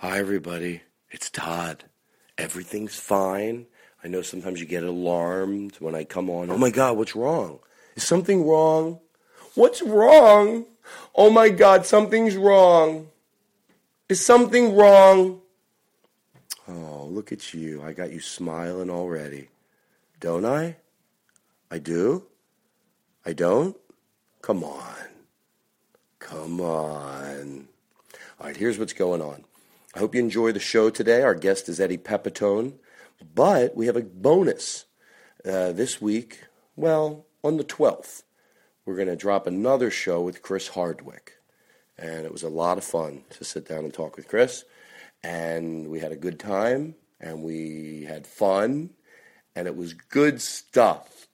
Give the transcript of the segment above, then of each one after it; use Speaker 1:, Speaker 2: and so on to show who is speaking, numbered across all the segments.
Speaker 1: Hi, everybody. It's Todd. Everything's fine. I know sometimes you get alarmed when I come on. Oh my God, what's wrong? Is something wrong? What's wrong? Oh my God, something's wrong. Is something wrong? Oh, look at you. I got you smiling already. Don't I? I do? I don't? Come on. Come on. All right, here's what's going on. I hope you enjoy the show today. Our guest is Eddie Pepitone, but we have a bonus uh, this week. Well, on the 12th, we're going to drop another show with Chris Hardwick. And it was a lot of fun to sit down and talk with Chris. And we had a good time, and we had fun, and it was good stuff.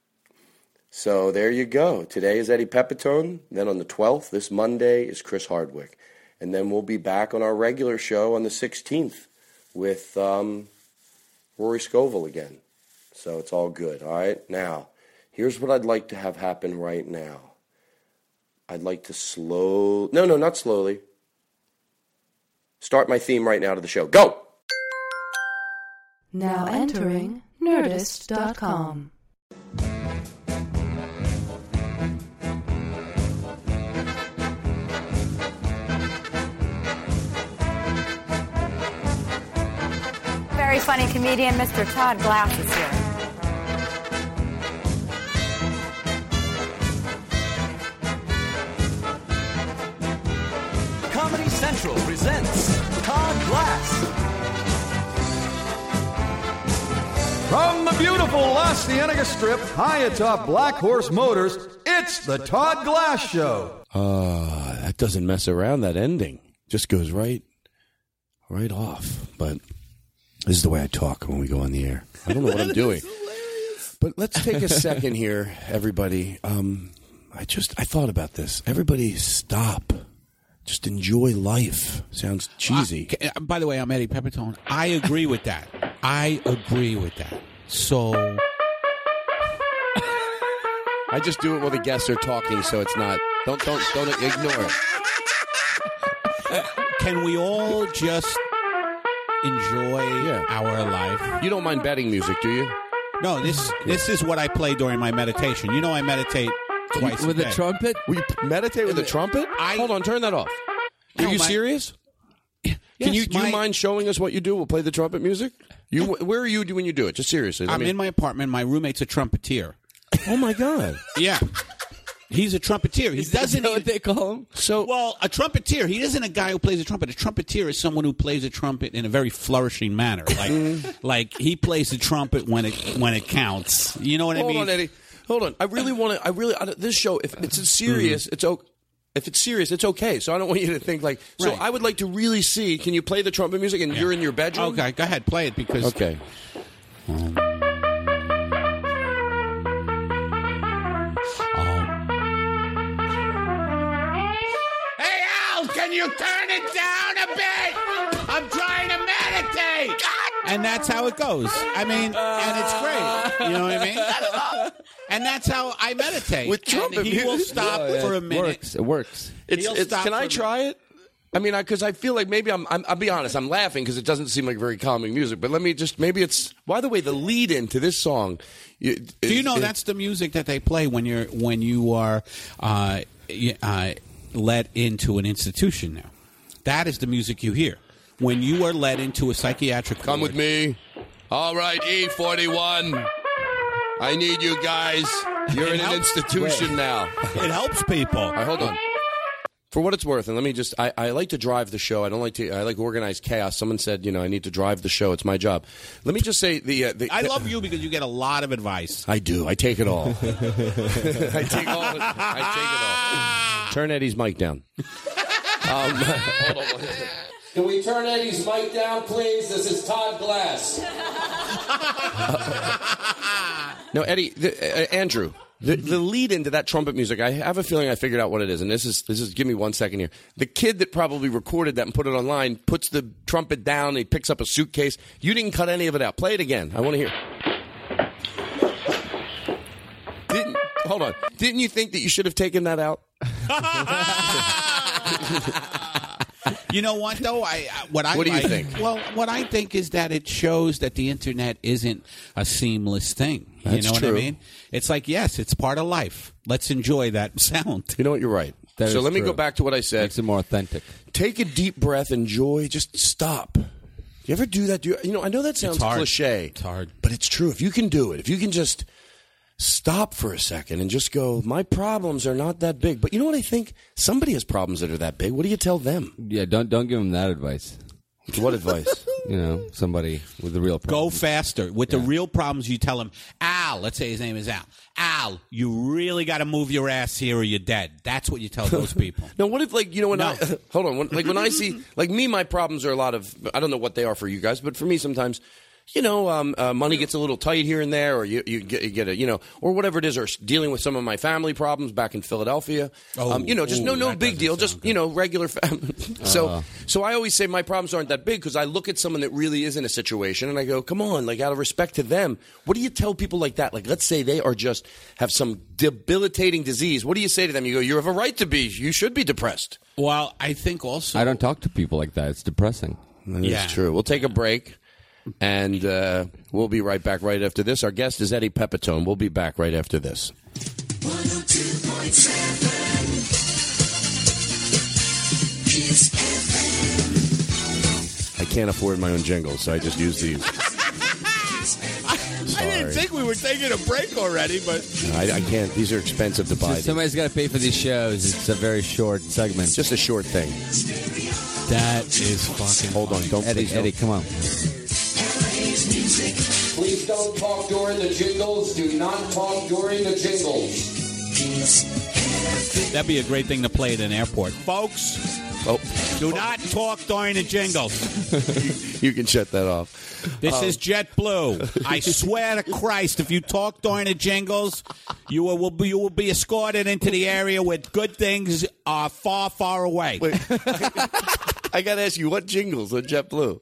Speaker 1: So there you go. Today is Eddie Pepitone. Then on the 12th, this Monday, is Chris Hardwick. And then we'll be back on our regular show on the 16th with um, Rory Scovel again. So it's all good. All right. Now, here's what I'd like to have happen right now. I'd like to slow. No, no, not slowly. Start my theme right now to the show. Go!
Speaker 2: Now entering Nerdist.com.
Speaker 3: Very funny comedian, Mr. Todd Glass is here.
Speaker 4: Comedy Central presents Todd Glass. From the beautiful Las Cienega Strip, high atop Black Horse Motors, it's the Todd Glass Show.
Speaker 1: Uh, that doesn't mess around. That ending just goes right, right off. But this is the way I talk when we go on the air. I don't know what I'm doing. But let's take a second here, everybody. Um, I just I thought about this. Everybody, stop. Just enjoy life. Sounds cheesy.
Speaker 5: Okay, uh, By the way, I'm Eddie Pepitone. I agree with that. I agree with that. So
Speaker 1: I just do it while the guests are talking, so it's not. Don't don't don't ignore it.
Speaker 5: can we all just enjoy
Speaker 1: Yeah.
Speaker 5: our life?
Speaker 1: You don't mind betting music, do you?
Speaker 5: No, this this is what I play during my meditation. You know, I meditate twice
Speaker 6: with
Speaker 5: a
Speaker 6: a
Speaker 5: day.
Speaker 6: trumpet.
Speaker 1: We meditate with a trumpet.
Speaker 5: I-
Speaker 1: hold on. Turn that off. Are
Speaker 5: No,
Speaker 1: you
Speaker 5: my-
Speaker 1: serious? Can
Speaker 5: Yes,
Speaker 1: you do you
Speaker 5: my-
Speaker 1: mind showing us what you do? We'll play the trumpet music. You where are you when you do it? Just seriously. I
Speaker 5: I'm
Speaker 1: mean-
Speaker 5: in my apartment. My roommate's a trumpeter.
Speaker 1: oh my god.
Speaker 5: Yeah, he's a trumpeter. He
Speaker 6: Doesn't
Speaker 5: doesn't.
Speaker 6: know what
Speaker 5: Even,
Speaker 6: they call him?
Speaker 1: So
Speaker 5: well, a trumpeter. He isn't a guy who plays a trumpet. A trumpeter is someone who plays a trumpet in a very flourishing manner. Like,
Speaker 1: Mm-hmm.
Speaker 5: like he plays the trumpet when it when it counts. You know what
Speaker 1: hold
Speaker 5: I mean?
Speaker 1: on, Eddie. Hold on. I really want to. I really I, don't- this show. If
Speaker 5: Mm-hmm.
Speaker 1: it's serious, it's okay. If it's serious, it's okay. So I don't want you to think like. So
Speaker 5: Right.
Speaker 1: I would like to really see. Can you play the trumpet music? And you're in your bedroom.
Speaker 5: Okay, go ahead, play it because
Speaker 1: Okay.
Speaker 5: Hey Al, can you turn it down a bit? I'm trying to meditate. And that's how it goes. I mean, and it's great. You know what I mean? And that's how I meditate.
Speaker 1: With
Speaker 5: And
Speaker 1: trumpet
Speaker 5: he will
Speaker 1: music.
Speaker 5: stop for a minute.
Speaker 6: Works. It works.
Speaker 1: It's,
Speaker 5: He'll
Speaker 1: it's,
Speaker 5: stop
Speaker 1: can
Speaker 5: for
Speaker 1: I
Speaker 5: a
Speaker 1: try it? I mean, because I, feel like maybe I'm, I'm. I'll be honest. I'm laughing because it doesn't seem like very calming music. But let me just. Maybe it's. By the way, the lead in to this song. Do
Speaker 5: Do you know that's the music that they play when you're when you are uh, y- uh, let into an institution? Now, that is the music you hear when you are led into a psychiatric.
Speaker 1: Come with
Speaker 5: ward.
Speaker 1: me. All right, E41. I need you guys. You're in an institution now.
Speaker 5: It helps people.
Speaker 1: All right, hold on. For what it's worth, and let me just, I, I like to drive the show. I don't like to, I like organized chaos. Someone said, you know, I need to drive the show. It's my job. Let me just say the, uh, the
Speaker 5: I love you because you get a lot of advice.
Speaker 1: I do. I take it all. I take all. I take it all. Turn Eddie's mic down. Um, hold on. one second.
Speaker 7: Can we turn Eddie's mic down, please? This is Todd Glass.
Speaker 1: No, Eddie, the, uh, Andrew, the,
Speaker 7: Mm-hmm.
Speaker 1: the lead into that trumpet music, I have a feeling I figured out what it is. And this is this is. Give me one second here. The kid that probably recorded that and put it online puts the trumpet down. He picks up a suitcase. You didn't cut any of it out. Play it again. I want to hear. Didn't hold on. Didn't you think that you should have taken that out?
Speaker 5: You know what though? I I- what I
Speaker 1: What do you
Speaker 5: like-
Speaker 1: think?
Speaker 5: Well, what I think is that it shows that the internet isn't a seamless thing. you
Speaker 1: That's
Speaker 5: know
Speaker 1: true.
Speaker 5: what I mean? It's like yes, it's part of life. Let's enjoy that sound.
Speaker 1: You know what? You're right.
Speaker 6: That
Speaker 1: so
Speaker 6: is
Speaker 1: let me
Speaker 6: true.
Speaker 1: go back to what I said.
Speaker 6: Makes it more authentic.
Speaker 1: take a deep breath, enjoy, just stop. You ever do that? Do you, you know, I know that sounds
Speaker 5: hard.
Speaker 1: cliche.
Speaker 5: It's hard.
Speaker 1: But it's true. If you can do it, if you can just stop for a second and just go, my problems are not that big. But you know what I think? Somebody has problems that are that big. What do you tell them?
Speaker 6: Yeah, don't don't give him that advice.
Speaker 1: What advice?
Speaker 6: You know, somebody with a real problem.
Speaker 5: Go faster with the real problems. You tell him, Al. Let's say his name is Al. Al, you really got to move your ass here, or you're dead. That's what you tell those people.
Speaker 1: No, what if like you know when
Speaker 5: No.
Speaker 1: I hold on, when, like when I see like me, my problems are a lot of I don't know what they are for you guys, but for me sometimes, you know, um, uh, money gets a little tight here and there, or you you get, you get a you know, or whatever it is, or s- dealing with some of my family problems back in Philadelphia. um, you know, just
Speaker 5: Oh, ooh,
Speaker 1: no no
Speaker 5: that
Speaker 1: big
Speaker 5: doesn't
Speaker 1: deal,
Speaker 5: sound
Speaker 1: just you know regular. Fam- so so I always say my problems aren't that big because I look at someone that really is in a situation and I go, come on, like out of respect to them, what do you tell people like that? Like let's say they are just have some debilitating disease. What do you say to them? You go, you have a right to be, you should be depressed.
Speaker 5: well, I think also.
Speaker 6: I don't talk to people like that. It's depressing.
Speaker 1: That's
Speaker 5: Yeah.
Speaker 1: true. We'll take a break. And uh, we'll be right back right after this. Our guest is Eddie Pepitone. We'll be back right after this. I can't afford my own jingles, so I just use these.
Speaker 5: I didn't think we were taking a break already, but
Speaker 1: I, I can't. These are expensive to buy. These.
Speaker 6: Somebody's got to pay for these shows. It's a very short segment.
Speaker 1: Just a short thing.
Speaker 5: that is fucking.
Speaker 1: Hold on. Don't
Speaker 6: Eddie,
Speaker 1: please don't-
Speaker 6: Eddie, come on.
Speaker 7: Please don't talk during the jingles. Do not talk during the jingles.
Speaker 5: That'd be a great thing to play at an airport, folks.
Speaker 1: Oh,
Speaker 5: Do not talk during the jingles.
Speaker 1: you can shut that off.
Speaker 5: This is JetBlue. I swear to Christ, if you talk during the jingles, you will, will be you will be escorted into the area where good things are far, far away.
Speaker 1: I got to ask you, what jingles on JetBlue?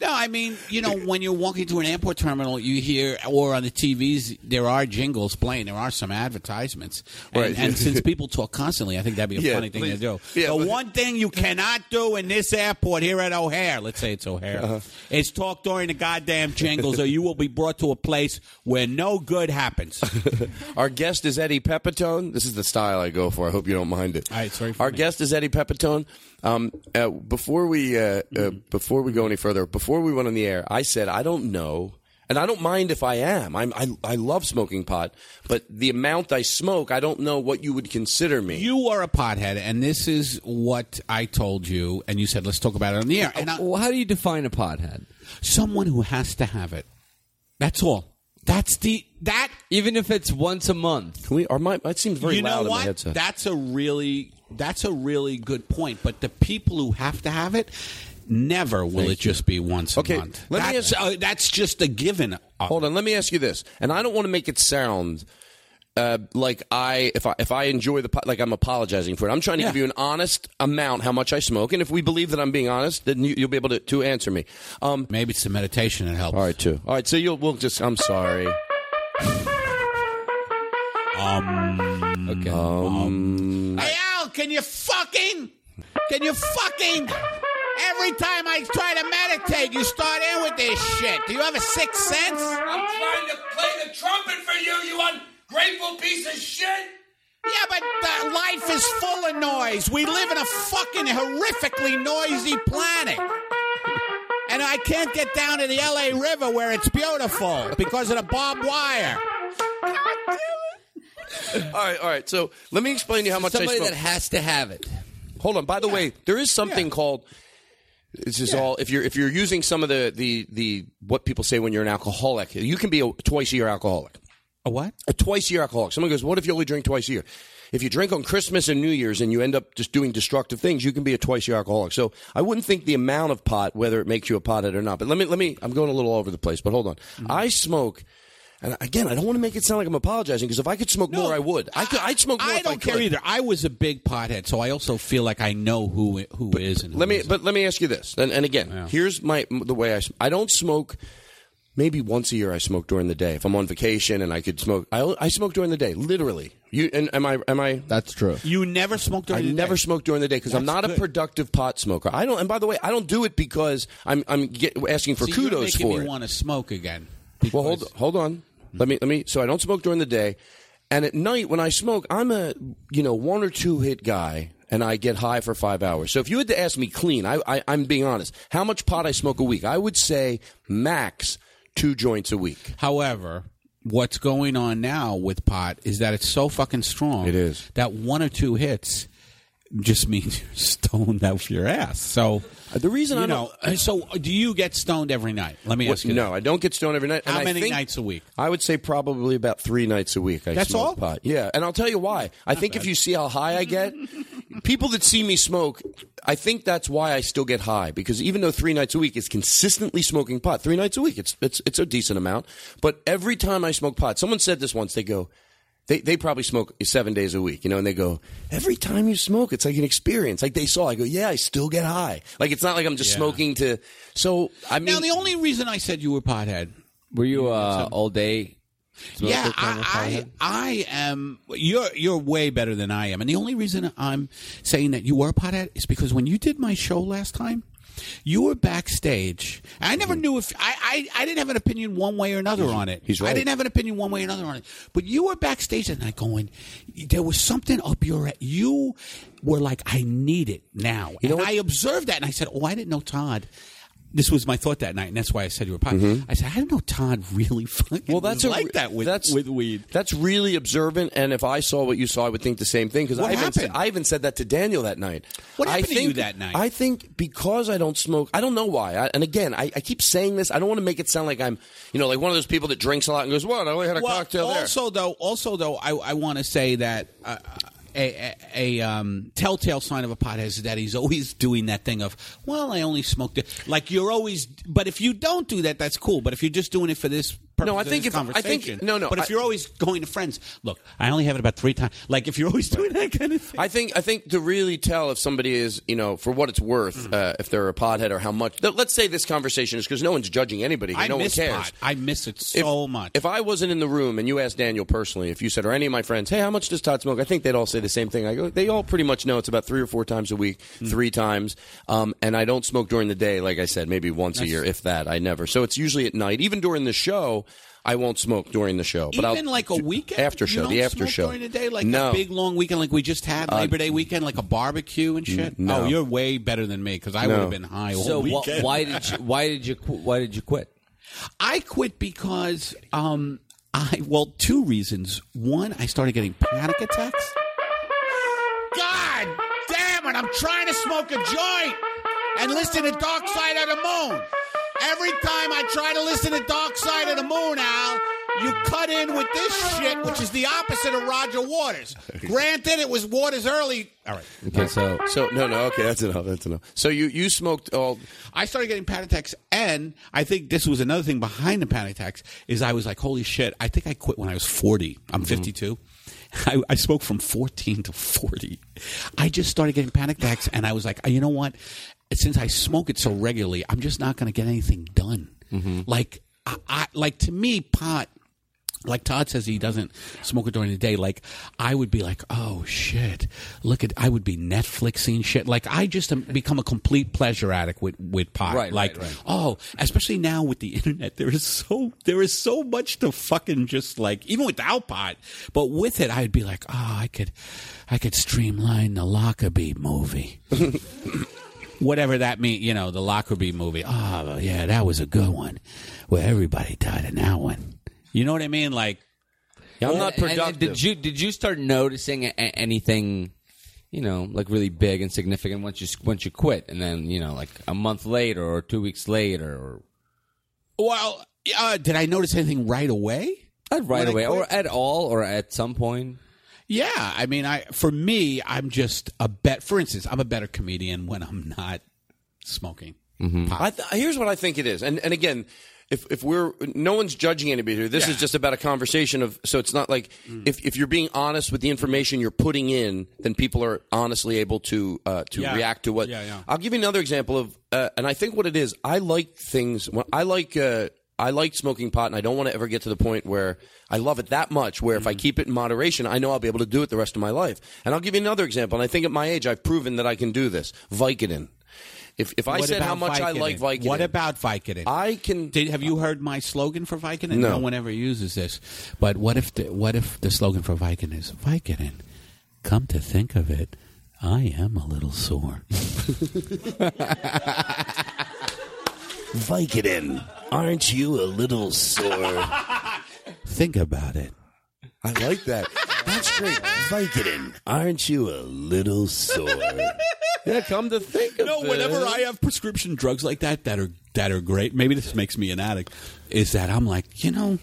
Speaker 5: No, I mean, you know, when you're walking through an airport terminal, you hear, or on the TVs, there are jingles playing. There are some advertisements. And,
Speaker 1: Right.
Speaker 5: and since people talk constantly, I think that'd be a
Speaker 1: Yeah,
Speaker 5: funny thing
Speaker 1: please.
Speaker 5: to do.
Speaker 1: Yeah,
Speaker 5: the
Speaker 1: but-
Speaker 5: one thing you cannot do in this airport here at O'Hare, let's say it's O'Hare,
Speaker 1: Uh-huh.
Speaker 5: is talk during the goddamn jingles, or you will be brought to a place where no good happens.
Speaker 1: Our guest is Eddie Pepitone. This is the style I go for. I hope you don't mind it.
Speaker 5: All right, it's very
Speaker 1: Our
Speaker 5: funny.
Speaker 1: guest is Eddie Pepitone. Um, uh, before we uh, uh, before we go any further, before we went on the air, I said I don't know, and I don't mind if I am. I'm, I I love smoking pot, but the amount I smoke, I don't know what you would consider me.
Speaker 5: you are a pothead, and this is what I told you, and you said, let's talk about it on the air. And I,
Speaker 6: Well, how do you define a pothead?
Speaker 5: someone who has to have it. That's all. That's the that
Speaker 6: Even if it's once a month.
Speaker 1: Can we? Are my that seems very
Speaker 5: you know
Speaker 1: loud in my
Speaker 5: what?
Speaker 1: headset.
Speaker 5: That's a really that's a really good point. But the people who have to have it, never will it just be once
Speaker 1: Okay,
Speaker 5: a month.
Speaker 1: let me
Speaker 5: that's,
Speaker 1: ask-
Speaker 5: uh, that's just a given. Uh,
Speaker 1: Hold on, let me ask you this, and I don't want to make it sound uh, like I if I if I enjoy the po- like I'm apologizing for it. I'm trying to
Speaker 5: Yeah.
Speaker 1: give you an honest amount how much I smoke, and if we believe that I'm being honest, then you, you'll be able to, to answer me. Um,
Speaker 5: Maybe it's the meditation that helps.
Speaker 1: all right, too. All right, so you'll we'll just. I'm sorry.
Speaker 5: Um,
Speaker 6: Okay.
Speaker 5: Hey Al, can you fucking can you fucking every time I try to meditate, you start in with this shit. Do you have a sixth sense?
Speaker 7: I'm trying to play the trumpet for you, you ungrateful piece of shit!
Speaker 5: Yeah, but uh, life is full of noise. We live in a fucking horrifically noisy planet. And I can't get down to the LA River where it's beautiful because of the barbed wire.
Speaker 1: all right, all right. So let me explain to you how much I
Speaker 6: Somebody
Speaker 1: smoke.
Speaker 6: that has to have it.
Speaker 1: Hold on. By the way, there is something
Speaker 5: Yeah.
Speaker 1: called. This is all. If you're if you're using some of the the the what people say when you're an alcoholic, you can be a twice a year alcoholic.
Speaker 5: A what?
Speaker 1: a twice a year alcoholic. Someone goes, What if you only drink twice a year? If you drink on Christmas and New Year's and you end up just doing destructive things, you can be a twice a year alcoholic. So I wouldn't think the amount of pot, whether it makes you a pothead or not. But let me, let me, I'm going a little all over the place, but hold on.
Speaker 5: Mm-hmm.
Speaker 1: I smoke. And again, I don't want to make it sound like I'm apologizing because if I could smoke more, I would. I could. I'd smoke more.
Speaker 5: I
Speaker 1: if I
Speaker 5: don't care
Speaker 1: could.
Speaker 5: either. I was a big pothead, so I also feel like I know who i- who is and who
Speaker 1: Let me,
Speaker 5: isn't.
Speaker 1: but let me ask you this. And, and again, here's my the way I s- I don't smoke. Maybe once a year I smoke during the day if I'm on vacation and I could smoke. I, I smoke during the day, literally. You and am I am I
Speaker 6: That's true.
Speaker 5: you never smoked during
Speaker 1: I
Speaker 5: the
Speaker 1: never
Speaker 5: day.
Speaker 1: smoke during the day because I'm
Speaker 5: That's
Speaker 1: not
Speaker 5: good.
Speaker 1: a productive pot smoker. I don't, and by the way, I don't do it because I'm I'm get, asking for
Speaker 5: See, you're
Speaker 1: kudos
Speaker 5: making
Speaker 1: for
Speaker 5: me
Speaker 1: it.
Speaker 5: want to smoke again.
Speaker 1: Well, hold
Speaker 5: because- Hmm.
Speaker 1: hold on. Let me let me. So I don't smoke during the day, and at night when I smoke, I'm a you know one or two hit guy, and I get high for five hours. So if you had to ask me clean, I, I I'm being honest. How much pot I smoke a week? I would say max two joints a week.
Speaker 5: However, what's going on now with pot is that it's so fucking strong.
Speaker 1: It is.
Speaker 5: that one or two hits just means you're stoned out of your ass. So
Speaker 1: Uh, the reason
Speaker 5: you
Speaker 1: I
Speaker 5: know.
Speaker 1: don't-
Speaker 5: So do you get stoned every night? Let me ask you.
Speaker 1: no, I don't get stoned every night.
Speaker 5: How
Speaker 1: and I
Speaker 5: many
Speaker 1: think-
Speaker 5: nights a week?
Speaker 1: I would say probably about three nights a week. I
Speaker 5: That's
Speaker 1: smoke
Speaker 5: all?
Speaker 1: pot. Yeah, and I'll tell you why. I think if you see how high I get, people that see me smoke, I think that's why I still get high because even though three nights a week is consistently smoking pot, three nights a week, it's it's it's a decent amount. But every time I smoke pot, someone said this once. They go. They, they probably smoke seven days a week, you know, and they go, every time you smoke, it's like an experience. Like they saw, I go, yeah, I still get high. Like it's not like I'm just smoking to, so I mean.
Speaker 5: Now the only reason I said you were pothead
Speaker 6: Were you uh, all day? smoker,
Speaker 5: yeah,
Speaker 6: kind of
Speaker 5: I,
Speaker 6: pothead?
Speaker 5: I, I am. You're you're way better than I am, and the only reason I'm saying that you were a pothead is because when you did my show last time, you were backstage. I never knew if I, I I didn't have an opinion one way or another on it.
Speaker 1: Mm-hmm. he's right.
Speaker 5: I didn't have an opinion one way or another on it. But you were backstage that night going, there was something up your. You were like, I need it now.
Speaker 1: know
Speaker 5: and
Speaker 1: what?
Speaker 5: I observed that, and I said, oh, I didn't know Todd. This was my thought that night, and that's why I said you were a pothead.
Speaker 1: Mm-hmm.
Speaker 5: I said I didn't know Todd really fucking
Speaker 1: Well, that's
Speaker 5: was
Speaker 1: a,
Speaker 5: like that with
Speaker 1: that's,
Speaker 5: with weed.
Speaker 1: That's really observant. And if I saw what you saw, I would think the same thing. Because
Speaker 5: What
Speaker 1: I even
Speaker 5: happened?
Speaker 1: said, I even said that to Daniel that night.
Speaker 5: What happened
Speaker 1: I
Speaker 5: to
Speaker 1: think,
Speaker 5: you that night?
Speaker 1: I think because I don't smoke. I don't know why. I, and again, I, I keep saying this. I don't want to make it sound like I'm, you know, like one of those people that drinks a lot and goes, "What? I only had a cocktail there."
Speaker 5: also though, also though, I, I want to say that uh, a, a, a um, telltale sign of a pothead is that he's always doing that thing of, well, I only smoked it. Like you're always, but if you don't do that, that's cool. But if you're just doing it for this. purpose
Speaker 1: No, I
Speaker 5: of
Speaker 1: think
Speaker 5: this
Speaker 1: if- I think-
Speaker 5: conversation-
Speaker 1: no, no,
Speaker 5: But if
Speaker 1: I-
Speaker 5: you're always going to friends, look, I only have it about three times. Like if you're always doing that kind of thing,
Speaker 1: I think I think to really tell if somebody is you know for what it's
Speaker 5: Mm-hmm.
Speaker 1: worth uh, if they're a pothead or how much. th- Let's say this conversation is because no one's judging anybody. here.
Speaker 5: I
Speaker 1: no
Speaker 5: miss
Speaker 1: one cares.
Speaker 5: pot. I miss it so much.
Speaker 1: If I wasn't in the room and you asked Daniel personally, if you said, or any of my friends, hey, how much does Todd smoke? I think they'd all say the same thing. I go, they all pretty much know it's about three or four times a week,
Speaker 5: Hmm.
Speaker 1: three times. Um, and I don't smoke during the day, like I said, maybe once a year, if that. I never. So it's usually at night. Even during the show, I won't smoke during the show. But
Speaker 5: even
Speaker 1: I'll,
Speaker 5: like a
Speaker 1: do-
Speaker 5: weekend
Speaker 1: after show,
Speaker 5: you don't
Speaker 1: the after
Speaker 5: smoke
Speaker 1: show
Speaker 5: during the day, like
Speaker 1: no. Uh,
Speaker 5: a big long weekend, like we just had Labor Day weekend, like a barbecue and shit. No, oh, you're way better than me because I would have been high. All
Speaker 6: So wh-
Speaker 5: weekend.
Speaker 6: why did you why did you qu- why did you quit?
Speaker 5: I quit because um, I well, two reasons. One, I started getting panic attacks. God damn it! I'm trying to smoke a joint and listen to Dark Side of the Moon. Every time I try to listen to Dark Side of the Moon, Al, you cut in with this shit, which is the opposite of Roger Waters. Granted, it was Waters early. All right.
Speaker 6: Okay, so
Speaker 1: So no, no, okay, that's enough. That's enough. So you you smoked all.
Speaker 5: I started getting panic attacks, and I think this was another thing behind the panic attacks is I was like, holy shit! I think I quit when I was forty. I'm 52. I, I smoked from 14 to 40. I just started getting panic attacks, and I was like, you know what? Since I smoke it so regularly, I'm just not going to get anything done. Like, I, I, like to me, pot like Todd says he doesn't smoke it during the day. Like I would be like, oh shit, look at I would be Netflixing shit. Like I just am, become a complete pleasure addict with with pot.
Speaker 6: Right,
Speaker 5: like
Speaker 6: right, right.
Speaker 5: oh, especially now with the internet, there is so there is so much to fucking just like even without pot, but with it, I'd be like, oh, I could, I could streamline the Lockerbie movie. Whatever that means, you know, the Lockerbie movie. Oh, well, yeah, that was a good one where everybody died in that one. You know what I mean? Like,
Speaker 1: I'm not
Speaker 6: And- and-
Speaker 1: productive.
Speaker 6: and did you did you start noticing a- a- anything, you know, like really big and significant once you s- once you quit, and then you know, like a month later or two weeks later, or
Speaker 5: Well, uh, did I notice anything right away?
Speaker 6: Not right
Speaker 5: When I
Speaker 6: away,
Speaker 5: quit-
Speaker 6: or at all, or at some point.
Speaker 5: Yeah, I mean, I for me, I'm just a bet. For instance, I'm a better comedian when I'm not smoking. Mm-hmm.
Speaker 1: I th- here's what I think it is, and and again, if if we're no one's judging anybody here. This is just about a conversation of so it's not like
Speaker 5: Mm.
Speaker 1: if if you're being honest with the information you're putting in, then people are honestly able to uh, to
Speaker 5: Yeah.
Speaker 1: react to what.
Speaker 5: Yeah, yeah.
Speaker 1: I'll give you another example of, uh, and I think what it is, I like things. When I like. Uh, I like smoking pot, and I don't want to ever get to the point where I love it that much. Where
Speaker 5: Mm-hmm.
Speaker 1: if I keep it in moderation, I know I'll be able to do it the rest of my life. And I'll give you another example. And I think at my age, I've proven that I can do this. Vicodin. If if I
Speaker 5: What
Speaker 1: said how
Speaker 5: about
Speaker 1: much I like Vicodin,
Speaker 5: What about Vicodin?
Speaker 1: I can?
Speaker 5: Did, have you heard my slogan for Vicodin?
Speaker 1: No.
Speaker 5: one ever uses this. But what if the, what if the slogan for Vicodin is Vicodin? Come to think of it, I am a little sore.
Speaker 1: Vicodin, aren't you a little sore?
Speaker 5: think about it.
Speaker 1: I like that. That's great. Vicodin, aren't you a little sore? Yeah, come to think of
Speaker 5: No,
Speaker 1: it.
Speaker 5: whenever I have prescription drugs like that that are that are great, maybe this makes me an addict. Is that I'm like, you know,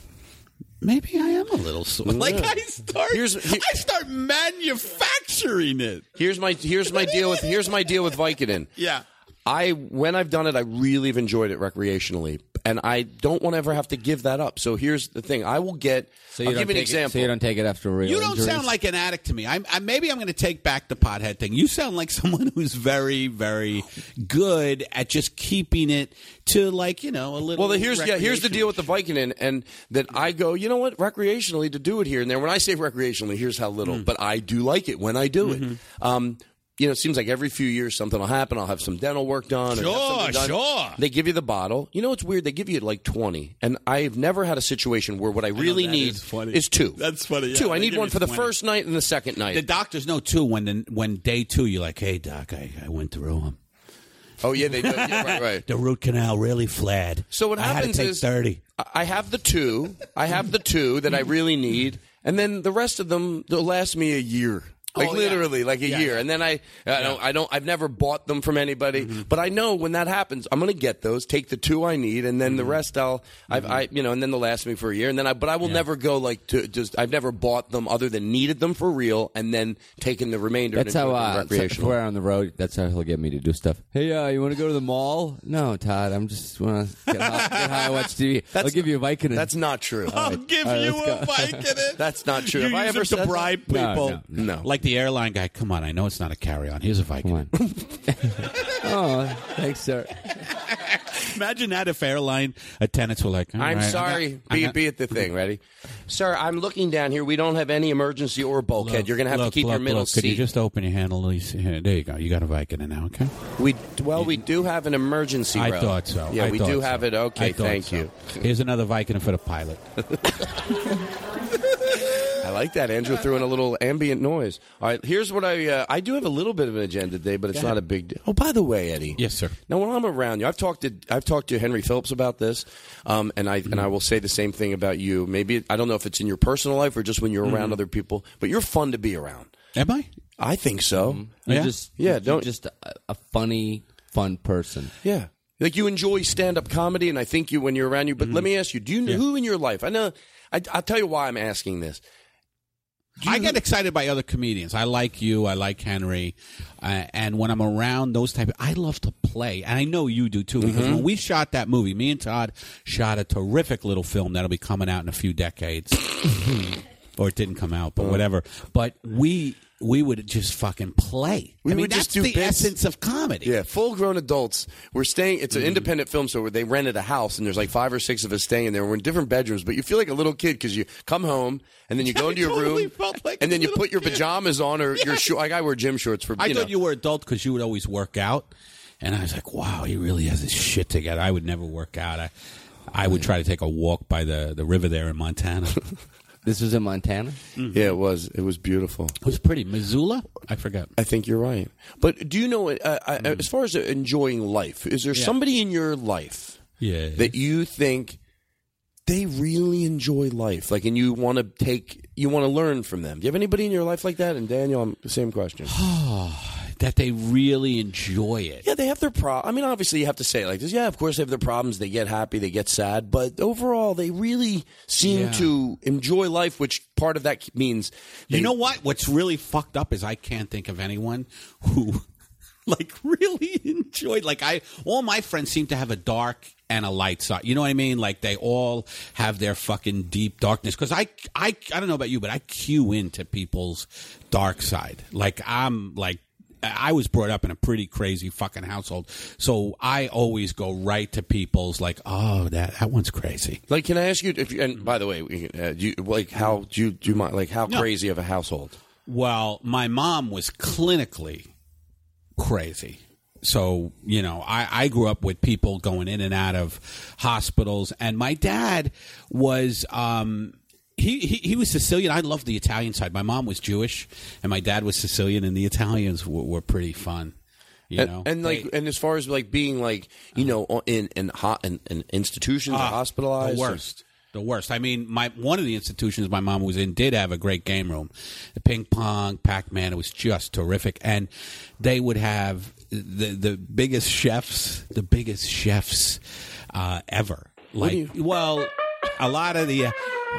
Speaker 5: maybe I am a little sore. Like I start,
Speaker 1: Here's- here-
Speaker 5: I start manufacturing it.
Speaker 1: here's my here's my deal with here's my deal with Vicodin.
Speaker 5: Yeah.
Speaker 1: I when I've done it, I really have enjoyed it recreationally, and I don't want to ever have to give that up. So here's the thing: I will get.
Speaker 6: So you
Speaker 1: I'll
Speaker 6: don't
Speaker 1: give you an
Speaker 6: take it-
Speaker 1: example.
Speaker 6: so you don't take it after real
Speaker 5: You don't
Speaker 6: injuries?
Speaker 5: sound like an addict to me. I'm, I, maybe I'm going to take back the pothead thing. You sound like someone who's very, very good at just keeping it to like you know a little.
Speaker 1: Well, the, here's yeah, here's the deal with the Vicodin, and that I go, you know what, recreationally to do it here and there. When I say recreationally, here's how
Speaker 5: Hmm.
Speaker 1: little, but I do like it when I do it.
Speaker 5: Mm-hmm.
Speaker 1: Um, you know, it seems like every few years something will happen. I'll have some dental work done. or have
Speaker 5: Sure,
Speaker 1: something done.
Speaker 5: sure.
Speaker 1: They give you the bottle. You know, it's weird. They give you like twenty, and I've never had a situation where what I really
Speaker 5: that
Speaker 1: need
Speaker 5: is funny.
Speaker 1: two.
Speaker 5: That's funny, yeah.
Speaker 1: Two. I
Speaker 5: They
Speaker 1: need
Speaker 5: give
Speaker 1: one
Speaker 5: you
Speaker 1: for the
Speaker 5: 20.
Speaker 1: first night and the second night.
Speaker 5: The doctors know too when the, when day two you're like, hey doc, I, I went through them.
Speaker 1: oh yeah, they do. Yeah, right, right.
Speaker 5: The root canal really flared.
Speaker 1: So what
Speaker 5: I
Speaker 1: happens
Speaker 5: had to take
Speaker 1: is
Speaker 5: thirty.
Speaker 1: I- I have the two. I have the two that I really need, and then the rest of them they'll last me a year. Like
Speaker 5: Oh, yeah.
Speaker 1: literally, like a
Speaker 5: Yeah. Mm-hmm.
Speaker 1: year, and then I, I don't, I don't, I've never bought them from anybody, but I know when that happens, I'm gonna get those, take the two I need, and then
Speaker 5: Mm-hmm.
Speaker 1: the rest I'll, I've, I, you know, and then they'll last me for a year, and then I, but I will never go like to just, I've never bought them other than needed them for real, and then taken the remainder.
Speaker 6: That's
Speaker 1: and
Speaker 6: how
Speaker 1: enjoyed them
Speaker 6: uh, so if
Speaker 1: recreational.
Speaker 6: we're on the road. That's how he'll get me to do stuff. Hey, uh, you want to go to the mall? No, Todd. I'm just want to get high, get high and watch TV. I'll give you a Vicodin.
Speaker 1: That's not true.
Speaker 5: I'll give
Speaker 6: All right,
Speaker 5: you
Speaker 6: let's
Speaker 5: a Vicodin.
Speaker 1: That's not true.
Speaker 5: You
Speaker 1: Have I
Speaker 5: use
Speaker 1: ever
Speaker 5: it to
Speaker 1: said that?
Speaker 5: bribe
Speaker 6: No,
Speaker 5: people?
Speaker 6: no,
Speaker 1: no.
Speaker 5: Like the airline guy. Come on, I know it's not a carry-on. Here's a Vicodin.
Speaker 6: Come on. oh, thanks, sir.
Speaker 5: Imagine that if airline attendants were like, "All
Speaker 1: I'm
Speaker 5: right,
Speaker 1: sorry.
Speaker 5: got- I
Speaker 1: be,
Speaker 5: got-
Speaker 1: be at the thing. Ready? Sir, I'm looking down here. We don't have any emergency or bulkhead.
Speaker 5: look,
Speaker 1: You're going to have
Speaker 5: look,
Speaker 1: to keep
Speaker 5: look,
Speaker 1: your middle
Speaker 5: look. Could you
Speaker 1: seat.
Speaker 5: just open your handle? There you go. You got a Vicodin now, okay?
Speaker 1: we Well, we do have an emergency
Speaker 5: I
Speaker 1: row.
Speaker 5: thought so.
Speaker 1: Yeah,
Speaker 5: I
Speaker 1: we
Speaker 5: thought
Speaker 1: do
Speaker 5: so.
Speaker 1: have it. Okay,
Speaker 5: I thought
Speaker 1: thank
Speaker 5: so.
Speaker 1: you.
Speaker 5: Here's another Vicodin for the pilot.
Speaker 1: I like that. Andrew threw in a little ambient noise. All right, here's what I uh, I do have a little bit of an agenda today, but it's not a big deal. Oh, by the way, Eddie.
Speaker 5: Yes, sir.
Speaker 1: Now, when I'm around you, I've talked to I've talked to Henry Phillips about this, um, and I
Speaker 5: Mm-hmm.
Speaker 1: and I will say the same thing about you. Maybe I don't know if it's in your personal life or just when you're
Speaker 5: Mm-hmm.
Speaker 1: around other people, but you're fun to be around.
Speaker 5: Am I?
Speaker 1: I think so.
Speaker 6: You're
Speaker 5: Yeah?
Speaker 6: just
Speaker 1: Yeah,
Speaker 6: you're
Speaker 1: don't-
Speaker 6: just a, a funny, fun person.
Speaker 1: Yeah. Like you enjoy stand up comedy, and I think you when you're around you. But
Speaker 5: Mm-hmm.
Speaker 1: let me ask you: Do you know who in your life? I know. I, I'll tell you why I'm asking this.
Speaker 5: I get excited by other comedians. I like you. I like Henry. Uh, and when I'm around those type, I love to play, and I know you do too. Because when we shot that movie, me and Todd shot a terrific little film that'll be coming out in a few decades, or it didn't come out, but whatever. But we we would just fucking play.
Speaker 1: We
Speaker 5: I mean,
Speaker 1: would
Speaker 5: that's
Speaker 1: just do
Speaker 5: the
Speaker 1: bits.
Speaker 5: essence of comedy. Mm-hmm.
Speaker 1: Yeah, full grown adults. We're staying. It's an independent film, so they rented a house, and there's like five or six of us staying there. We're in different bedrooms, but you feel like a little kid because you come home and then you go
Speaker 5: I
Speaker 1: into your
Speaker 5: totally
Speaker 1: room,
Speaker 5: felt like
Speaker 1: and
Speaker 5: a
Speaker 1: then you
Speaker 5: little
Speaker 1: put your
Speaker 5: kid.
Speaker 1: pajamas on or your
Speaker 5: Yes.
Speaker 1: short. Like I wear gym shorts for.
Speaker 5: I
Speaker 1: you
Speaker 5: thought
Speaker 1: know.
Speaker 5: you were adult because you would always work out, and I was like, "Wow, he really has his shit together." I would never work out. I, I would try to take a walk by the, the river there in Montana. it
Speaker 6: This was in Montana.
Speaker 1: Yeah, it was. It was beautiful.
Speaker 5: was pretty. Missoula, I forgot.
Speaker 1: I think you're right. But do you know, uh, uh, as far as enjoying life, is there somebody in your life
Speaker 5: Yeah.
Speaker 1: that you think they really enjoy life, like, and you want to take, you want to learn from them? Do you have anybody in your life like that? And Daniel, I'm, same question.
Speaker 5: that they really enjoy it.
Speaker 1: Yeah, they have their pro. I mean, obviously, you have to say it like this. Yeah, of course, they have their problems. They get happy, they get sad, but overall, they really seem
Speaker 5: Yeah.
Speaker 1: to enjoy life. Which part of that means
Speaker 5: You know what? What's really fucked up is I can't think of anyone who like really enjoyed like I all my friends seem to have a dark and a light side. You know what I mean? Like they all have their fucking deep darkness cuz I I I don't know about you, but I cue into people's dark side. Like I'm like I was brought up in a pretty crazy fucking household. So I always go right to people's like, "Oh, that that one's crazy."
Speaker 1: Like, can I ask you? If you and by the way, we- uh, do you, like how do you do you mind? Like how
Speaker 5: Mm-hmm. No.
Speaker 1: crazy of a household?
Speaker 5: Well, my mom was clinically crazy. So, you know, I, I grew up with people going in and out of hospitals, and my dad was. Um, he, he, he was Sicilian. I loved the Italian side. My mom was Jewish, and my dad was Sicilian, and the Italians were, were pretty fun. You
Speaker 1: and,
Speaker 5: know,
Speaker 1: and like,
Speaker 5: They- Uh-huh.
Speaker 1: and as far as like being like you know o- in in hot in, in institutions,
Speaker 5: Ah,
Speaker 1: hospitalized,
Speaker 5: The worst. The worst. I mean, my one of the institutions my mom was in did have a great game room, the ping pong, Pac Man. It was just terrific, and they would have the the biggest chefs, the biggest chefs uh, ever. Like, well, a lot of the, uh,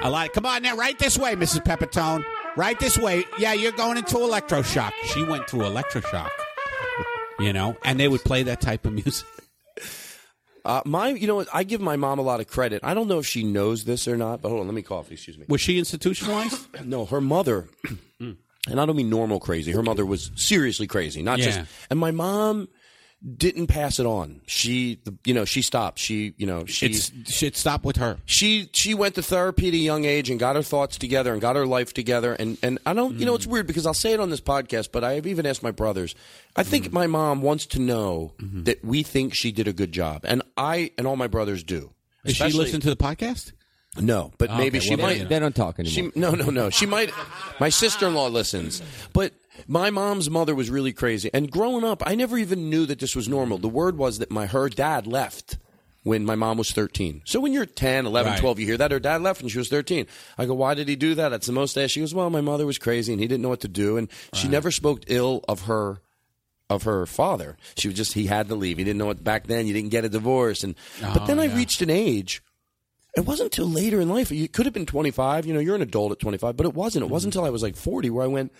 Speaker 5: a lot. Come on now, right this way, Mrs. Pepitone. Right this way. Yeah, you're going into electroshock. She went through electroshock. You know, and they would play that type of music.
Speaker 1: Uh, my, you know, what, I give my mom a lot of credit. I don't know if she knows this or not, but hold on, let me cough. Excuse me.
Speaker 5: Was she institutionalized?
Speaker 1: No, her mother,
Speaker 5: Mm.
Speaker 1: and I don't mean normal crazy. Her mother was seriously crazy, not just.
Speaker 5: Yeah.
Speaker 1: And my mom didn't pass it on. She, you know, she stopped. She, you know, she.
Speaker 5: It's should stop with her.
Speaker 1: she she went to therapy at a young age and got her thoughts together and got her life together and and I don't you know
Speaker 5: Mm.
Speaker 1: it's weird because I'll say it on this podcast but I've even asked my brothers I
Speaker 5: Mm.
Speaker 1: think my mom wants to know
Speaker 5: Mm-hmm.
Speaker 1: that we think she did a good job and I and all my brothers do
Speaker 5: Does she
Speaker 1: Especially-
Speaker 5: listen to the podcast?
Speaker 1: no but
Speaker 6: Ah,
Speaker 1: maybe
Speaker 5: okay,
Speaker 1: she
Speaker 5: well,
Speaker 1: might
Speaker 5: you know.
Speaker 6: They don't talk anymore.
Speaker 1: she, no, no, no. She might. My sister in law listens, but my mom's mother was really crazy. And growing up, I never even knew that this was normal. The word was that my her dad left when my mom was 13. So when you're 10, 11,
Speaker 5: Right.
Speaker 1: 12, you hear that her dad left when she was 13. I go, why did he do that? That's the most. I ask." She goes, well, my mother was crazy and he didn't know what to do, and she never spoke ill of her. Of her father, she was just he had to leave. He didn't know what back then. You didn't get a divorce, and but then I reached an age it wasn't till later in life. You could have been 25. You know, you're an adult at 25, but it wasn't. It wasn't until I was like 40 where I went,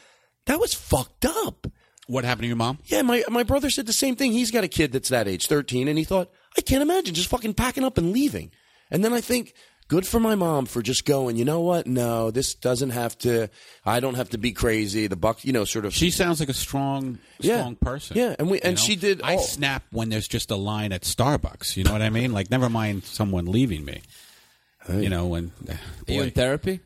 Speaker 1: that was fucked up.
Speaker 5: What happened to your mom?
Speaker 1: Yeah, my, my brother said the same thing. He's got a kid that's that age, 13, and he thought, I can't imagine just fucking packing up and leaving. And then I think, good for my mom for just going, you know what? No, this doesn't have to, I don't have to be crazy. The buck, you know, sort of.
Speaker 5: She sounds like a strong,
Speaker 1: Yeah.
Speaker 5: strong person.
Speaker 1: Yeah, and we- and she did
Speaker 5: I
Speaker 1: all-
Speaker 5: snap when there's just a line at Starbucks. You know what I mean? Like, never mind someone leaving me. You know, when uh,
Speaker 6: Are you
Speaker 5: boy.
Speaker 6: in therapy?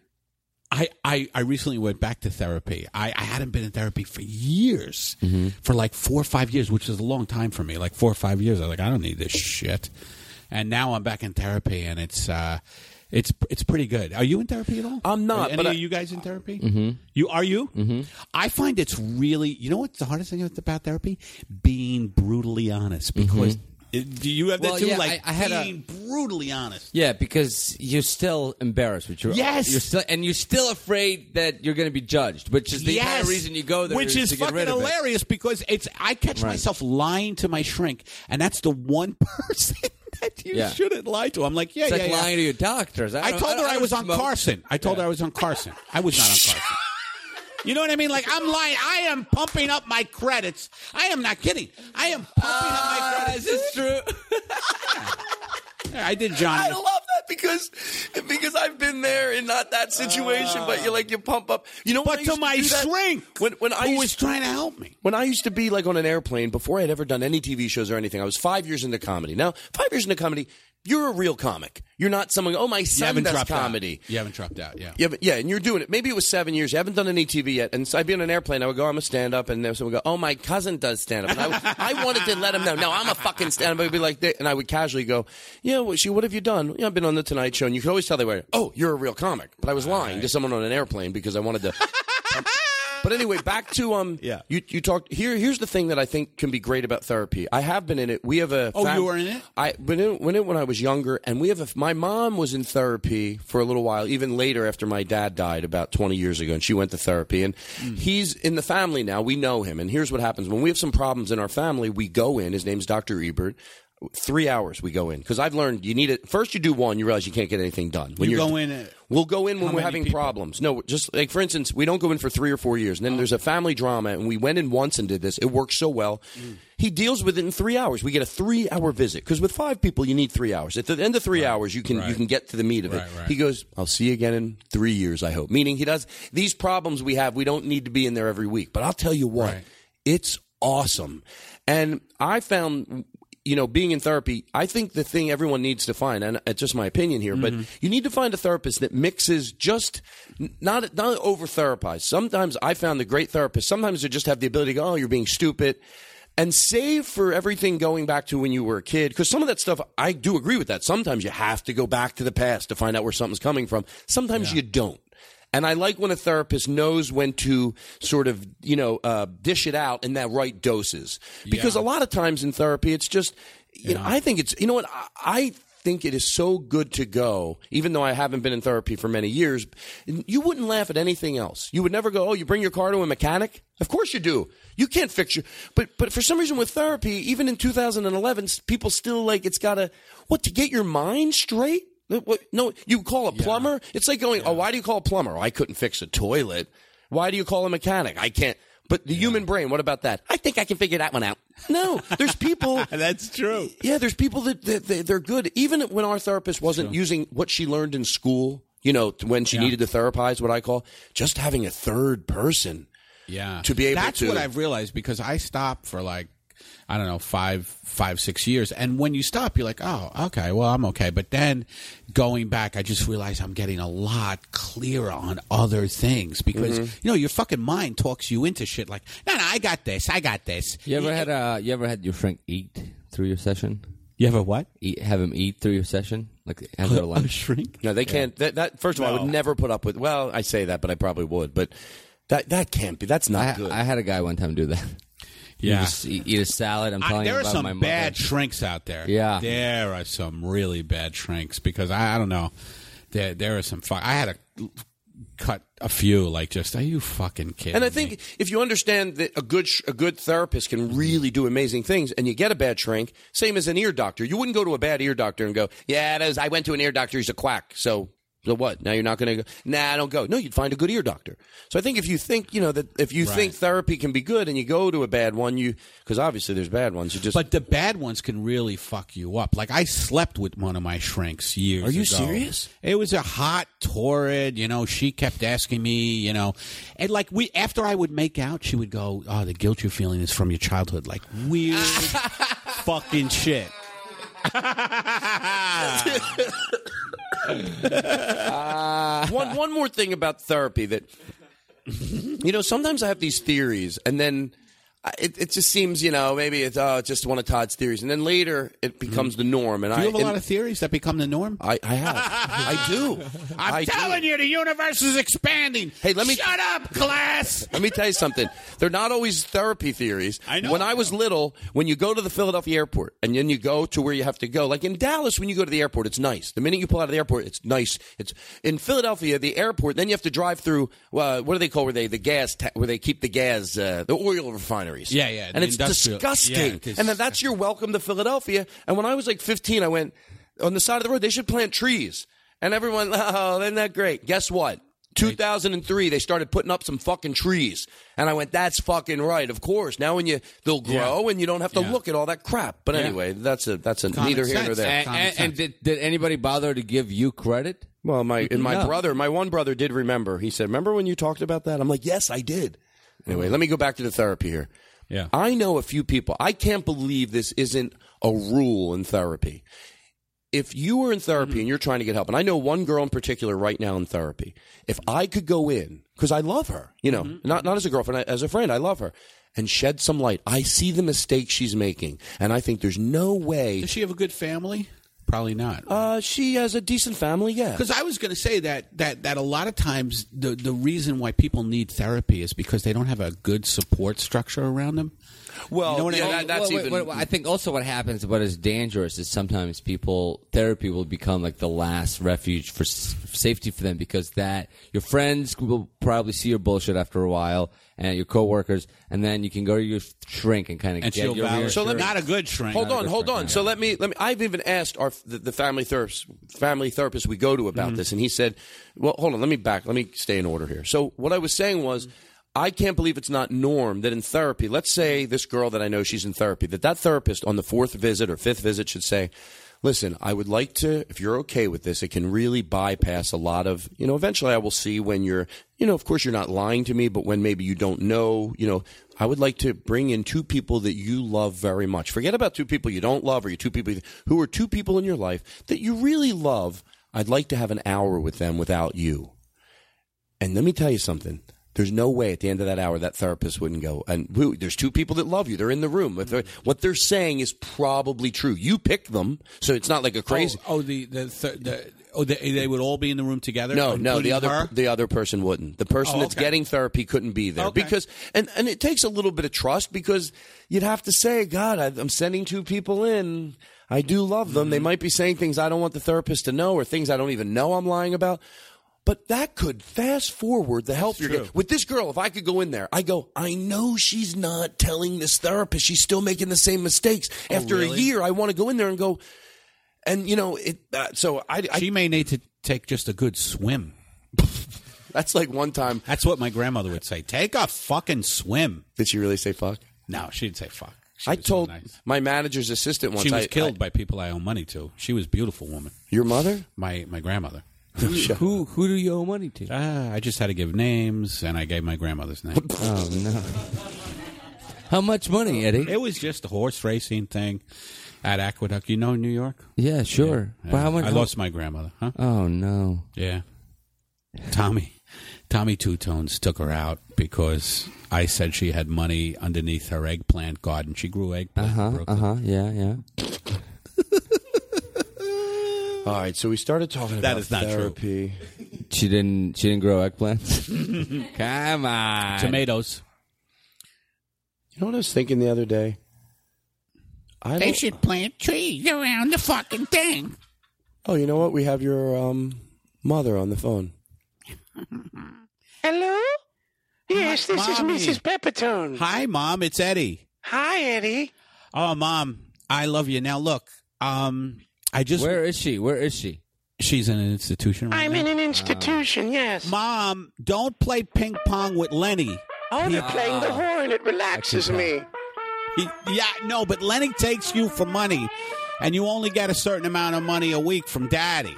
Speaker 5: I, I, I recently went back to therapy. I, I hadn't been in therapy for years, for like four or five years, which is a long time for me. Like four or five years, I was like, I don't need this shit. And now I'm back in therapy, and it's uh, it's it's pretty good. Are you in therapy at all?
Speaker 1: I'm
Speaker 5: Are,
Speaker 1: not,
Speaker 5: any
Speaker 1: but
Speaker 5: of
Speaker 1: I-
Speaker 5: you guys in therapy?
Speaker 6: Mm,
Speaker 5: Mm-hmm. You are you? Mm-hmm. I find it's really you know what's the hardest thing about therapy? Being brutally honest because. it- Do you have that
Speaker 6: Well,
Speaker 5: too?
Speaker 6: yeah,
Speaker 5: like
Speaker 6: I- I had a-
Speaker 5: being brutally honest.
Speaker 6: Yeah, because you're still embarrassed with your
Speaker 5: Yes!
Speaker 6: You're still and you're still afraid that you're going to be judged, which is the
Speaker 5: yes.
Speaker 6: entire reason you go there.
Speaker 5: which is
Speaker 6: to get
Speaker 5: fucking
Speaker 6: rid of it.
Speaker 5: hilarious because it's I catch myself lying to my shrink, and that's the one person that you
Speaker 6: Yeah.
Speaker 5: shouldn't lie to. I'm like, yeah,
Speaker 6: It's
Speaker 5: yeah,
Speaker 6: like
Speaker 5: yeah.
Speaker 6: lying to your doctors. I,
Speaker 5: I
Speaker 6: don't-
Speaker 5: told her
Speaker 6: don't
Speaker 5: I, was on
Speaker 6: smoke.
Speaker 5: Carson. I told her I was on Carson. I was not on Carson. You know what I mean? Like I'm lying. I am pumping up my credits. I am not kidding. I am pumping up my
Speaker 6: Ah,
Speaker 5: credits.
Speaker 6: is this true?
Speaker 5: I did Johnny.
Speaker 1: I love that because because I've been there in not that situation, but you like you pump up. You know,
Speaker 5: But
Speaker 1: what
Speaker 5: to my shrink,
Speaker 1: when when I
Speaker 5: who
Speaker 1: used
Speaker 5: was trying to help me.
Speaker 1: when I used to be like on an airplane before I had ever done any TV shows or anything, I was five years into comedy. Now, five years into comedy, you're a real comic. You're not someone. Oh, my
Speaker 5: You
Speaker 1: son
Speaker 5: haven't
Speaker 1: does
Speaker 5: dropped
Speaker 1: comedy.
Speaker 5: out. You haven't dropped out. Yeah.
Speaker 1: Yeah, but yeah, and you're doing it. Maybe it was seven years. You haven't done any TV yet. And so I'd be on an airplane. I would go, I'm a stand up. And then someone would go, Oh, my cousin does stand up. And I, I wanted to let him know, No, I'm a fucking stand up. I'd be like, that. And I would casually go, Yeah, well, she, what have you done? Yeah, I've been on The Tonight Show. And you could always tell they were, Oh, you're a real comic. But I was lying to someone on an airplane because I wanted to. But anyway, back to um.
Speaker 5: Yeah.
Speaker 1: You you talked here. Here's the thing that I think can be great about therapy. I have been in it. We have a.
Speaker 5: Oh, you were in it?
Speaker 1: I been in, went in when I was younger, and we have a. My mom was in therapy for a little while, even later after my dad died about 20 years ago, and she went to therapy. And
Speaker 5: Mm.
Speaker 1: he's in the family now. We know him, and here's what happens when we have some problems in our family. We go in. His name's Dr. Ebert. Three hours we go in because I've learned you need it. First, you do one, you realize you can't get anything done. When
Speaker 5: You
Speaker 1: you're
Speaker 5: go in at-
Speaker 1: We'll go in when we're
Speaker 5: many
Speaker 1: having
Speaker 5: people?
Speaker 1: problems. No, just like for instance, we don't go in for three or four years, and then there's a family drama, and we went in once and did this. It worked so well.
Speaker 5: Mm.
Speaker 1: He deals with it in three hours. We get a three-hour visit because with five people, you need three hours. At the end of three hours, you can you can get to the meat of it. He goes, "I'll see you again in three years, I hope." Meaning, he does these problems we have. We don't need to be in there every week, but I'll tell you what, it's awesome, and I found you know, being in therapy, I think the thing everyone needs to find, and it's just my opinion here,
Speaker 5: Mm-hmm.
Speaker 1: but Mm-hmm. you need to find a therapist that mixes just n- not not over therapized. Sometimes I found the great therapists. Sometimes they just have the ability to go, "Oh, you're being stupid," and save for everything going back to when you were a kid. Because some of that stuff, I do agree with that. Sometimes you have to go back to the past to find out where something's coming from. Sometimes you don't. And I like when a therapist knows when to sort of, you know, uh, dish it out in that right doses. Because a lot of times in therapy, it's just, you know, I think it's, you know what, I, I think it is so good to go, even though I haven't been in therapy for many years. You wouldn't laugh at anything else. You would never go, oh, you bring your car to a mechanic? Of course you do. You can't fix your, but, but for some reason with therapy, even in 2011, s- people still like, it's gotta, what, to get your mind straight? No, What, no, you call a plumber. It's like going, oh, why do you call a plumber? I couldn't fix a toilet. Why do you call a mechanic? I can't. But the human brain, what about that? I think I can figure that one out. No, there's people.
Speaker 5: That's true.
Speaker 1: Yeah, there's people that, that, that they're good. e-, Even when our therapist wasn't using what she learned in school, you know, when she needed to therapize, what I call just having a third person
Speaker 5: Yeah.
Speaker 1: to be able
Speaker 5: That's
Speaker 1: to.
Speaker 5: what I've realized because I stopped for like I don't know five five six years, and when you stop, you're like, oh, okay, well, I'm okay. But then going back, I just realized I'm getting a lot clearer on other things because
Speaker 1: Mm-hmm.
Speaker 5: you know your fucking mind talks you into shit like, no, no, I got this, I got this.
Speaker 6: You ever had uh, you ever had your friend eat through your session?
Speaker 5: You ever what?
Speaker 6: Eat, have him eat through your session, like have their
Speaker 5: A
Speaker 6: lunch.
Speaker 5: shrink?
Speaker 1: No, they can't. That, that first of all, I would never put up with. Well, I say that, but I probably would. But that that can't be. That's not
Speaker 6: I,
Speaker 1: good.
Speaker 6: I had a guy one time do that. You
Speaker 5: Yeah.
Speaker 6: just eat, eat a salad. I'm
Speaker 5: I-
Speaker 6: telling you
Speaker 5: there are
Speaker 6: about my
Speaker 5: some
Speaker 6: mother.
Speaker 5: bad shrinks out there.
Speaker 6: Yeah.
Speaker 5: there are some really bad shrinks because I, I don't know. There, there are some. Fu- I had to cut a few. Like, just are you fucking kidding?
Speaker 1: and I
Speaker 5: me?
Speaker 1: think if you understand that a good sh- a good therapist can really do amazing things, and you get a bad shrink, same as an ear doctor, you wouldn't go to a bad ear doctor and go, "Yeah, it is. I went to an ear doctor. He's a quack." So. So what? Now you're not going to go? Nah, I don't go. No, you'd find a good ear doctor. So I think if you think, you know, that if you think therapy can be good and you go to a bad one, you because obviously there's bad ones. You just
Speaker 5: But the bad ones can really fuck you up. Like I slept with one of my shrinks years.
Speaker 1: Are you
Speaker 5: ago.
Speaker 1: serious?
Speaker 5: It was a hot, torrid. You know, she kept asking me. You know, and like we after I would make out, she would go, "Oh, the guilt you're feeling is from your childhood." Like weird fucking shit. Ah.
Speaker 1: one one more thing about therapy that you know sometimes I have these theories and then I- it, it just seems you know maybe it's oh, it's just one of Todd's theories and then later it becomes the norm and
Speaker 5: Mm-hmm. Do you
Speaker 1: I
Speaker 5: have a
Speaker 1: and
Speaker 5: lot of theories that become the norm?
Speaker 1: I, I have I do
Speaker 5: I'm
Speaker 1: I do.
Speaker 5: telling you, the universe is expanding.
Speaker 1: Hey, let me-
Speaker 5: shut up, class.
Speaker 1: Let me tell you something. They're not always therapy theories.
Speaker 5: I know.
Speaker 1: When I was little, when you go to the Philadelphia airport and then you go to where you have to go, like in Dallas, when you go to the airport, it's nice. The minute you pull out of the airport, it's nice. It's in Philadelphia, the airport. Then you have to drive through. Uh, what do they call where they the gas ta- where they keep the gas uh, the oil refineries?
Speaker 5: Yeah, yeah,
Speaker 1: And
Speaker 5: the
Speaker 1: it's
Speaker 5: industrial- yeah,
Speaker 1: disgusting.
Speaker 5: it is.
Speaker 1: and then that's your welcome to Philadelphia. And when I was like 15, I went on the side of the road. They should plant trees. And everyone, oh, isn't that great? Guess what? 2003, they started putting up some fucking trees, and I went, "That's fucking right, of course." Now when you they'll grow, and you don't have to
Speaker 5: Yeah.
Speaker 1: look at all that crap. But anyway, that's a that's a
Speaker 5: Common
Speaker 1: neither here nor
Speaker 5: sense.
Speaker 1: there.
Speaker 6: And,
Speaker 5: Common
Speaker 6: and, and
Speaker 5: sense.
Speaker 6: did, did anybody bother to give you credit?
Speaker 1: Well, my and my
Speaker 6: No.
Speaker 1: brother, my one brother did remember. He said, "Remember when you talked about that?" I'm like, "Yes, I did." Anyway, let me go back to the therapy here.
Speaker 5: Yeah.
Speaker 1: I know a few people. I can't believe this isn't a rule in therapy. If you were in therapy
Speaker 5: Mm-hmm.
Speaker 1: and you're trying to get help, and I know one girl in particular right now in therapy, if I could go in because I love her, you know,
Speaker 5: Mm-hmm.
Speaker 1: not not as a girlfriend, I- as a friend, I love her, and shed some light. I see the mistake she's making, and I think there's no way
Speaker 5: Does she have a good family? Probably not.
Speaker 1: Uh, she has a decent family, yeah.
Speaker 5: Because I was going to say that that that a lot of times the the reason why people need therapy is because they don't have a good support structure around them.
Speaker 1: Well,
Speaker 5: You know what I
Speaker 1: yeah,
Speaker 5: mean?
Speaker 1: that, that's
Speaker 6: Well, wait,
Speaker 1: even.
Speaker 6: wait, wait, I think also what happens, what is dangerous, is sometimes people therapy will become like the last refuge for s- safety for them because that your friends will probably see your bullshit after a while and your coworkers, and then you can go to your shrink and kind of
Speaker 5: And
Speaker 6: get
Speaker 5: she'll
Speaker 6: your
Speaker 5: validate-
Speaker 1: So let me-
Speaker 5: not a good shrink.
Speaker 1: Hold
Speaker 5: Not a
Speaker 1: on,
Speaker 5: good
Speaker 1: hold on. So let me let me. I've even asked our the, the family therapist family therapist we go to
Speaker 5: Mm-hmm.
Speaker 1: about this, and he said, "Well, hold on. Let me back. Let me stay in order here." So what I was saying was. I can't believe it's not norm that in therapy, let's say this girl that I know she's in therapy, that that therapist on the fourth visit or fifth visit should say, "Listen, I would like to if you're okay with this, it can really bypass a lot of, you know, eventually I will see when you're, you know, of course you're not lying to me, but when maybe you don't know, you know, I would like to bring in two people that you love very much. Forget about two people you don't love or you two people who are two people in your life that you really love. I'd like to have an hour with them without you. And let me tell you something. There's no way at the end of that hour that therapist wouldn't go. And who, there's two people that love you. They're in the room. If they're, what they're saying is probably true. You picked them, so it's not like a crazy.
Speaker 5: Oh, oh, the the, th- the oh they, they would all be in the room together.
Speaker 1: No, no, the
Speaker 5: including
Speaker 1: other
Speaker 5: her?
Speaker 1: the other person wouldn't. The person
Speaker 5: Oh,
Speaker 1: that's
Speaker 5: okay.
Speaker 1: getting therapy couldn't be there
Speaker 5: Okay.
Speaker 1: because and and it takes a little bit of trust because you'd have to say, God, I, I'm sending two people in. I do love them.
Speaker 5: Mm-hmm.
Speaker 1: They might be saying things I don't want the therapist to know or things I don't even know I'm lying about. But that could fast forward the help you're getting. With this girl, if I could go in there, I go, I know she's not telling this therapist. She's still making the same mistakes. After a
Speaker 5: Oh, really?
Speaker 1: year, I want to go in there and go, and you know, it. Uh, so I, I,
Speaker 5: she may need to take just a good swim.
Speaker 1: that's like one time.
Speaker 5: That's what my grandmother would say. Take a fucking swim.
Speaker 1: Did she really say fuck?
Speaker 5: No, she'd say fuck. She
Speaker 1: I
Speaker 5: was so
Speaker 1: told
Speaker 5: nice.
Speaker 1: my manager's assistant once.
Speaker 5: she was
Speaker 1: I-
Speaker 5: killed
Speaker 1: I-
Speaker 5: by people I owe money to. She was a beautiful woman.
Speaker 1: your mother?
Speaker 5: My my grandmother.
Speaker 6: who who do you owe money to?
Speaker 5: Ah, I just had to give names, and I gave my grandmother's name.
Speaker 6: Oh no. How much money, Eddie?
Speaker 5: it was just a horse racing thing at Aqueduct. You know New York?
Speaker 6: Yeah, sure.
Speaker 5: Yeah.
Speaker 6: But how much?
Speaker 5: I lost my grandmother. Huh?
Speaker 6: Oh no.
Speaker 5: Yeah. Tommy, Tommy Two Tones took her out because I said she had money underneath her eggplant garden. She grew eggplant. in
Speaker 6: Uh
Speaker 5: Brooklyn.
Speaker 6: huh. Yeah, yeah.
Speaker 1: All right, so we started talking
Speaker 5: That
Speaker 1: about
Speaker 5: is not true.
Speaker 1: therapy.
Speaker 6: She didn't. She didn't grow eggplants. Come on.
Speaker 5: Tomatoes.
Speaker 1: You know what I was thinking the other day? I don't-
Speaker 5: should plant trees around the fucking thing.
Speaker 1: oh, you know what? We have your um, mother on the phone.
Speaker 4: Hello? Yes, this
Speaker 5: Mommy.
Speaker 4: is Mrs. Peppertone.
Speaker 5: Hi, Mom. It's Eddie.
Speaker 4: Hi, Eddie.
Speaker 5: Oh, Mom, I love you. Now, look, um, I just.
Speaker 6: Where is she? Where is she?
Speaker 5: She's in an institution right
Speaker 4: I'm
Speaker 5: now. Um,
Speaker 4: in an institution, yes.
Speaker 5: Mom, don't play ping pong with Lenny.
Speaker 4: oh, they're playing the
Speaker 6: Ah.
Speaker 4: horn. It relaxes me.
Speaker 5: He, yeah, no, but Lenny takes you for money, and you only get a certain amount of money a week from Daddy.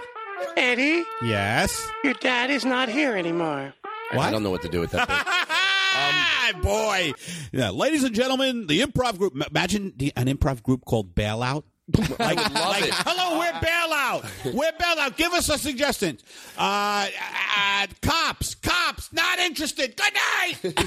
Speaker 4: Eddie,
Speaker 5: Yes.
Speaker 4: your dad is not here anymore.
Speaker 1: I don't know what to do with that. thing.
Speaker 5: Ah, boy. Yeah, ladies and gentlemen, the improv group. ma- Imagine the, an improv group called Bailout. Like, like, hello, we're Bailout. We're Bailout. Give us a suggestion. Uh, uh, cops, cops, not interested. Good night.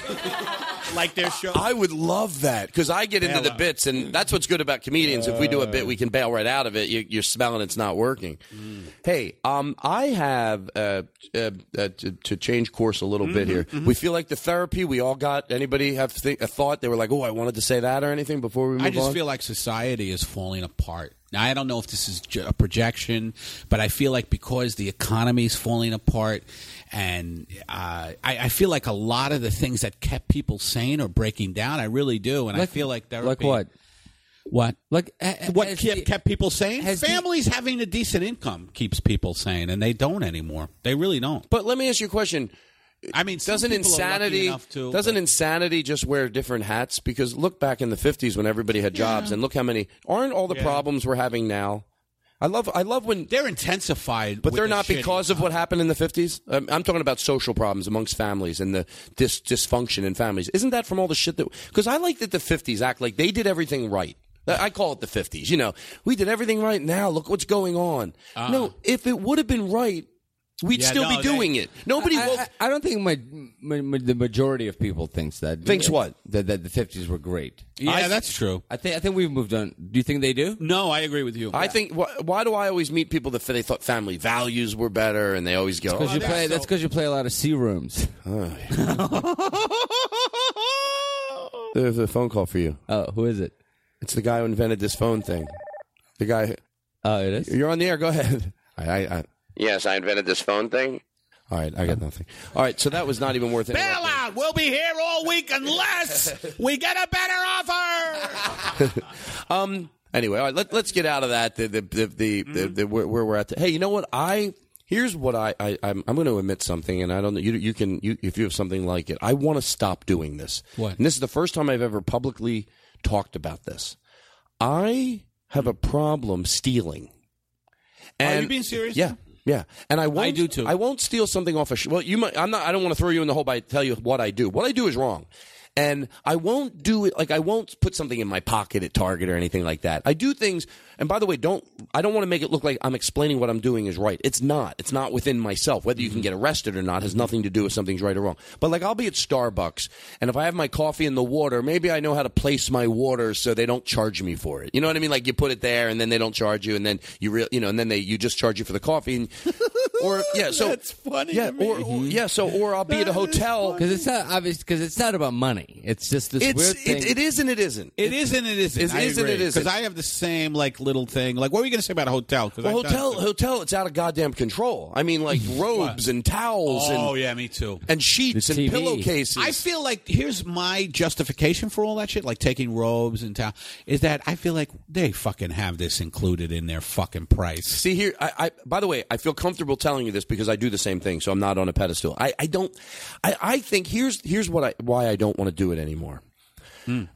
Speaker 5: like their show.
Speaker 1: I would love that because I get into
Speaker 5: Bail
Speaker 1: the
Speaker 5: out.
Speaker 1: bits, and that's what's good about comedians. if we do a bit,
Speaker 5: Uh.
Speaker 1: we can bail right out of it. You, you're smelling it's not working.
Speaker 5: Mm.
Speaker 1: Hey, um, I have uh, uh, uh, to, to change course a little
Speaker 5: Mm-hmm,
Speaker 1: bit here. We feel like the therapy we all got. Anybody have th- a thought? They were like, "Oh, I wanted to say that" or anything before we move
Speaker 5: I just
Speaker 1: on?
Speaker 5: feel like society is falling apart. Now, I don't know if this is ju- a projection, but I feel like because the economy is falling apart, and uh, I, I feel like a lot of the things that kept people sane are breaking down. I really do, and I feel like therapy.
Speaker 6: Like what?
Speaker 5: What?
Speaker 6: Like a- a-
Speaker 5: What
Speaker 6: has
Speaker 5: kept,
Speaker 6: the-
Speaker 5: kept people sane?
Speaker 6: has the-
Speaker 5: Families having a decent income keeps people sane, and they don't anymore. They really don't.
Speaker 1: But let me ask you a question.
Speaker 5: I mean, some
Speaker 1: Doesn't
Speaker 5: people are lucky
Speaker 1: insanity
Speaker 5: enough to,
Speaker 1: doesn't
Speaker 5: but-
Speaker 1: insanity just wear different hats? Because look back in the fifties when everybody had jobs, and look how many aren't all the problems we're having now. I love I love when
Speaker 5: they're intensified,
Speaker 1: But
Speaker 5: with
Speaker 1: they're
Speaker 5: the
Speaker 1: not
Speaker 5: shitty
Speaker 1: because of what happened in the 50s. Um, I'm talking about social problems amongst families and the dis- dysfunction in families. Isn't that from all the shit that. Because I like that the 50s act like they did everything right. I I call it the
Speaker 5: Uh.
Speaker 1: 50s. You know, we did everything right now. Look what's going on. No, if it would have been right, We'd
Speaker 6: Yeah,
Speaker 1: still
Speaker 6: no,
Speaker 1: be
Speaker 6: they-
Speaker 1: doing it. Nobody
Speaker 6: I,
Speaker 1: woke.
Speaker 6: I, I don't think my, my, my- the majority of people thinks that.
Speaker 1: Thinks what?
Speaker 6: That, that the fifties were great.
Speaker 1: Yeah,
Speaker 6: I-
Speaker 1: that's true.
Speaker 6: I think I think we've moved on. Do you think they do?
Speaker 5: No, I agree with you.
Speaker 1: I think. Why, why do I always meet people that they thought family values were better, and they always go
Speaker 6: Because
Speaker 1: "Oh,
Speaker 6: you
Speaker 1: they're
Speaker 6: play.
Speaker 1: so
Speaker 6: That's because you play a lot of sea rooms.
Speaker 1: There's a phone call for you.
Speaker 6: Oh, who is it?
Speaker 1: It's the guy who invented this phone thing. The guy.
Speaker 6: Oh, it is.
Speaker 1: You're on the air. Go ahead. I, I, I,
Speaker 8: Yes, I invented this phone thing.
Speaker 1: all right, I got nothing. All right, so that was not even worth it.
Speaker 5: Bail out. We'll be here all week unless we get a better offer.
Speaker 1: um. Anyway, all right, let, let's get out of that. The the the, the, the, the where, where we're at. hey, you know what? I here's what I, I I'm I'm going to admit something, and I don't know. You you can you if you have something like it. I want to stop doing this.
Speaker 9: What?
Speaker 1: And this is the first time I've ever publicly talked about this. I have a problem stealing.
Speaker 5: Are you being serious?
Speaker 1: Yeah. Yeah, and I won't. I do too. I won't steal something off a. Sh- well, you might. I'm not. I don't want to throw you in the hole by tell you what I do. What I do is wrong, and I won't do it. Like I won't put something in my pocket at Target or anything like that. I do things. And by the way, don't. I don't want to make it look like I'm explaining what I'm doing is right. It's not. It's not within myself. Whether you
Speaker 5: Mm-hmm.
Speaker 1: can get arrested or not has nothing to do with something's right or wrong. But like I'll be at Starbucks, and if I have my coffee in the water, maybe I know how to place my water so they don't charge me for it. You know what I mean? Like you put it there, and then they don't charge you, and then you real, you know, and then they you just charge you for the coffee. And, or yeah, so
Speaker 6: That's
Speaker 1: funny. Yeah, or, or- yeah, so or I'll be at a hotel
Speaker 6: because Mm-hmm. it's not obvious. Because it's not about money. It's just this
Speaker 1: It's-
Speaker 6: weird thing.
Speaker 1: it- it is and it isn't.
Speaker 5: It is and it isn't.
Speaker 1: It is and it isn't.
Speaker 5: Because I have the same like little thing. Like, what were you going to say about a hotel? 'Cause
Speaker 1: Well,
Speaker 5: I've done-
Speaker 1: hotel, hotel, it's out of goddamn control. I mean, like robes and towels and
Speaker 5: Oh yeah, me too.
Speaker 1: and sheets and pillowcases.
Speaker 5: I feel like here's my justification for all that shit, like taking robes and towel, is that I feel like they fucking have this included in their fucking price.
Speaker 1: See here, I, I. By the way, I feel comfortable telling you this because I do the same thing, so I'm not on a pedestal. I, I don't. I, I think here's here's what I why I don't want to do it anymore.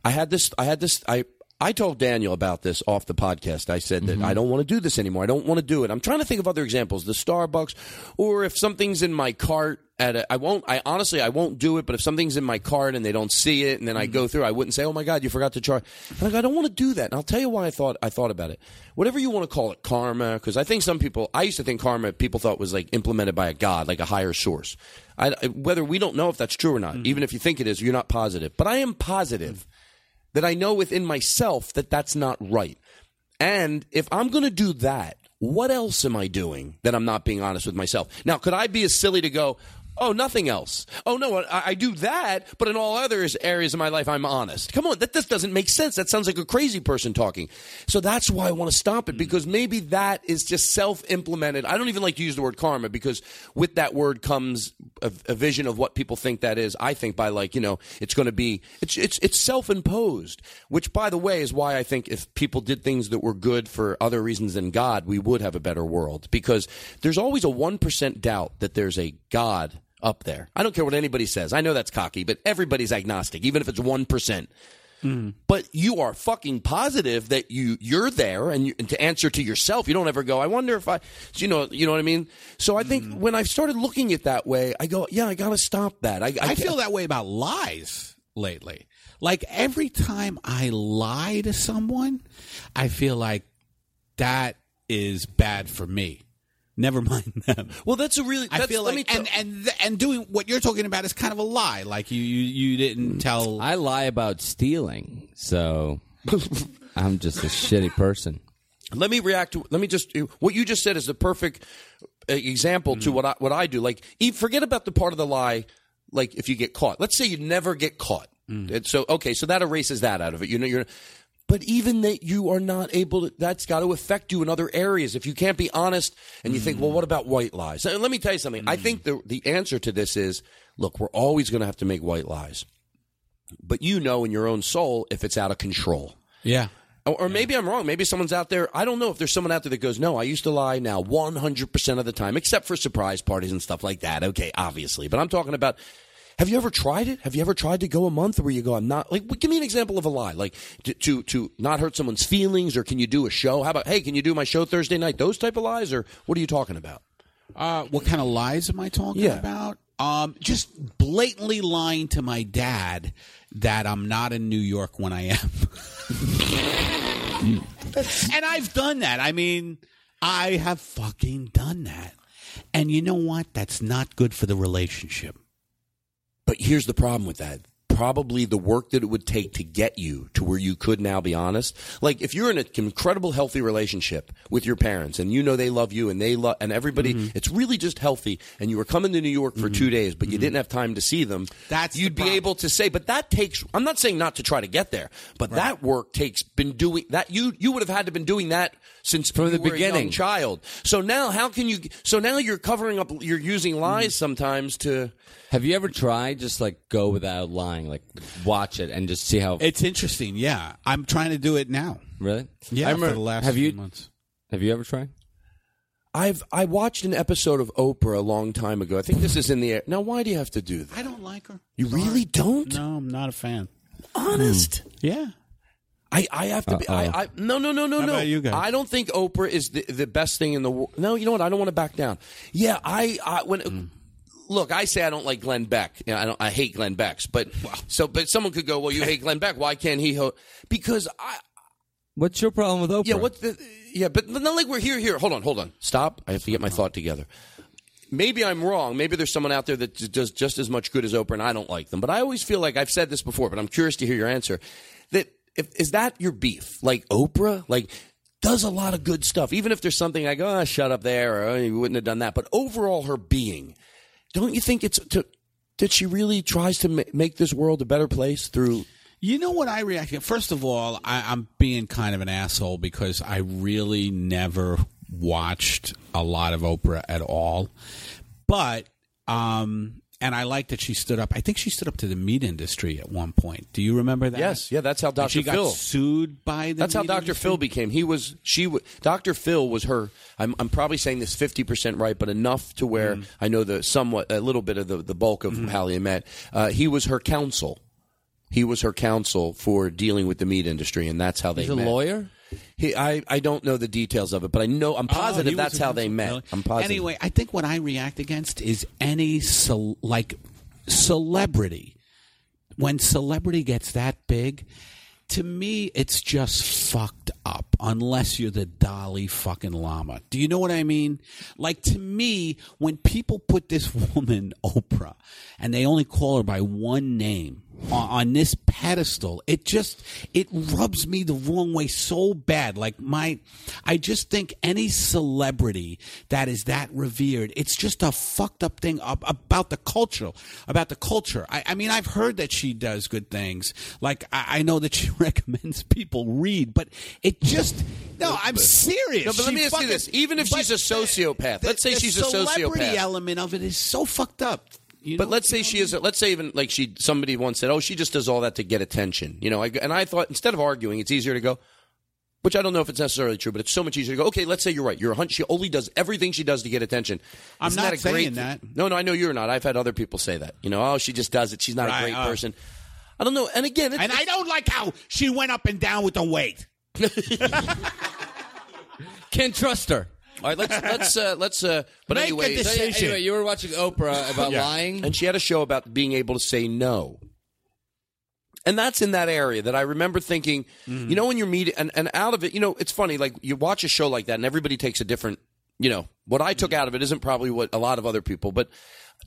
Speaker 1: I had this. I had this. I I told Daniel about this off the podcast. I said that I don't want to do this anymore. I don't want to do it. I'm trying to think of other examples. The Starbucks, or if something's in my cart. At a, I won't. I honestly, I won't do it. But if something's in my cart and they don't see it, and then I go through, I wouldn't say, "Oh my God, you forgot to charge." And I go, I don't want to do that. And I'll tell you why I thought I thought about it. Whatever you want to call it, karma. Because I think some people. I used to think karma people thought was like implemented by a god, like a higher source. I, whether we don't know if that's true or not. Even if you think it is, you're not positive. But I am positive that I know within myself that that's not right. And if I'm going to do that, what else am I doing that I'm not being honest with myself? Now, could I be as silly to go, oh, nothing else? Oh, no, I, I do that, but in all other areas of my life, I'm honest. Come on, that this doesn't make sense. That sounds like a crazy person talking. So that's why I want to stop it because maybe that is just self implemented. I don't even like to use the word karma because with that word comes a, a vision of what people think that is. I think by like, you know, it's going to be, it's, it's, it's self imposed, which by the way is why I think if people did things that were good for other reasons than God, we would have a better world because there's always a 1% doubt that there's a God up there. I don't care what anybody says. I know that's cocky, but everybody's agnostic, even if it's 1%
Speaker 4: Hmm.
Speaker 1: but you are fucking positive that you you're there and, you, and to answer to yourself you don't ever go i wonder if i so you know you know what i mean so i think
Speaker 5: Mm-hmm.
Speaker 1: when i started looking at that way i go yeah i gotta stop that i,
Speaker 5: I feel that way about lies lately. Like every time I lie to someone, I feel like that is bad for me. Never mind them.
Speaker 1: Well, that's a really.
Speaker 5: I feel like and and th- and doing what you're talking about is kind of a lie. Like you you, you
Speaker 1: Mm.
Speaker 5: didn't tell.
Speaker 6: I lie about stealing, so I'm just a shitty person.
Speaker 1: let me react to let me just what you just said is the perfect uh, example to what I what I do like e- forget about the part of the lie like if you get caught let's say you never get caught And so okay so that erases that out of it you know you're but even that you are not able to that's got to affect you in other areas if you can't be honest and you think well what about white lies and let me tell you something I think the the answer to this is look we're always going to have to make white lies but you know in your own soul if it's out of control
Speaker 5: Yeah.
Speaker 1: or, or maybe I'm wrong. Maybe someone's out there. I don't know if there's someone out there that goes, no, I used to lie now 100% of the time, except for surprise parties and stuff like that. Okay, obviously. But I'm talking about. Have you ever tried it? Have you ever tried to go a month where you go, I'm not like, well, give me an example of a lie, like to, to, to not hurt someone's feelings or can you do a show? How about, hey, can you do my show Thursday night? Those type of lies or what are you talking about?
Speaker 5: Uh, what kind of lies am I talking
Speaker 1: Yeah.
Speaker 5: about? Um, just blatantly lying to my dad that I'm not in New York when I am. and I've done that. I mean, I have fucking done that. And you know what? That's not good for the relationship.
Speaker 1: But here's the problem with that. Probably the work that it would take to get you to where you could now be honest. Like if you're in an incredible healthy relationship with your parents and you know they love you and they love and everybody, it's really just healthy. And you were coming to New York for two days, but you didn't have time to see them. That's you'd be able to say, but that takes. I'm not saying not to try to get there, but that work takes been doing that. You you would have had to been doing that since from
Speaker 6: the beginning.
Speaker 1: child. So now how can you? So now you're covering up. You're using lies sometimes to.
Speaker 6: Have you ever tried just like go without lying, like watch it and just see how?
Speaker 5: It's interesting. Yeah, I'm trying to do it now.
Speaker 6: Really?
Speaker 5: Yeah,
Speaker 6: I
Speaker 5: for the last
Speaker 6: have
Speaker 5: few
Speaker 6: you,
Speaker 5: months.
Speaker 6: Have you ever tried?
Speaker 1: I've I watched an episode of Oprah a long time ago. I think this is in the air. Now, why do you have to do that?
Speaker 5: I don't like her.
Speaker 1: You really don't?
Speaker 5: No, I'm not a fan. Hmm.
Speaker 1: Honest.
Speaker 5: Yeah.
Speaker 1: I, I have to be. I, I no no no no
Speaker 5: How
Speaker 1: no.
Speaker 5: about you guys?
Speaker 1: I don't think Oprah is the, the best thing in the world. No, you know what? I don't want to back down. Yeah, I, I when
Speaker 6: Hmm.
Speaker 1: look, I say I don't like Glenn Beck. You know, I don't. I hate Glenn Beck's. But so, but someone could go, well, you hate Glenn Beck. Why can't he? Ho-? Because I
Speaker 6: What's your problem with Oprah?
Speaker 1: yeah. What the yeah? But not like we're here. Here, hold on, hold on. Stop. I have to get my thought together. maybe I'm wrong. Maybe there's someone out there that j- does just as much good as Oprah, and I don't like them. But I always feel like I've said this before, but I'm curious to hear your answer. That if, is that your beef? Like Oprah, like does a lot of good stuff, even if there's something I go, ah, shut up there, or oh, you wouldn't have done that. But overall, her being, don't you think it's to, that she really tries to ma- make this world a better place through?
Speaker 5: You know what I reacted? First of all, I, I'm being kind of an asshole because I really never watched a lot of Oprah at all. But, um, and I like that she stood up. I think she stood up to the meat industry at one point. Do you remember that?
Speaker 1: Yes, yeah, that's how
Speaker 5: And she
Speaker 1: Dr. Phil.
Speaker 5: got sued by the.
Speaker 1: That's how
Speaker 5: meat
Speaker 1: Dr.
Speaker 5: industry?
Speaker 1: Phil became. He was she. w- Dr. Phil was her. I'm, I'm probably saying this 50 percent right, but enough to where
Speaker 5: Mm-hmm.
Speaker 1: I know the somewhat a little bit of the, the bulk of how they met. Uh, he was her counsel. He was her counsel for dealing with the meat industry, and that's how they
Speaker 6: He's a
Speaker 1: met.
Speaker 6: lawyer.
Speaker 1: He, I I don't know the details of it, but I know I'm
Speaker 5: Oh,
Speaker 1: positive
Speaker 5: he was
Speaker 1: that's
Speaker 5: a
Speaker 1: how they
Speaker 5: principal,
Speaker 1: met.
Speaker 5: really?
Speaker 1: I'm positive.
Speaker 5: Anyway, I think what I react against is any cel- like celebrity. When celebrity gets that big, to me, it's just fucked up. Unless you're the Dolly fucking Llama. Do you know what I mean? Like to me, when people put this woman Oprah, and they only call her by one name on, on this pedestal, it just it rubs me the wrong way so bad. Like my, I just think any celebrity that is that revered, it's just a fucked up thing ab- about the culture. About the culture. I, I mean, I've heard that she does good things. Like I, I know that she recommends people read, but it just no. I'm serious.
Speaker 1: No, but let
Speaker 5: She
Speaker 1: me ask
Speaker 5: fucking-
Speaker 1: you this: even if
Speaker 5: but
Speaker 1: she's a sociopath,
Speaker 5: the-
Speaker 1: let's say
Speaker 5: the
Speaker 1: she's a
Speaker 5: Celebrity
Speaker 1: sociopath.
Speaker 5: element of it is so fucked up. You
Speaker 1: But
Speaker 5: know?
Speaker 1: let's say she is. Let's say even like she. Somebody once said, "Oh, she just does all that to get attention." You know, I, and I thought instead of arguing, it's easier to go. Which I don't know if it's necessarily true, but it's so much easier to go. Okay, let's say you're right. You're a hunch. She only does everything she does to get attention.
Speaker 5: I'm
Speaker 1: Isn't
Speaker 5: not
Speaker 1: that a great
Speaker 5: saying that.
Speaker 1: No, no, I know you're not. I've had other people say that. You know, oh, she just does it. She's not
Speaker 5: Right,
Speaker 1: a great
Speaker 5: uh.
Speaker 1: person. I don't know. And again, it's,
Speaker 5: And I don't like how she went up and down with the weight.
Speaker 6: Can't trust her.
Speaker 1: all right. Let's let's uh, let's. Uh, but
Speaker 5: Make a
Speaker 1: anyway,
Speaker 6: So, yeah,
Speaker 5: Decision.
Speaker 6: anyway, you were watching Oprah about lying.
Speaker 1: and she had a show about being able to say no. And that's in that area that I remember thinking, you know, when you're meeting, and, and out of it, you know, it's funny, like you watch a show like that and everybody takes a different, you know, what I
Speaker 5: Mm.
Speaker 1: took out of it isn't probably what a lot of other people, but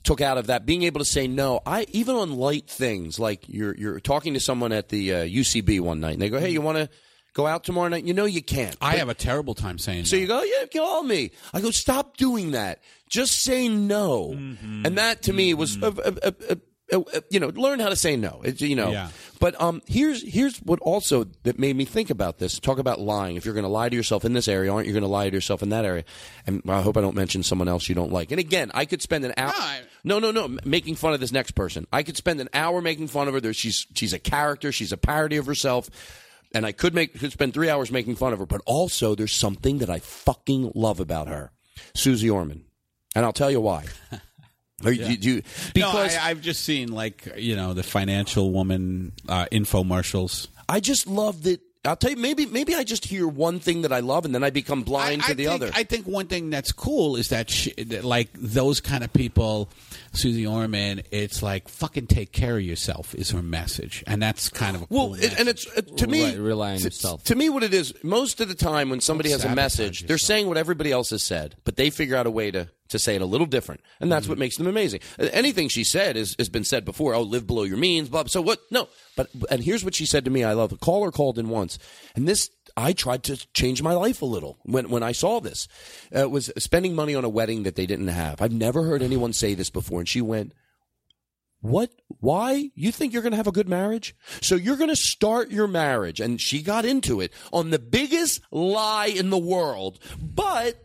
Speaker 1: took out of that being able to say no. I, even on light things, like you're, you're talking to someone at the uh, UCB one night and they go, hey, you want to go out tomorrow night? You know, you can't.
Speaker 5: Mm. I
Speaker 1: But-
Speaker 5: have a terrible time saying.
Speaker 1: so you go, yeah, call me. I go, stop doing that. Just say no.
Speaker 5: Mm-hmm.
Speaker 1: And that to me was, uh, uh, uh, uh, uh, uh, you know, learn how to say no. It's, you know,
Speaker 5: Yeah.
Speaker 1: but um, here's here's what also that made me think about this. Talk about lying. If you're going to lie to yourself in this area, aren't you going to lie to yourself in that area? And I hope I don't mention someone else you don't like. And again, I could spend an hour.
Speaker 5: No, I-
Speaker 1: No, no, no. m- Making fun of this next person. I could spend an hour making fun of her. There, she's she's a character. She's a parody of herself. And I could make could spend three hours making fun of her. But also, there's something that I fucking love about her, Susie Orman. And I'll tell you why. Are you- do you- because
Speaker 5: no, I, I've just seen like you know the financial woman uh, infomercials.
Speaker 1: I just love that. I'll tell you, maybe maybe I just hear one thing that I love, and then I become blind
Speaker 5: I,
Speaker 1: to
Speaker 5: I
Speaker 1: the
Speaker 5: think,
Speaker 1: other.
Speaker 5: I think one thing that's cool is that, she, that like those kind of people, Susie Orman. It's like fucking take care of yourself is her message, and that's kind of a
Speaker 1: well,
Speaker 5: cool
Speaker 1: it, and
Speaker 5: message.
Speaker 1: it's uh, to me
Speaker 6: Right, rely on
Speaker 1: to-
Speaker 6: yourself.
Speaker 1: To me, what it is most of the time when somebody
Speaker 5: Don't
Speaker 1: has a
Speaker 5: sabotage
Speaker 1: message, they're
Speaker 5: yourself.
Speaker 1: saying what everybody else has said, but they figure out a way to to say it a little different, and
Speaker 5: Mm-hmm.
Speaker 1: that's what makes them amazing. Uh, Anything she said is, has been said before. Oh, live below your means, blah. So what? No, but and here's what she said to me. I love a caller called in once, and this I tried to change my life a little when when I saw this. Uh, it was spending money on a wedding that they didn't have. I've never heard anyone say this before, and she went. What? Why? You think you're going to have a good marriage? So you're going to start your marriage. And she got into it on the biggest lie in the world. But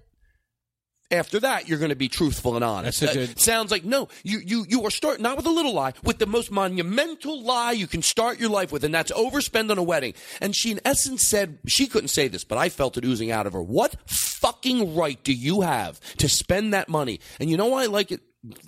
Speaker 1: after that, you're going to be truthful and honest.
Speaker 9: That's a
Speaker 1: Uh,
Speaker 9: good-
Speaker 1: sounds like no. You you you are starting not with a little lie, with the most monumental lie you can start your life with, and that's overspend on a wedding. And she, in essence, said she couldn't say this, but I felt it oozing out of her. What fucking right do you have to spend that money? And you know why I like it.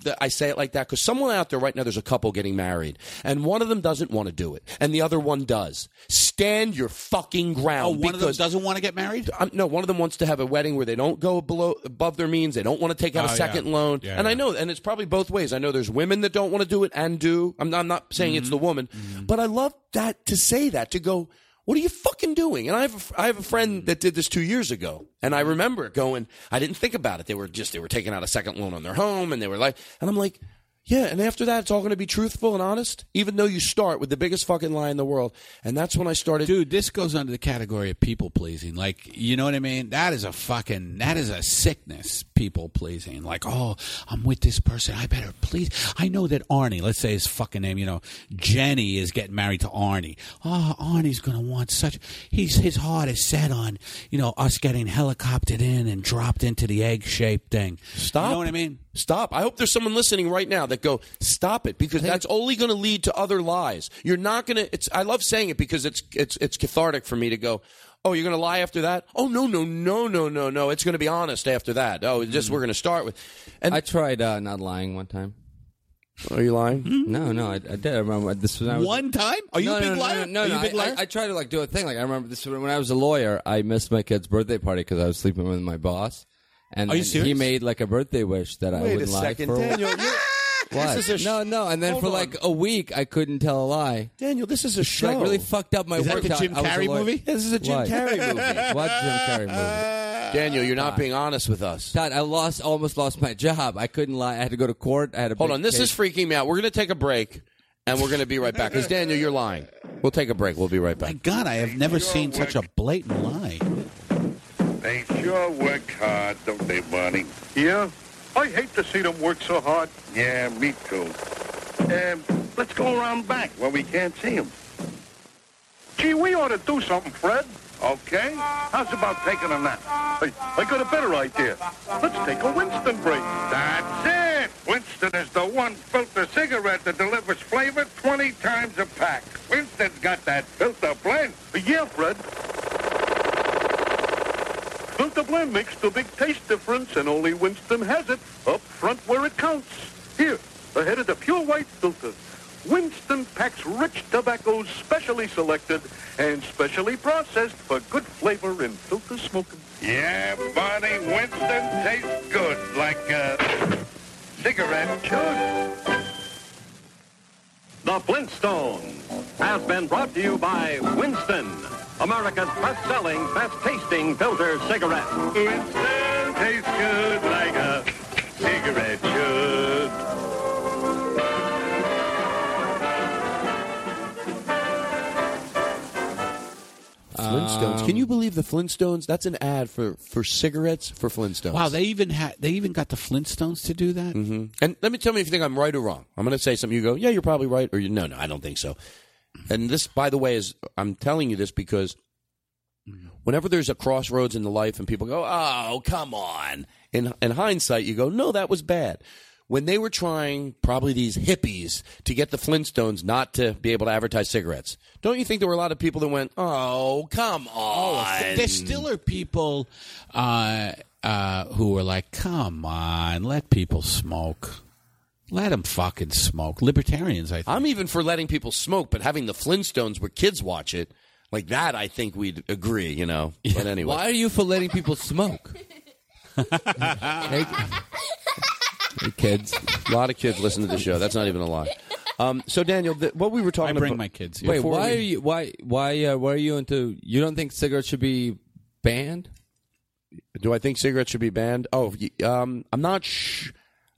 Speaker 1: That I say it like that because someone out there right now, there's a couple getting married, and one of them doesn't want to do it, and the other one does. Stand your fucking ground.
Speaker 5: Oh, one of them
Speaker 1: because-
Speaker 5: doesn't want to get married.
Speaker 1: um, no, one of them wants to have a wedding where they don't go below above their means. They don't want to take out
Speaker 5: Oh,
Speaker 1: a
Speaker 5: yeah.
Speaker 1: second loan.
Speaker 5: Yeah,
Speaker 1: and I know, and it's probably both ways. I know there's women that don't want to do it and do. I'm not, I'm not saying it's the
Speaker 5: Mm-hmm.
Speaker 1: woman, but I love that to say that to go. What are you fucking doing? And I have a, fr- I have a
Speaker 5: Mm-hmm.
Speaker 1: friend that did this two years ago, and I remember going. I didn't think about it. They were just they were taking out a second loan on their home, and they were like, and I'm like. Yeah, and after that, it's all going to be truthful and honest, even though you start with the biggest fucking lie in the world. And that's when I started.
Speaker 5: Dude, this goes under the category of people pleasing. Like, you know what I mean? That is a fucking that is a sickness. People pleasing. Like, oh, I'm with this person. I better please. I know that Arnie, let's say his fucking name, you know, Jenny is getting married to Arnie. Oh, Arnie's gonna want such. He's his heart is set on you know us getting helicoptered in and dropped into the egg shaped thing.
Speaker 1: Stop. You know what I
Speaker 5: mean?
Speaker 1: Stop. I hope there's someone listening right now that go, stop it, because that's only going to lead to other lies. You're not going to. It's. I love saying it because it's it's it's cathartic for me to go. Oh, you're going to lie after that? Oh no no no no no no. It's going to be honest after that. Oh, it's
Speaker 6: Mm.
Speaker 1: just we're going to start with. And
Speaker 6: I tried uh, not lying one time.
Speaker 1: Are you lying?
Speaker 6: No, no, I, I did. I remember this was when I was
Speaker 5: Hmm? One time? Are you
Speaker 6: no,
Speaker 5: a big
Speaker 6: no, no,
Speaker 5: liar?
Speaker 6: No, no,
Speaker 5: Are you a
Speaker 6: no,
Speaker 5: big
Speaker 6: I-
Speaker 5: liar?
Speaker 6: I, I tried to like do a thing. Like I remember this when I was a lawyer. I missed my kid's birthday party because I was sleeping with my boss, and
Speaker 1: Are you
Speaker 6: then he
Speaker 1: serious?
Speaker 6: made like a birthday wish that I
Speaker 1: Wait a
Speaker 6: wouldn't lie
Speaker 1: second,
Speaker 6: for.
Speaker 1: Daniel, you're-
Speaker 6: What?
Speaker 1: This is a sh-
Speaker 6: no, no, and then
Speaker 1: Hold
Speaker 6: for
Speaker 1: on.
Speaker 6: like a week, I couldn't tell a lie.
Speaker 1: Daniel, this is a
Speaker 6: It's, Like
Speaker 1: show.
Speaker 6: really fucked up my
Speaker 1: Is that
Speaker 6: work.
Speaker 1: the
Speaker 6: I-
Speaker 1: Jim
Speaker 6: I was a
Speaker 1: Carrey
Speaker 6: lawyer.
Speaker 1: movie? Yeah, this is a Jim
Speaker 6: What?
Speaker 1: Carrey movie.
Speaker 6: what Jim Carrey movie?
Speaker 1: Daniel, you're not being honest with us.
Speaker 6: Todd, I lost almost lost my job. I couldn't lie. I had to go to court. I had a
Speaker 1: Hold
Speaker 6: big
Speaker 1: on, this
Speaker 6: case.
Speaker 1: is freaking me out. We're going to take a break, and we're going to be right back. Because Daniel, you're lying. We'll take a break. We'll be right back.
Speaker 5: God, I have never seen such a blatant lie.
Speaker 10: They sure work hard, don't they, Barney? Yeah? I hate to see them work so hard. Yeah, me too. Um, let's go around back where we can't see them. Gee, we ought to do something, Fred. Okay. How's about taking a nap? I, I got a better idea. Let's take a Winston break. That's it. Winston is the one filter cigarette that delivers flavor 20 times a pack. Winston's got that filter blend. Yeah, Fred. Filter blend makes the big taste difference, and only Winston has it up front where it counts. Here, ahead of the pure white filter, Winston packs rich tobaccos specially selected and specially processed for good flavor in filter smoking. Yeah, Barney, Winston tastes good like a cigarette should.
Speaker 11: The Flintstone has been brought to you by Winston, America's best-selling, best-tasting filter cigarette.
Speaker 10: Winston tastes good like a cigarette should.
Speaker 1: Flintstones.
Speaker 6: Um,
Speaker 1: Can you believe the Flintstones? That's an ad for, for cigarettes for Flintstones.
Speaker 5: Wow, they even had they even got the Flintstones to do that.
Speaker 1: hmm And let me tell me if you think I'm right or wrong. I'm going to say something. You go, yeah, you're probably right, or you, no, no, I don't think so. And this, by the way, is I'm telling you this because whenever there's a crossroads in the life and people go, oh, come on. In, in hindsight, you go, no, that was bad. When they were trying, probably these hippies, to get the Flintstones not to be able to advertise cigarettes, don't you think there were a lot of people that went, oh, come on.
Speaker 5: There still are people uh, uh, who are like, "Come on, let people smoke, let them fucking smoke." Libertarians, I think.
Speaker 1: I'm even for letting people smoke, but having the Flintstones where kids watch it, like that, I think we'd agree, you know. But anyway,
Speaker 6: Why are you for letting people smoke?
Speaker 1: hey, kids, a lot of kids listen to the show. That's not even a lie. Um, so Daniel, th- what we were talking about?
Speaker 6: Wait, why are you why why uh, why are you into? You don't think cigarettes should be banned?
Speaker 1: Do I think cigarettes should be banned? Oh, y- um, I'm not. Sh-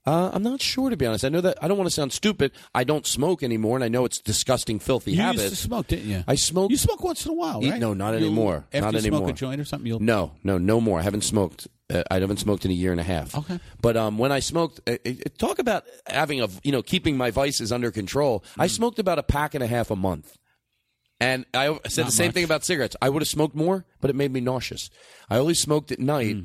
Speaker 1: uh, I'm not sure to be honest. I know that I don't want to sound stupid. I don't smoke anymore, and I know it's disgusting, filthy
Speaker 5: You used
Speaker 1: habit.
Speaker 5: to smoke, didn't you?
Speaker 1: I smoke.
Speaker 5: You smoke once in a while,
Speaker 1: E-
Speaker 5: right?
Speaker 1: No, not
Speaker 5: You'll-
Speaker 1: anymore.
Speaker 5: After
Speaker 1: not
Speaker 5: you
Speaker 1: anymore.
Speaker 5: smoke a joint or something, you'll
Speaker 1: No, no, no more. I haven't smoked. Uh, I haven't smoked in a year and a half. Okay. But um, when I smoked, uh, it, it- talk about having a you know keeping my vices under control. I
Speaker 5: Mm.
Speaker 1: smoked about a pack and a half a month. And I o- said
Speaker 5: Not
Speaker 1: the same
Speaker 5: much.
Speaker 1: thing about cigarettes. I would have smoked more, but it made me nauseous. I always smoked at night.
Speaker 5: Hmm.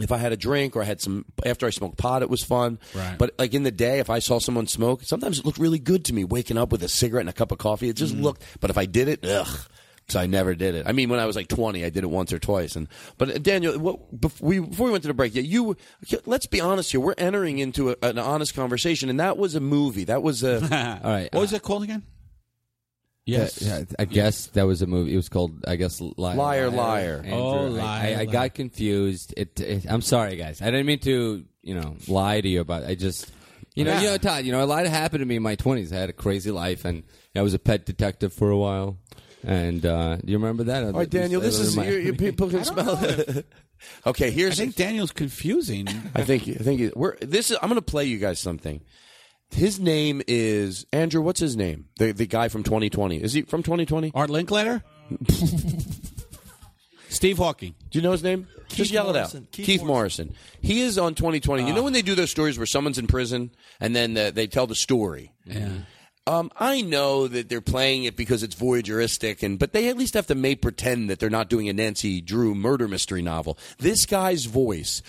Speaker 1: If I had a drink or I had some after I smoked pot, it was fun.
Speaker 5: Right.
Speaker 1: But like in the day, if I saw someone smoke, sometimes it looked really good to me. Waking up with a cigarette and a cup of coffee, it
Speaker 5: Hmm.
Speaker 1: just looked. But if I did it, ugh. So I never did it. I mean, when I was like twenty, I did it once or twice. And but uh, Daniel, what, before, we, before we went to the break, yeah, you. Let's be honest here. We're entering into a, an honest conversation, and that was a movie. That was a.
Speaker 6: All right.
Speaker 5: What was it called again? Yes.
Speaker 6: That- yeah, I guess that was a movie. It was called, I guess, Liar
Speaker 1: Liar, Liar.
Speaker 6: Andrew,
Speaker 1: Oh,
Speaker 6: I-
Speaker 1: Liar,
Speaker 6: I, I
Speaker 1: Liar.
Speaker 6: got confused. It, it- I'm sorry, guys. I didn't mean to, you know, lie to you about. I just, you know, you know, Todd. You know, a lot happened to me in my 20s. I had a crazy life, and I was a pet detective for a while. And uh, do you remember that?
Speaker 1: All right, Daniel, this is you, you people can smell it. okay, here's. I think
Speaker 5: Daniel's confusing.
Speaker 1: I think I think he- we're this is. I'm going to play you guys something. His name is Andrew. What's his name? The the guy from 2020. Is he from 2020?
Speaker 5: Art Linklater. Steve Hawking.
Speaker 1: Do you know his name? Just yell it
Speaker 5: Morrison. Ah.
Speaker 1: out. Keith,
Speaker 5: Keith
Speaker 1: Morrison. He is on 2020. You know when they do those stories where someone's in prison and then uh, they tell the story. Yeah. Um, I know that they're playing it because it's voyageuristic, and but they at least have to make pretend that they're not doing a Nancy Drew murder mystery novel. This guy's voice.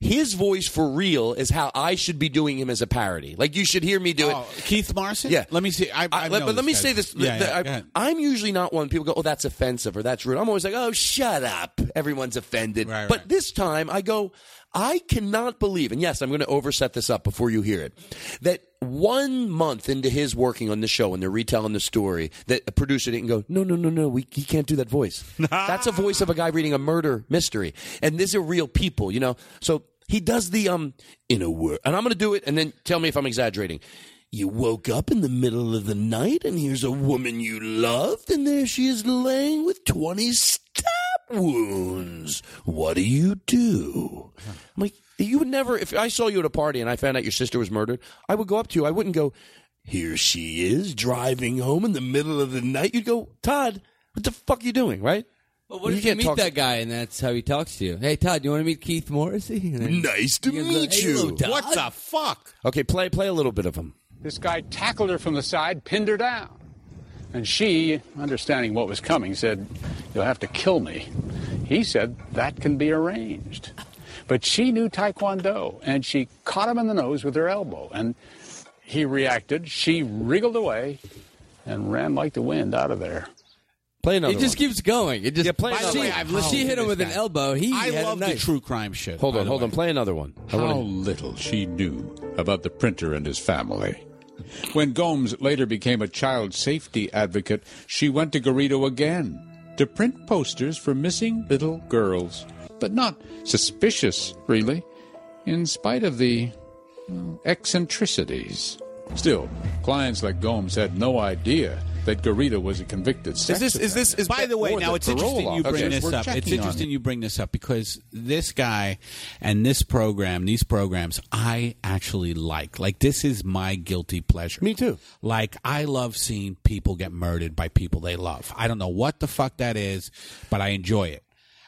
Speaker 1: His voice for real is how I should be doing him as a parody. Like you should hear me do
Speaker 5: Oh,
Speaker 1: it.
Speaker 5: Keith Morrison.
Speaker 1: Yeah.
Speaker 5: Let me see. I, I,
Speaker 1: I- let,
Speaker 5: know
Speaker 1: but let me
Speaker 5: guy.
Speaker 1: say this.
Speaker 5: Yeah,
Speaker 1: the-
Speaker 5: yeah,
Speaker 1: I-
Speaker 5: go ahead.
Speaker 1: I'm usually not one. People go, oh, that's offensive or that's rude. I'm always like, oh, shut up. Everyone's offended. but this time I go, I cannot believe, and yes, I'm going to overset this up before you hear it, that one month into his working on the show and they're retelling the story, that a producer didn't go, no, no, no, no, we, he can't do that voice. that's a voice of a guy reading a murder mystery. And these are real people, you know? So he does the, um, in a word, and I'm going to do it and then tell me if I'm exaggerating. You woke up in the middle of the night, and here's a woman you loved, and there she is laying with 20 stab wounds. What do you do? I'm like, you would never, if I saw you at a party and I found out your sister was murdered, I would go up to you. I wouldn't go, here she is driving home in the middle of the night. You'd go, Todd, what the fuck are you doing, right?
Speaker 6: But what if you meet that guy and that's how he talks to you? Hey, Todd, do you want to meet Keith Morrissey? And then-
Speaker 1: Nice to
Speaker 6: You guys go,
Speaker 1: meet
Speaker 6: "Hey,
Speaker 1: you.
Speaker 6: hello, Todd."
Speaker 1: What the
Speaker 5: fuck?
Speaker 1: Okay, play play a little bit of him.
Speaker 9: This guy tackled her from the side, pinned her down. And she, understanding what was coming, said, You'll have to kill me. He said, That can be arranged. But she knew Taekwondo, and she caught him in the nose with her elbow. And he reacted. She wriggled away and ran like the wind out of there.
Speaker 1: Play
Speaker 6: It just keeps going. It just
Speaker 5: By the way, I've listened
Speaker 6: She
Speaker 5: to
Speaker 6: hit him
Speaker 5: this
Speaker 6: with an
Speaker 5: guy.
Speaker 6: elbow. He
Speaker 5: I
Speaker 6: had
Speaker 5: love
Speaker 6: a
Speaker 5: the
Speaker 6: knife.
Speaker 5: true crime shit.
Speaker 1: Hold on, hold on. Play another one.
Speaker 12: How little she knew about the printer and his family. When Gomes later became a child safety advocate, she went to Garrido again to print posters for missing little girls. But not suspicious, really, in spite of the well, eccentricities. Still, clients like Gomes had no idea that Garrido was a convicted sex offender.
Speaker 5: by the way
Speaker 12: Or
Speaker 5: now
Speaker 12: that
Speaker 5: it's interesting
Speaker 12: parole
Speaker 5: you bring
Speaker 12: officers
Speaker 5: this
Speaker 12: were
Speaker 5: up it's
Speaker 12: checking on
Speaker 5: interesting
Speaker 12: him.
Speaker 5: you bring this up because this guy and this program these programs i actually like like this is my guilty pleasure me
Speaker 1: too
Speaker 5: like i love seeing people get murdered by people they love i don't know what the fuck that is but i enjoy it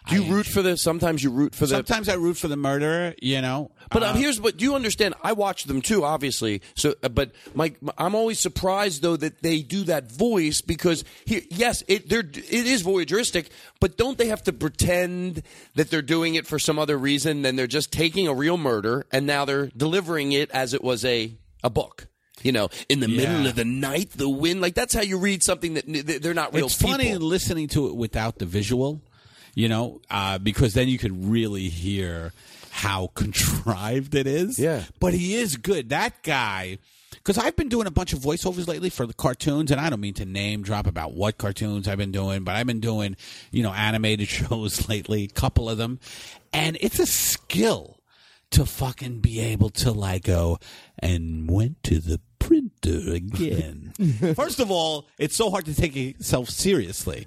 Speaker 1: Do you root for the? Sometimes you root for the.
Speaker 5: Sometimes I root for the murderer. You know, Uh,
Speaker 1: But um, here's what do you understand? I watch them too, obviously. So, uh, but my, my- I'm always surprised though that they do that voice because here, yes, it they're, it is voyeuristic, but don't they have to pretend that they're doing it for some other reason than they're just taking a real murder and now they're delivering it as it was a a book. You know, in the middle
Speaker 5: Yeah.
Speaker 1: of the night, the wind like that's how you read something that that they're not real
Speaker 5: it's
Speaker 1: people.
Speaker 5: funny listening to it without the visual you know uh, because then you could really hear how contrived it is yeah but he is good that guy because I've been doing a bunch of voiceovers lately for the cartoons, and I don't mean to name drop about what cartoons I've been doing, but I've been doing, you know, animated shows lately, a couple of them. And it's a skill to fucking be able to, like, go, and went to the
Speaker 13: printer again.
Speaker 5: First of all, it's so hard to take yourself seriously.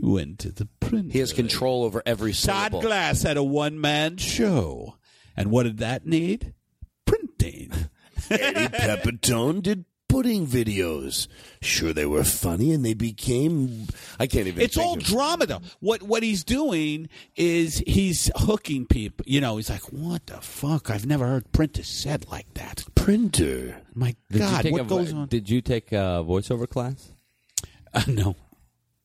Speaker 13: Went to the printer. He
Speaker 1: has control over every
Speaker 5: Todd
Speaker 1: syllable.
Speaker 5: Glass had a one man show. And what did that need?
Speaker 13: Eddie Pepitone did pudding videos. Sure, they were funny and they became.
Speaker 1: I can't even.
Speaker 5: It's all drama, though. What what he's doing is he's hooking people. You know, he's like, "What the fuck? I've never heard Printer said like that."
Speaker 13: Printer,
Speaker 5: my
Speaker 6: Did you
Speaker 5: Oh, God,
Speaker 6: take
Speaker 5: what
Speaker 6: a, vo-
Speaker 5: goes on?
Speaker 6: Did you take a voiceover class?
Speaker 5: Uh, no,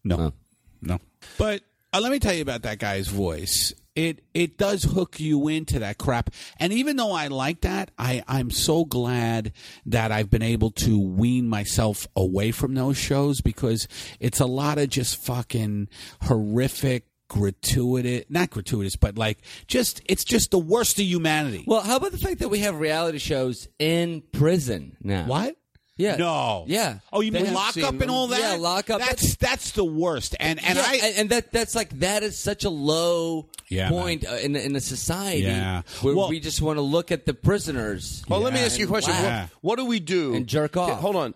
Speaker 5: no,
Speaker 6: no.
Speaker 5: But uh, let me tell you about that guy's voice. It it does hook you into that crap. And even though I like that, I I'm so glad that I've been able to wean myself away from those shows because it's a lot of just fucking horrific gratuitous not gratuitous but like just it's just the worst of humanity
Speaker 6: well how about the fact that we have reality shows in prison now
Speaker 5: what
Speaker 6: yeah
Speaker 5: no
Speaker 6: yeah
Speaker 5: oh you
Speaker 6: They
Speaker 5: mean
Speaker 6: have
Speaker 5: lock
Speaker 6: seen
Speaker 5: up
Speaker 6: them.
Speaker 5: and all that
Speaker 6: yeah lock up
Speaker 5: that's that's the worst and and
Speaker 6: Yeah,
Speaker 5: i
Speaker 6: and, and that that's like that is such a low
Speaker 5: Yeah,
Speaker 6: point uh, in in a society
Speaker 5: Yeah.
Speaker 6: where
Speaker 5: Well-
Speaker 6: we just want to look at the prisoners.
Speaker 1: Well, let me ask you a
Speaker 6: and
Speaker 1: question.
Speaker 6: laugh.
Speaker 1: What, what do we do?
Speaker 6: And jerk off.
Speaker 1: Okay, hold on.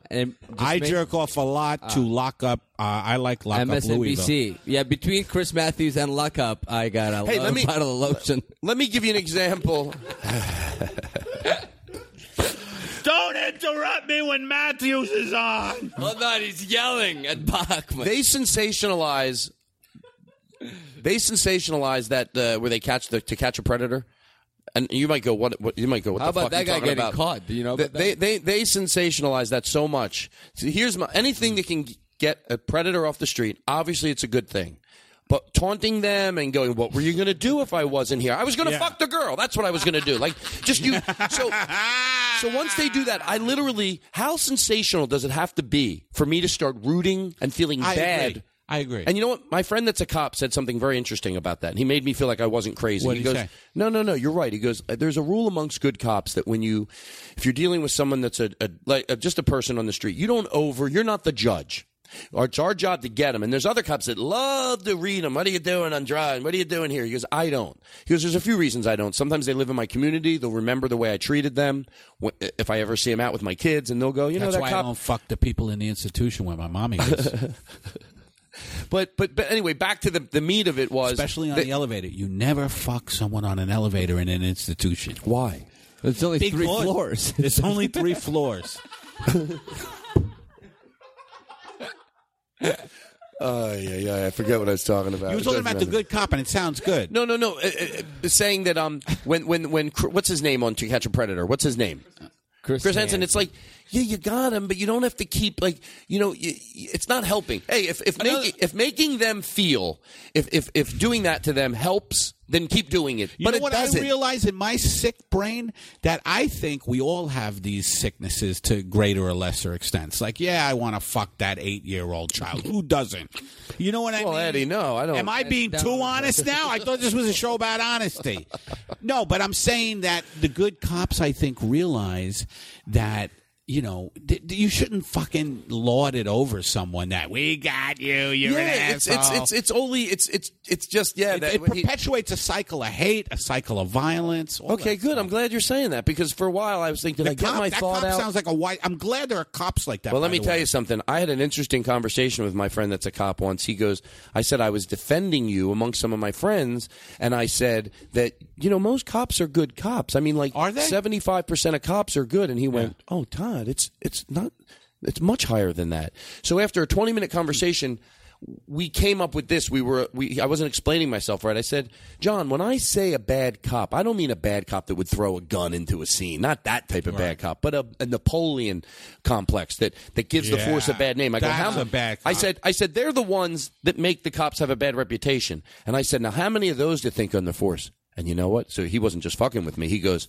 Speaker 5: I jerk off a lot to lock up. Uh, I like lock up Louisville.
Speaker 6: MSNBC. Yeah, between Chris Matthews and Lock Up, I got a
Speaker 1: Hey,
Speaker 6: lo-
Speaker 1: let me-
Speaker 6: bottle of lotion.
Speaker 1: Let me give you an example.
Speaker 4: Don't interrupt me when Matthews is on.
Speaker 6: Hold on, he's yelling at Bachman.
Speaker 1: They sensationalize. They sensationalize that uh, where they catch the to catch a predator, and you might go what, what you might go what
Speaker 6: How
Speaker 1: the
Speaker 6: about
Speaker 1: fuck
Speaker 6: that
Speaker 1: you
Speaker 6: guy
Speaker 1: talking
Speaker 6: getting
Speaker 1: about?
Speaker 6: caught? Do you know
Speaker 1: they,
Speaker 6: about
Speaker 1: they they they sensationalize that so much. So here's my anything that can get a predator off the street. Obviously, it's a good thing. But taunting them and going, "What were you going to do if I wasn't here? I was going to
Speaker 5: Yeah.
Speaker 1: fuck the girl. That's what I was going to do." Like just you. So so once they do that, I literally, how sensational does it have to be for me to start rooting and feeling
Speaker 5: I
Speaker 1: bad?
Speaker 5: agree. I agree.
Speaker 1: And you know what? My friend that's a cop said something very interesting about that. He made me feel like I wasn't crazy.
Speaker 5: What'd
Speaker 1: he
Speaker 5: he
Speaker 1: goes,
Speaker 5: say?
Speaker 1: No, no, no, you're right. He goes, "Uh, There's a rule amongst good cops that when you, if you're dealing with someone that's a, a like uh, just a person on the street, you don't over, you're not the judge. Or It's our job to get them. And there's other cops that love to read them. What are you doing on drawing? What are you doing here? He goes, I don't. He goes, There's a few reasons I don't. Sometimes they live in my community. They'll remember the way I treated them wh- if I ever see them out with my kids, and they'll go, You know,
Speaker 5: That's
Speaker 1: that
Speaker 5: why
Speaker 1: cop
Speaker 5: I don't fuck the people in the institution where my mommy is.
Speaker 1: But but but anyway, back to the the meat of it was
Speaker 5: Especially on
Speaker 1: that-
Speaker 5: the elevator. You never fuck someone on an elevator in an institution.
Speaker 1: Why?
Speaker 6: It's only three
Speaker 5: Because
Speaker 6: floors.
Speaker 5: It's only three floors.
Speaker 1: Oh yeah yeah I forget what I was talking about.
Speaker 5: You were talking about the good cop, and it sounds good.
Speaker 1: No no no. Uh, uh, saying that um when when when Cr- what's his name on To Catch a Predator? What's his name?
Speaker 6: Chris,
Speaker 1: Hansen. It's like yeah you got him, but you don't have to keep like you know y y- it's not helping. Hey if if making if making them feel if if if doing that to them helps, then keep doing it.
Speaker 5: You
Speaker 1: but
Speaker 5: know
Speaker 1: it
Speaker 5: what
Speaker 1: doesn't.
Speaker 5: I realize in my sick brain that I think we all have these sicknesses to greater or lesser extents. Like, yeah, I want to fuck that eight-year-old child. Who doesn't? You know what I mean?
Speaker 1: well, Eddie, no, I don't.
Speaker 5: Am I being too honest now? I thought this was a show about honesty. No, but I'm saying that the good cops, I think, realize that. You know, th- th- you shouldn't fucking lord it over someone that we got you. You're
Speaker 1: yeah,
Speaker 5: an
Speaker 1: it's,
Speaker 5: asshole.
Speaker 1: it's it's it's only it's it's it's just yeah.
Speaker 5: it,
Speaker 1: that,
Speaker 5: it
Speaker 1: he-
Speaker 5: perpetuates a cycle of hate, a cycle of violence. all
Speaker 1: Okay, good. I'm glad you're saying that because for a while I was thinking, did
Speaker 5: The
Speaker 1: I get
Speaker 5: cop-
Speaker 1: my
Speaker 5: that
Speaker 1: thought
Speaker 5: cop
Speaker 1: out?
Speaker 5: sounds like a white. I'm glad there are cops like that.
Speaker 1: well, let
Speaker 5: by
Speaker 1: me
Speaker 5: the
Speaker 1: tell
Speaker 5: way.
Speaker 1: you something. I had an interesting conversation with my friend that's a cop once. He goes, I said I was defending you among some of my friends, and I said that, you know, most cops are good cops. I mean, like
Speaker 5: Are they?
Speaker 1: 75% of cops are good. And he went, Oh, Todd, it's it's not, it's much higher than that. So after a 20 minute conversation, we came up with this. We were we I wasn't explaining myself right. I said, "John, when I say a bad cop, I don't mean a bad cop that would throw a gun into a scene. Not that type of bad cop, but a, a Napoleon complex that that gives the force a
Speaker 5: Yeah.
Speaker 1: bad name." I go,
Speaker 5: That's
Speaker 1: "How
Speaker 5: a bad
Speaker 1: I
Speaker 5: cop.
Speaker 1: said I said they're the ones that make the cops have a bad reputation. And I said, "Now how many of those do you think on the force?" And you know what? So he wasn't just fucking with me. He goes,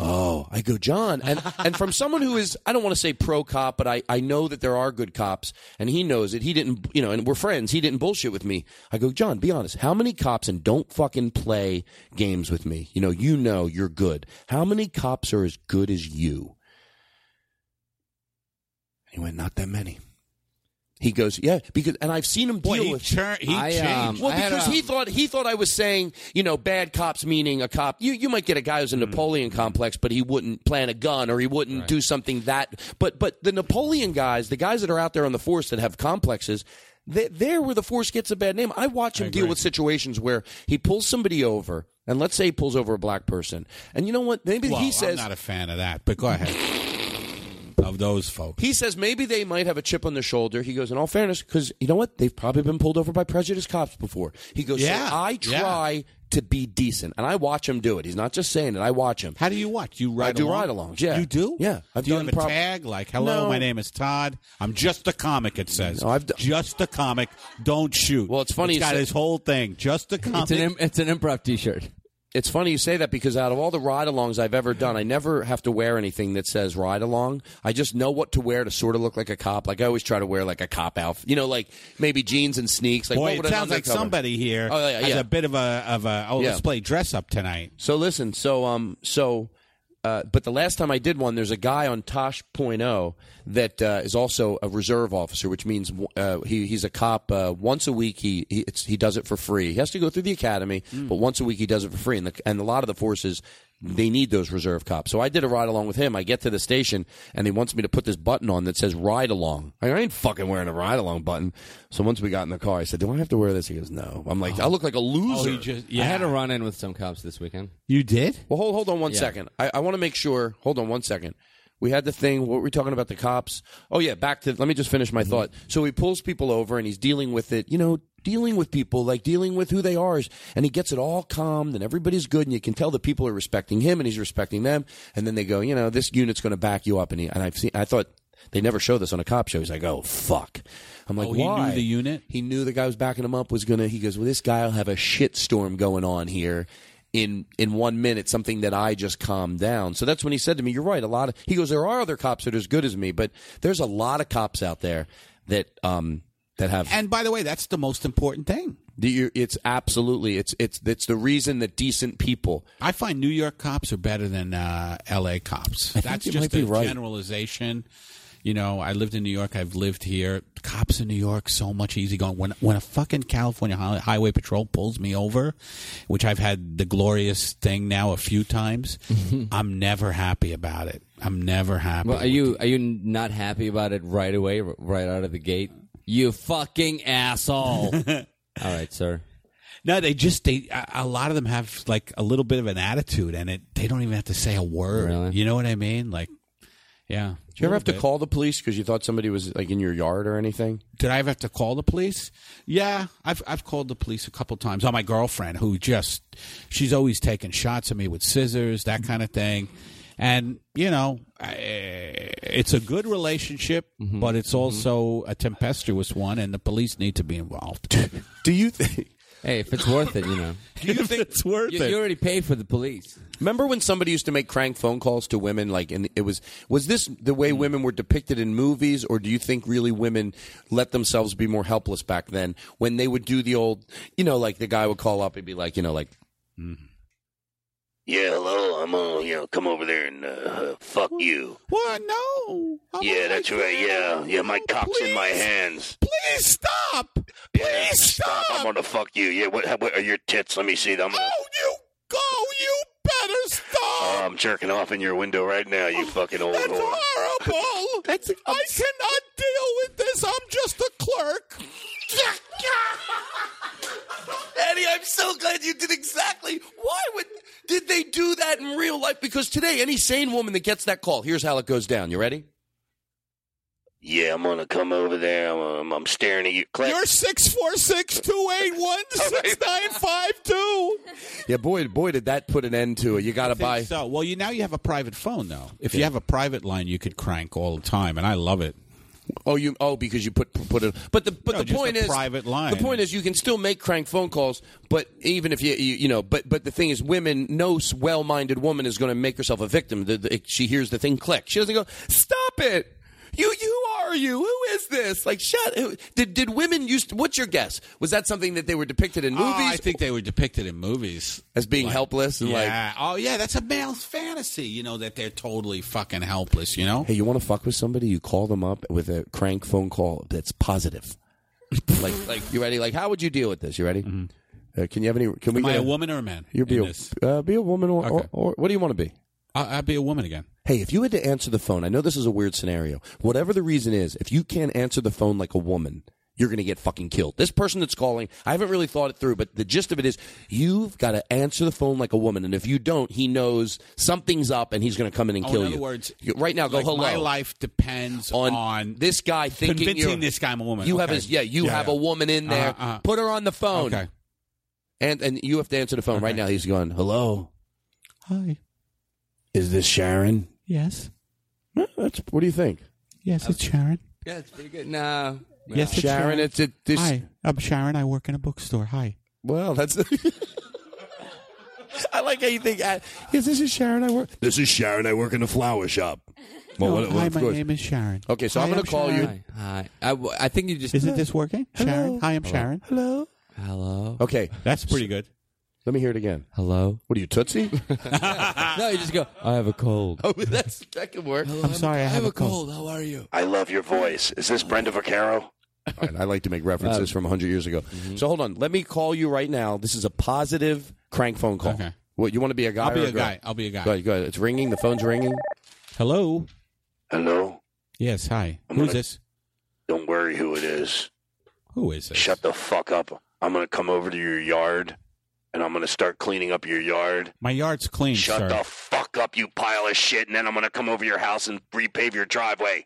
Speaker 1: Oh, I go, John. And, and from someone who is, I don't want to say pro cop, but I, I know that there are good cops, and he knows it. He didn't, you know, and we're friends. He didn't bullshit with me. I go, John, be honest. How many cops, and don't fucking play games with me? You know, you know you're good. How many cops are as good as you? And he went, Not that many. He goes, yeah, because and I've seen him deal
Speaker 5: he
Speaker 1: with
Speaker 5: chur- he I, um, changed.
Speaker 1: well,
Speaker 5: I had,
Speaker 1: because
Speaker 5: um,
Speaker 1: he thought he thought I was saying, you know, bad cops meaning a cop. You you might get a guy
Speaker 5: Hmm.
Speaker 1: who's a Napoleon complex, but he wouldn't plant a gun or he wouldn't do something that. But but the Napoleon guys, the guys that are out there on the force that have complexes. they- There, where the force gets a bad name, I watch him deal with situations where he pulls somebody over, and let's say he pulls over a black person, and you know what? Maybe
Speaker 5: Well,
Speaker 1: he says,
Speaker 5: I'm not a fan of that, but go ahead. of those folks.
Speaker 1: He says maybe they might have a chip on their shoulder. He goes, in all fairness, because you know what? They've probably been pulled over by prejudiced cops before. He goes,
Speaker 5: Yeah,
Speaker 1: so I
Speaker 5: yeah.
Speaker 1: try to be decent, and I watch him do it. He's not just saying it. I watch him. How
Speaker 5: do you watch? You ride
Speaker 1: I do
Speaker 5: along?
Speaker 1: ride-alongs, Yeah,
Speaker 5: You do?
Speaker 1: Yeah, I've
Speaker 5: do you
Speaker 1: done
Speaker 5: have a
Speaker 1: prob-
Speaker 5: tag like "Hello,
Speaker 1: No.
Speaker 5: my name is Todd. I'm just a comic." It says, "Just a comic. Don't shoot." Well, it's
Speaker 1: funny
Speaker 5: It's
Speaker 1: you
Speaker 5: got
Speaker 1: said-
Speaker 5: his whole thing. Just a comic.
Speaker 1: It's an im-
Speaker 6: it's an improv T-shirt.
Speaker 1: It's funny you say that because out of all the ride alongs I've ever done, I never have to wear anything that says ride along. I just know what to wear to sort of look like a cop. Like I always try to wear like a cop outfit, you know, like maybe jeans and sneaks. Like
Speaker 5: Boy,
Speaker 1: what
Speaker 5: it
Speaker 1: would an
Speaker 5: sounds like
Speaker 1: undercover-
Speaker 5: somebody here
Speaker 1: Oh, yeah,
Speaker 5: has
Speaker 1: yeah.
Speaker 5: a bit of a of a oh
Speaker 1: Yeah.
Speaker 5: let's play dress up tonight.
Speaker 1: So listen, so um, so. Uh, but the last time I did one, there's a guy on Tosh.0 that uh, is also a reserve officer, which means uh, he, he's a cop. Uh, once a week, he he, it's, he does it for free. He has to go through the academy, but once a week he does it for free. And, the, and a lot of the forces they need those reserve cops. So I did a ride along with him. I get to the station and he wants me to put this button on that says ride along. I ain't fucking wearing a ride along button. So once we got in the car, I said, "Do I have to wear this?" He goes, "No." I'm like, "I look like a loser."
Speaker 6: I had a run in with some cops this weekend.
Speaker 5: You did?
Speaker 1: Well, hold hold on one
Speaker 6: Yeah.
Speaker 1: second. I, I want to make sure. Hold on one second. We had the thing. What were we talking about? The cops. Oh yeah, back to. Let me just finish my
Speaker 5: Mm-hmm.
Speaker 1: thought. So he pulls people over and he's dealing with it. You know, dealing with people like dealing with who they are. is- And he gets it all calmed and everybody's good and you can tell the people are respecting him and he's respecting them. And then they go, you know, this unit's going to back you up. And he, and I've seen. I thought they never show this on a cop show. He's like, oh fuck. I'm like,
Speaker 5: Oh, he knew
Speaker 1: why?
Speaker 5: the unit?
Speaker 1: He knew the guy was backing him up was gonna. He goes, well, this guy'll have a shit storm going on here in in one minute. Something that I just calmed down. So that's when he said to me, "You're right. A lot of." He goes, "There are other cops that are as good as me, but there's a lot of cops out there that um that have."
Speaker 5: And by the way, that's the most important thing.
Speaker 1: The, you- it's absolutely it's it's it's the reason that decent people.
Speaker 5: I find New York cops are better than uh, L.A. cops.
Speaker 1: I think
Speaker 5: That's
Speaker 1: you
Speaker 5: just
Speaker 1: might be
Speaker 5: a
Speaker 1: right.
Speaker 5: generalization. You know, I lived in New York. I've lived here. Cops in New York so much easy going. When when a fucking California Hi- Highway Patrol pulls me over, which I've had the glorious thing now a few times, I'm never happy about it. I'm never happy.
Speaker 6: Well, are you are you not happy about it right away, r- right out of the gate? You fucking asshole! All right, sir.
Speaker 5: No, they just they a a lot of them have like a little bit of an attitude, and it they don't even have to say a word. You know what I mean? Like, yeah.
Speaker 1: Did you ever have to
Speaker 5: Little bit.
Speaker 1: call the police because you thought somebody was like in your yard or anything?
Speaker 5: Did I ever have to call the police? Yeah, I've I've called the police a couple times on my girlfriend who just she's always taking shots at me with scissors, that kind of thing. And you know, I, it's a good relationship,
Speaker 1: Mm-hmm.
Speaker 5: but it's also a tempestuous one, and the police need to be involved.
Speaker 1: Do you think?
Speaker 6: Hey, if it's worth it, you know.
Speaker 5: Do you think it's worth
Speaker 6: You,
Speaker 1: it?
Speaker 6: you already paid for the police.
Speaker 1: Remember when somebody used to make crank phone calls to women? Like, and it was was this the
Speaker 6: Mm.
Speaker 1: way women were depicted in movies, or do you think really women let themselves be more helpless back then when they would do the old, you know, like the guy would call up and be like, you know, like
Speaker 8: Yeah, hello. I'm on. You know, come over there and uh, fuck you.
Speaker 5: What? No.
Speaker 8: yeah, that's right. Yeah, yeah. My cock's in my hands.
Speaker 5: Please stop. Please
Speaker 8: stop. I'm gonna fuck you. Yeah. What, what are your tits? Let me see them. Oh,
Speaker 5: you go. You better stop.
Speaker 8: Oh, I'm jerking off in your window right now.
Speaker 5: Oh,
Speaker 8: You fucking old whore.
Speaker 5: horrible. I cannot deal with this. I'm just a clerk.
Speaker 1: Eddie, I'm so glad you did exactly. Why would did they do that in real life? Because today, any sane woman that gets that call, here's how it goes down. You ready?
Speaker 8: Yeah, I'm gonna come over there. I'm, um, I'm staring at you. Clap.
Speaker 5: You're six four six two eight one six nine five two.
Speaker 1: Yeah, boy, boy, did that put an end to it. You got to buy.
Speaker 5: So, well, you now you have a private phone though. If you have a private line, you could crank all the time, and I love it.
Speaker 1: Oh, you oh because you put put it. But the but
Speaker 5: No,
Speaker 1: the
Speaker 5: just
Speaker 1: point
Speaker 5: a
Speaker 1: is
Speaker 5: private line.
Speaker 1: The point is you can still make crank phone calls, but even if you you, you know, but but the thing is, women, no s- well-minded woman is going to make herself a victim. The, the, she hears the thing click. She doesn't go, "Stop it! You you are are you? Who is this? Like, shut. who- Did did women used? To, what's your guess? Was that something that they were depicted in movies?
Speaker 5: Oh, I think they were depicted in movies
Speaker 1: as being helpless and
Speaker 5: yeah. oh yeah, that's a male's fantasy. You know that they're totally fucking helpless. You know.
Speaker 1: Hey, you want to fuck with somebody? You call them up with a crank phone call that's positive. like, like you ready? Like, how would you deal with this? You ready? Uh, can you have any? Can we?
Speaker 5: Mm-hmm. Am I
Speaker 1: get
Speaker 5: a woman or a man
Speaker 1: You be
Speaker 5: in
Speaker 1: a uh, be a woman or, or, or what do you want to be?
Speaker 5: I, I'd be a woman again.
Speaker 1: Hey, if you had to answer the phone, I know this is a weird scenario. Whatever the reason is, if you can't answer the phone like a woman, you're going to get fucking killed. This person that's calling, I haven't really thought it through, but the gist of it is you've got to answer the phone like a woman. And if you don't, he knows something's up and he's going to come in and
Speaker 5: Oh,
Speaker 1: kill
Speaker 5: in other
Speaker 1: you.
Speaker 5: words,
Speaker 1: You- right now, go
Speaker 5: like,
Speaker 1: hello.
Speaker 5: My life depends
Speaker 1: On
Speaker 5: on,
Speaker 1: this guy thinking
Speaker 5: convincing
Speaker 1: you're-
Speaker 5: this guy I'm a woman.
Speaker 1: You
Speaker 5: Okay.
Speaker 1: have his, yeah, you have
Speaker 5: yeah.
Speaker 1: a woman in there.
Speaker 5: Uh-huh, uh-huh.
Speaker 1: Put her on the phone.
Speaker 5: Okay.
Speaker 1: And, and you have to answer the phone right now. He's going, hello.
Speaker 4: Hi.
Speaker 13: Is this Sharon?
Speaker 4: Yes.
Speaker 1: Eh, That's, what do you think?
Speaker 4: Yes, it's Sharon.
Speaker 1: Yeah, it's pretty good. No.
Speaker 4: Yes, it's
Speaker 1: Sharon,
Speaker 4: Sharon.
Speaker 1: it's it. This,
Speaker 4: Hi, I'm Sharon. I work in a bookstore. Hi.
Speaker 1: Well, that's. I like how you think. I, yes, this is Sharon. I work.
Speaker 13: This is Sharon. I work in a flower shop.
Speaker 6: Oh,
Speaker 4: No, hi, my name is Sharon.
Speaker 1: Okay, so
Speaker 4: Hi,
Speaker 1: I'm gonna call you-
Speaker 4: Sharon.
Speaker 6: Hi. I, w- I think you just.
Speaker 4: Isn't this working? Sharon. Hi, I'm
Speaker 6: Hello.
Speaker 4: Sharon.
Speaker 1: Hello.
Speaker 6: Hello.
Speaker 1: Okay,
Speaker 5: that's pretty good.
Speaker 1: Let me hear it again.
Speaker 6: Hello.
Speaker 1: What are you, Tootsie?
Speaker 6: no, you just go. I have a cold.
Speaker 1: Oh, that's that could work.
Speaker 6: I'm sorry, I have a cold.
Speaker 1: How are you?
Speaker 8: I love your voice. Is this Brenda Vaccaro?
Speaker 1: All right, I like to make
Speaker 6: Um,
Speaker 1: references from 100 years ago.
Speaker 6: mm-hmm.
Speaker 1: So hold on. Let me call you right now. This is a positive crank phone call. Okay. What you want to be a guy?
Speaker 5: I'll be
Speaker 1: or
Speaker 5: a
Speaker 1: girl?
Speaker 5: guy. I'll be a guy.
Speaker 1: Go ahead, go ahead. It's ringing. The phone's ringing.
Speaker 5: Hello.
Speaker 8: Hello?
Speaker 5: Yes. Hi.
Speaker 8: I'm
Speaker 5: Who's
Speaker 8: gonna-
Speaker 5: this?
Speaker 8: Don't worry who it is.
Speaker 5: Who is this?
Speaker 8: Shut the fuck up. I'm going to come over to your yard and I'm going to start cleaning up your yard.
Speaker 5: My yard's clean,
Speaker 8: Shut
Speaker 5: sir.
Speaker 8: the fuck up, you pile of shit, and then I'm going to come over your house and repave your driveway.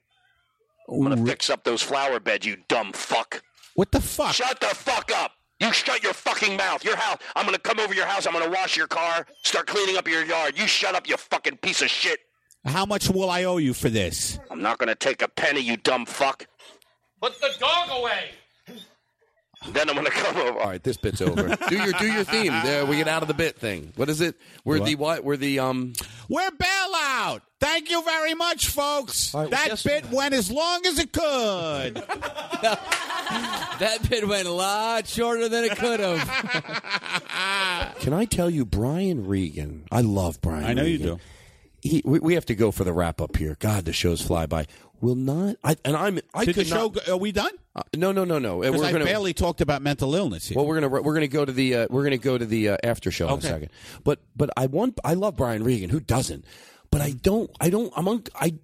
Speaker 8: I'm going to fix up those flower beds, you dumb fuck.
Speaker 5: what the fuck?
Speaker 8: Shut the fuck up. You shut your fucking mouth. Your house. I'm going to come over your house. I'm going to wash your car, start cleaning up your yard. You shut up, you fucking piece of shit.
Speaker 5: How much will I owe you for this?
Speaker 8: I'm not going to take a penny, you dumb fuck.
Speaker 4: Put the dog away.
Speaker 8: Then I'm going to come over.
Speaker 1: All right, this bit's over. do your do your theme. There, we get out of the bit thing. What is it? We're the what? We're the um.
Speaker 5: We're bailout. Thank you very much, folks. that bit went as long as it could.
Speaker 6: That bit went a lot shorter than it could have.
Speaker 1: Can I tell you, Brian Regan? I love Brian.
Speaker 5: I know you
Speaker 1: Regan.
Speaker 5: do.
Speaker 1: He, we, we have to go for the wrap up here. God, the shows fly by. Will not. I, and I'm. I
Speaker 5: Did the
Speaker 1: could
Speaker 5: show?
Speaker 1: not.
Speaker 5: go- Are we done?
Speaker 1: Uh, no, no, no, no. We're
Speaker 5: Because I
Speaker 1: gonna-
Speaker 5: barely talked about mental illness here.
Speaker 1: Well, we're gonna we're gonna go to the uh, we're gonna go to the uh, after show in a
Speaker 5: Okay.
Speaker 1: second. But but I want I love Brian Regan. Who doesn't? But I don't. I don't. I'm un, I.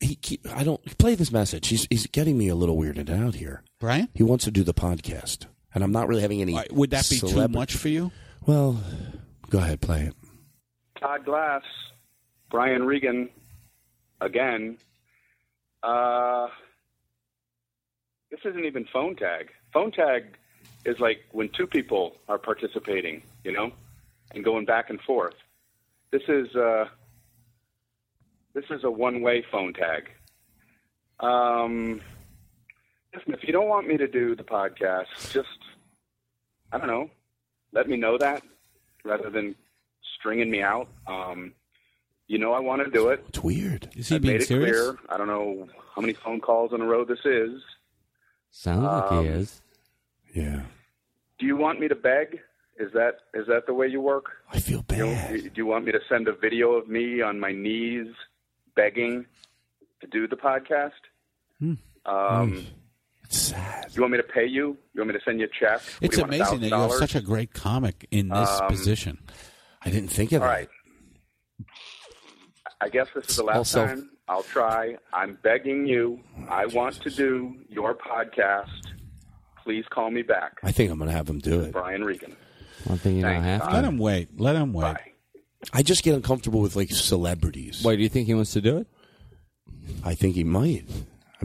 Speaker 1: He keep. I don't play this message. He's he's getting me a little weirded out here.
Speaker 5: Brian,
Speaker 1: He wants to do the podcast, and I'm not really having any.
Speaker 5: would that be too
Speaker 1: celebra-
Speaker 5: much for you?
Speaker 1: Well, go ahead, play it.
Speaker 2: Todd Glass, Brian Regan, again. Uh, this isn't even phone tag. Phone tag is like when two people are participating, you know, and going back and forth. This is uh, this is a one-way phone tag. Um, listen, if you don't want me to do the podcast, just I don't know, let me know that rather than stringing me out. Um, you know, I want to do it.
Speaker 1: It's weird.
Speaker 5: Is
Speaker 2: I made it clear. I don't know how many phone calls in a row this is.
Speaker 6: Sounds like he
Speaker 2: Um,
Speaker 6: is.
Speaker 1: Yeah.
Speaker 2: Do you want me to beg? Is that is that the way you work?
Speaker 1: I feel
Speaker 2: bad. do you want me to send a video of me on my knees begging to do the podcast? Um,
Speaker 1: It's sad.
Speaker 2: You want me to pay you? You want me to send you a check? What do
Speaker 5: It's
Speaker 2: you want,
Speaker 5: amazing that you have
Speaker 2: $1,000?
Speaker 5: such a great comic in this
Speaker 2: Um,
Speaker 5: position.
Speaker 1: I didn't think of
Speaker 2: All right. I guess this is the last
Speaker 5: Also-
Speaker 2: time. I'll try. I'm begging you. I want to do your podcast. Please call me back,
Speaker 1: I think I'm going to have him do it.
Speaker 2: Brian Regan.
Speaker 6: I'm thinking I have to.
Speaker 5: Let him wait. Let him wait.
Speaker 1: I just get uncomfortable with like celebrities.
Speaker 6: Wait, do you think he wants to do it?
Speaker 1: I think he might. I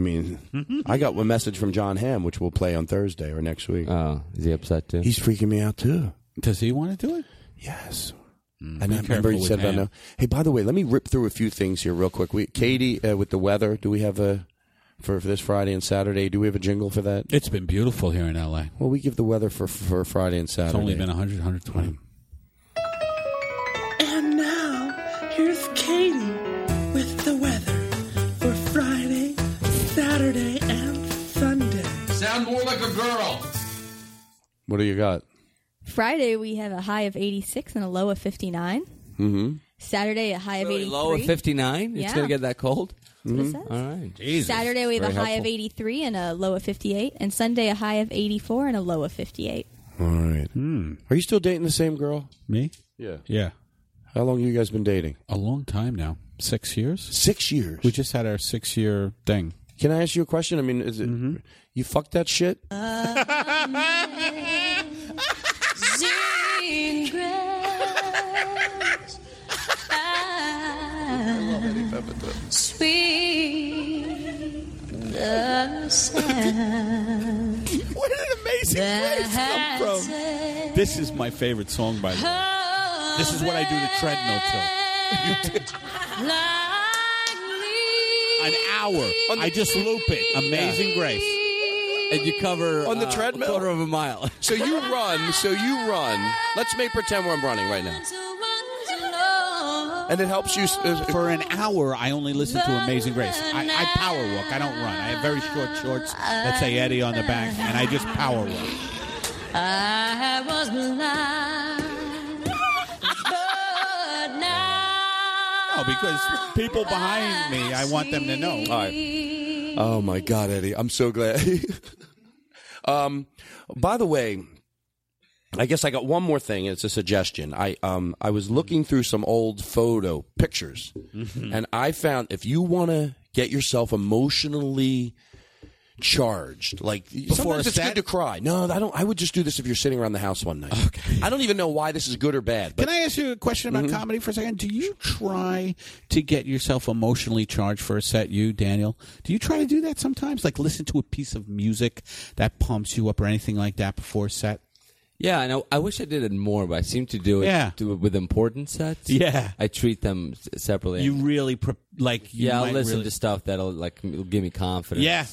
Speaker 1: mean, I got one message from John Hamm, which we'll play on Thursday or next week.
Speaker 6: Oh, is he upset too?
Speaker 1: He's freaking me out too.
Speaker 5: Does he want to do it?
Speaker 1: Yes.
Speaker 5: Mm,
Speaker 1: And
Speaker 5: be
Speaker 1: Hmm, I remember
Speaker 5: careful
Speaker 1: he
Speaker 5: with
Speaker 1: said about
Speaker 5: Ham.
Speaker 1: now. Hey, by the way, let me rip through a few things here real quick. We, Katie, uh, with the weather, do we have a for, for this Friday and Saturday? Do we have a jingle for that?
Speaker 5: It's been beautiful here in L.A.
Speaker 1: Well, we give the weather for for Friday and Saturday.
Speaker 5: It's only been 100, 120.
Speaker 4: And now, here's Katie with the weather for Friday, Saturday. Saturday and Sunday.
Speaker 14: Sound more like a girl.
Speaker 1: What do you got?
Speaker 15: Friday we have a high of 86 and a low of 59.
Speaker 1: Mm-hmm.
Speaker 15: Saturday a high of 83.
Speaker 6: Low of 59? It's
Speaker 15: Yeah.
Speaker 6: going to get that cold?
Speaker 15: what it
Speaker 6: Mhm.
Speaker 15: says.
Speaker 6: All right. Jesus.
Speaker 15: Saturday we have
Speaker 6: Very
Speaker 15: a high of
Speaker 6: helpful.
Speaker 15: 83 and a low of 58, and Sunday a high of 84 and a low of 58.
Speaker 1: All right. Are you still dating the same girl?
Speaker 5: Hmm. Me?
Speaker 1: Yeah.
Speaker 5: Yeah.
Speaker 1: How long you guys been dating?
Speaker 5: A long time now. Six years?
Speaker 1: Six years.
Speaker 5: We just had our six year thing. Mm-hmm.
Speaker 1: Can I ask you a question? I mean, is it you fucked that shit?
Speaker 4: Zing Sweet the sound.
Speaker 5: What an amazing
Speaker 4: place
Speaker 5: come from. This is my favorite song by the way. This is what I do the treadmill to.
Speaker 8: An hour. I just loop it. Amazing Grace.
Speaker 6: And you cover
Speaker 1: on the
Speaker 6: uh,
Speaker 1: treadmill,
Speaker 6: a quarter of a mile.
Speaker 1: so you run. So you run. Let's make pretend we're running right now.
Speaker 5: And it helps you. For an hour, I only listen to Amazing Grace. I, I power walk. I don't run. I have very short shorts that say Eddie on the back, and I just power walk.
Speaker 4: I was blind, but now
Speaker 5: No, because people behind me, I want them to know.
Speaker 1: All right. Oh my God, Eddie, I'm so glad. um, by the way, I guess I got one more thing. It's a suggestion. I um I was looking through some old photo pictures, and I found if you want to get yourself emotionally charged, like sometimes
Speaker 5: a
Speaker 1: it's good
Speaker 5: set?
Speaker 1: to cry. No, I don't. I would just do this if you're sitting around the house one night. Okay. I don't even know why this is good or bad. But
Speaker 5: Can I ask you a question about
Speaker 6: Mm-hmm.
Speaker 1: Mhm.
Speaker 5: comedy for a second? Do you try to get yourself emotionally charged for a set? You, Daniel, do you try to do that sometimes? Like listen to a piece of music that pumps you up or anything like that before a set?
Speaker 6: Yeah, and I, I wish I did it more, but I seem to do it,
Speaker 5: Yeah.
Speaker 6: do it with important sets.
Speaker 5: Yeah.
Speaker 6: I treat them s- separately.
Speaker 5: You really pre- like. You
Speaker 6: yeah, I'll
Speaker 5: might
Speaker 6: listen
Speaker 5: really-
Speaker 6: to stuff that'll like m- give me confidence.
Speaker 5: Yeah.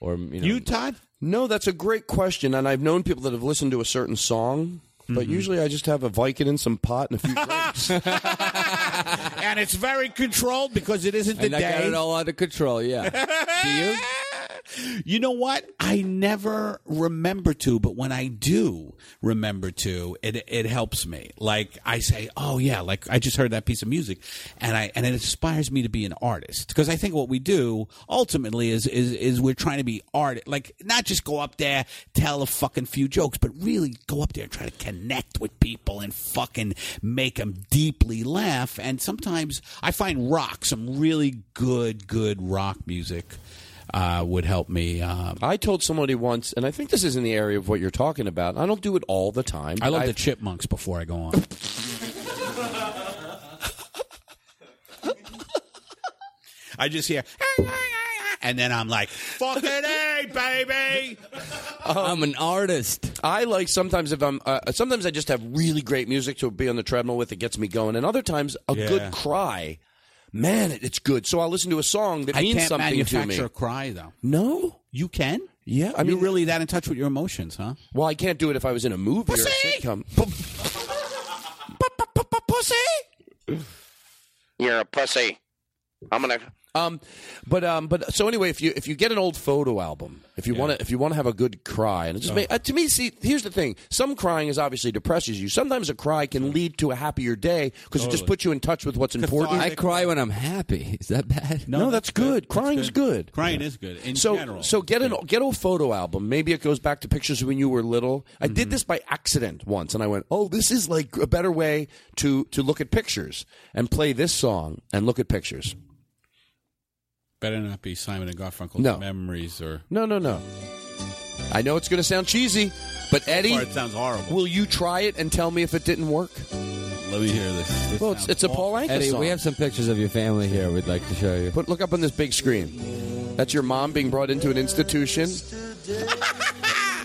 Speaker 6: Or you know,
Speaker 5: Todd?
Speaker 1: No, that's a great question, and I've known people that have listened to a certain song,
Speaker 5: Mm-hmm.
Speaker 1: but usually I just have a Vicodin, some pot, and a few drinks.
Speaker 5: and it's very controlled because it isn't the
Speaker 6: And I got
Speaker 5: day.
Speaker 6: it all under control. Yeah. do you?
Speaker 5: You know what? I never remember to, but when I do remember to, it it helps me. Like I say, oh yeah, like I just heard that piece of music, and I and it inspires me to be an artist because I think what we do ultimately is is is we're trying to be art, like not just go up there tell a fucking few jokes, but really go up there and try to connect with people and fucking make them deeply laugh. And sometimes I find rock, some really good good rock music uh, would help me. Um,
Speaker 1: I told somebody once, and I think this is in the area of what you're talking about. I don't do it all the time.
Speaker 5: I love the
Speaker 1: I've-
Speaker 5: chipmunks before I go on. I just hear, and then I'm like, fucking A, baby.
Speaker 6: I'm an artist.
Speaker 1: I like sometimes if I'm uh, sometimes I just have really great music to be on the treadmill with. It gets me going, and other times a
Speaker 5: Yeah.
Speaker 1: good cry, man, it, it's good. So I'll listen to a song that
Speaker 5: I
Speaker 1: means
Speaker 5: can't
Speaker 1: something to
Speaker 5: manufacture
Speaker 1: me.
Speaker 5: a cry though.
Speaker 1: No,
Speaker 5: you can.
Speaker 1: Yeah, I
Speaker 5: You're
Speaker 1: mean-
Speaker 5: really that in touch with your emotions, huh?
Speaker 1: Well, I can't do it if I was in a movie or a sitcom. Pussy.
Speaker 14: You're a pussy. I'm gonna.
Speaker 1: Um, but um, but so anyway, if you if you get an old photo album, if you want to if you want to have a good cry, and it just
Speaker 5: Oh.
Speaker 1: ma- uh, to me, see, here's the thing: some crying is obviously depresses you. Sometimes a cry can lead to a happier day because it just
Speaker 6: Totally.
Speaker 1: puts you in touch with what's important.
Speaker 6: I cry when I'm happy. Is that bad?
Speaker 1: No, that's, good. Crying's good.
Speaker 5: Crying is good in
Speaker 1: so,
Speaker 5: general.
Speaker 1: So get an get a photo album. Maybe it goes back to pictures when you were little. I
Speaker 5: Mm-hmm.
Speaker 1: did this by accident once, and I went, "Oh, this is like a better way to to look at pictures and play this song and look at pictures."
Speaker 5: Better not be Simon and Garfunkel's
Speaker 1: No.
Speaker 5: memories or.
Speaker 1: No, no, no. I know it's going to sound cheesy, but Eddie,
Speaker 5: Or it sounds horrible.
Speaker 1: Will you try it and tell me if it didn't work?
Speaker 5: Let me hear this.
Speaker 1: well, it's, it's a Paul Anka
Speaker 6: Eddie,
Speaker 1: song.
Speaker 6: we have some pictures of your family here. We'd like to show you.
Speaker 1: Put look up on this big screen. That's your mom being brought into an institution.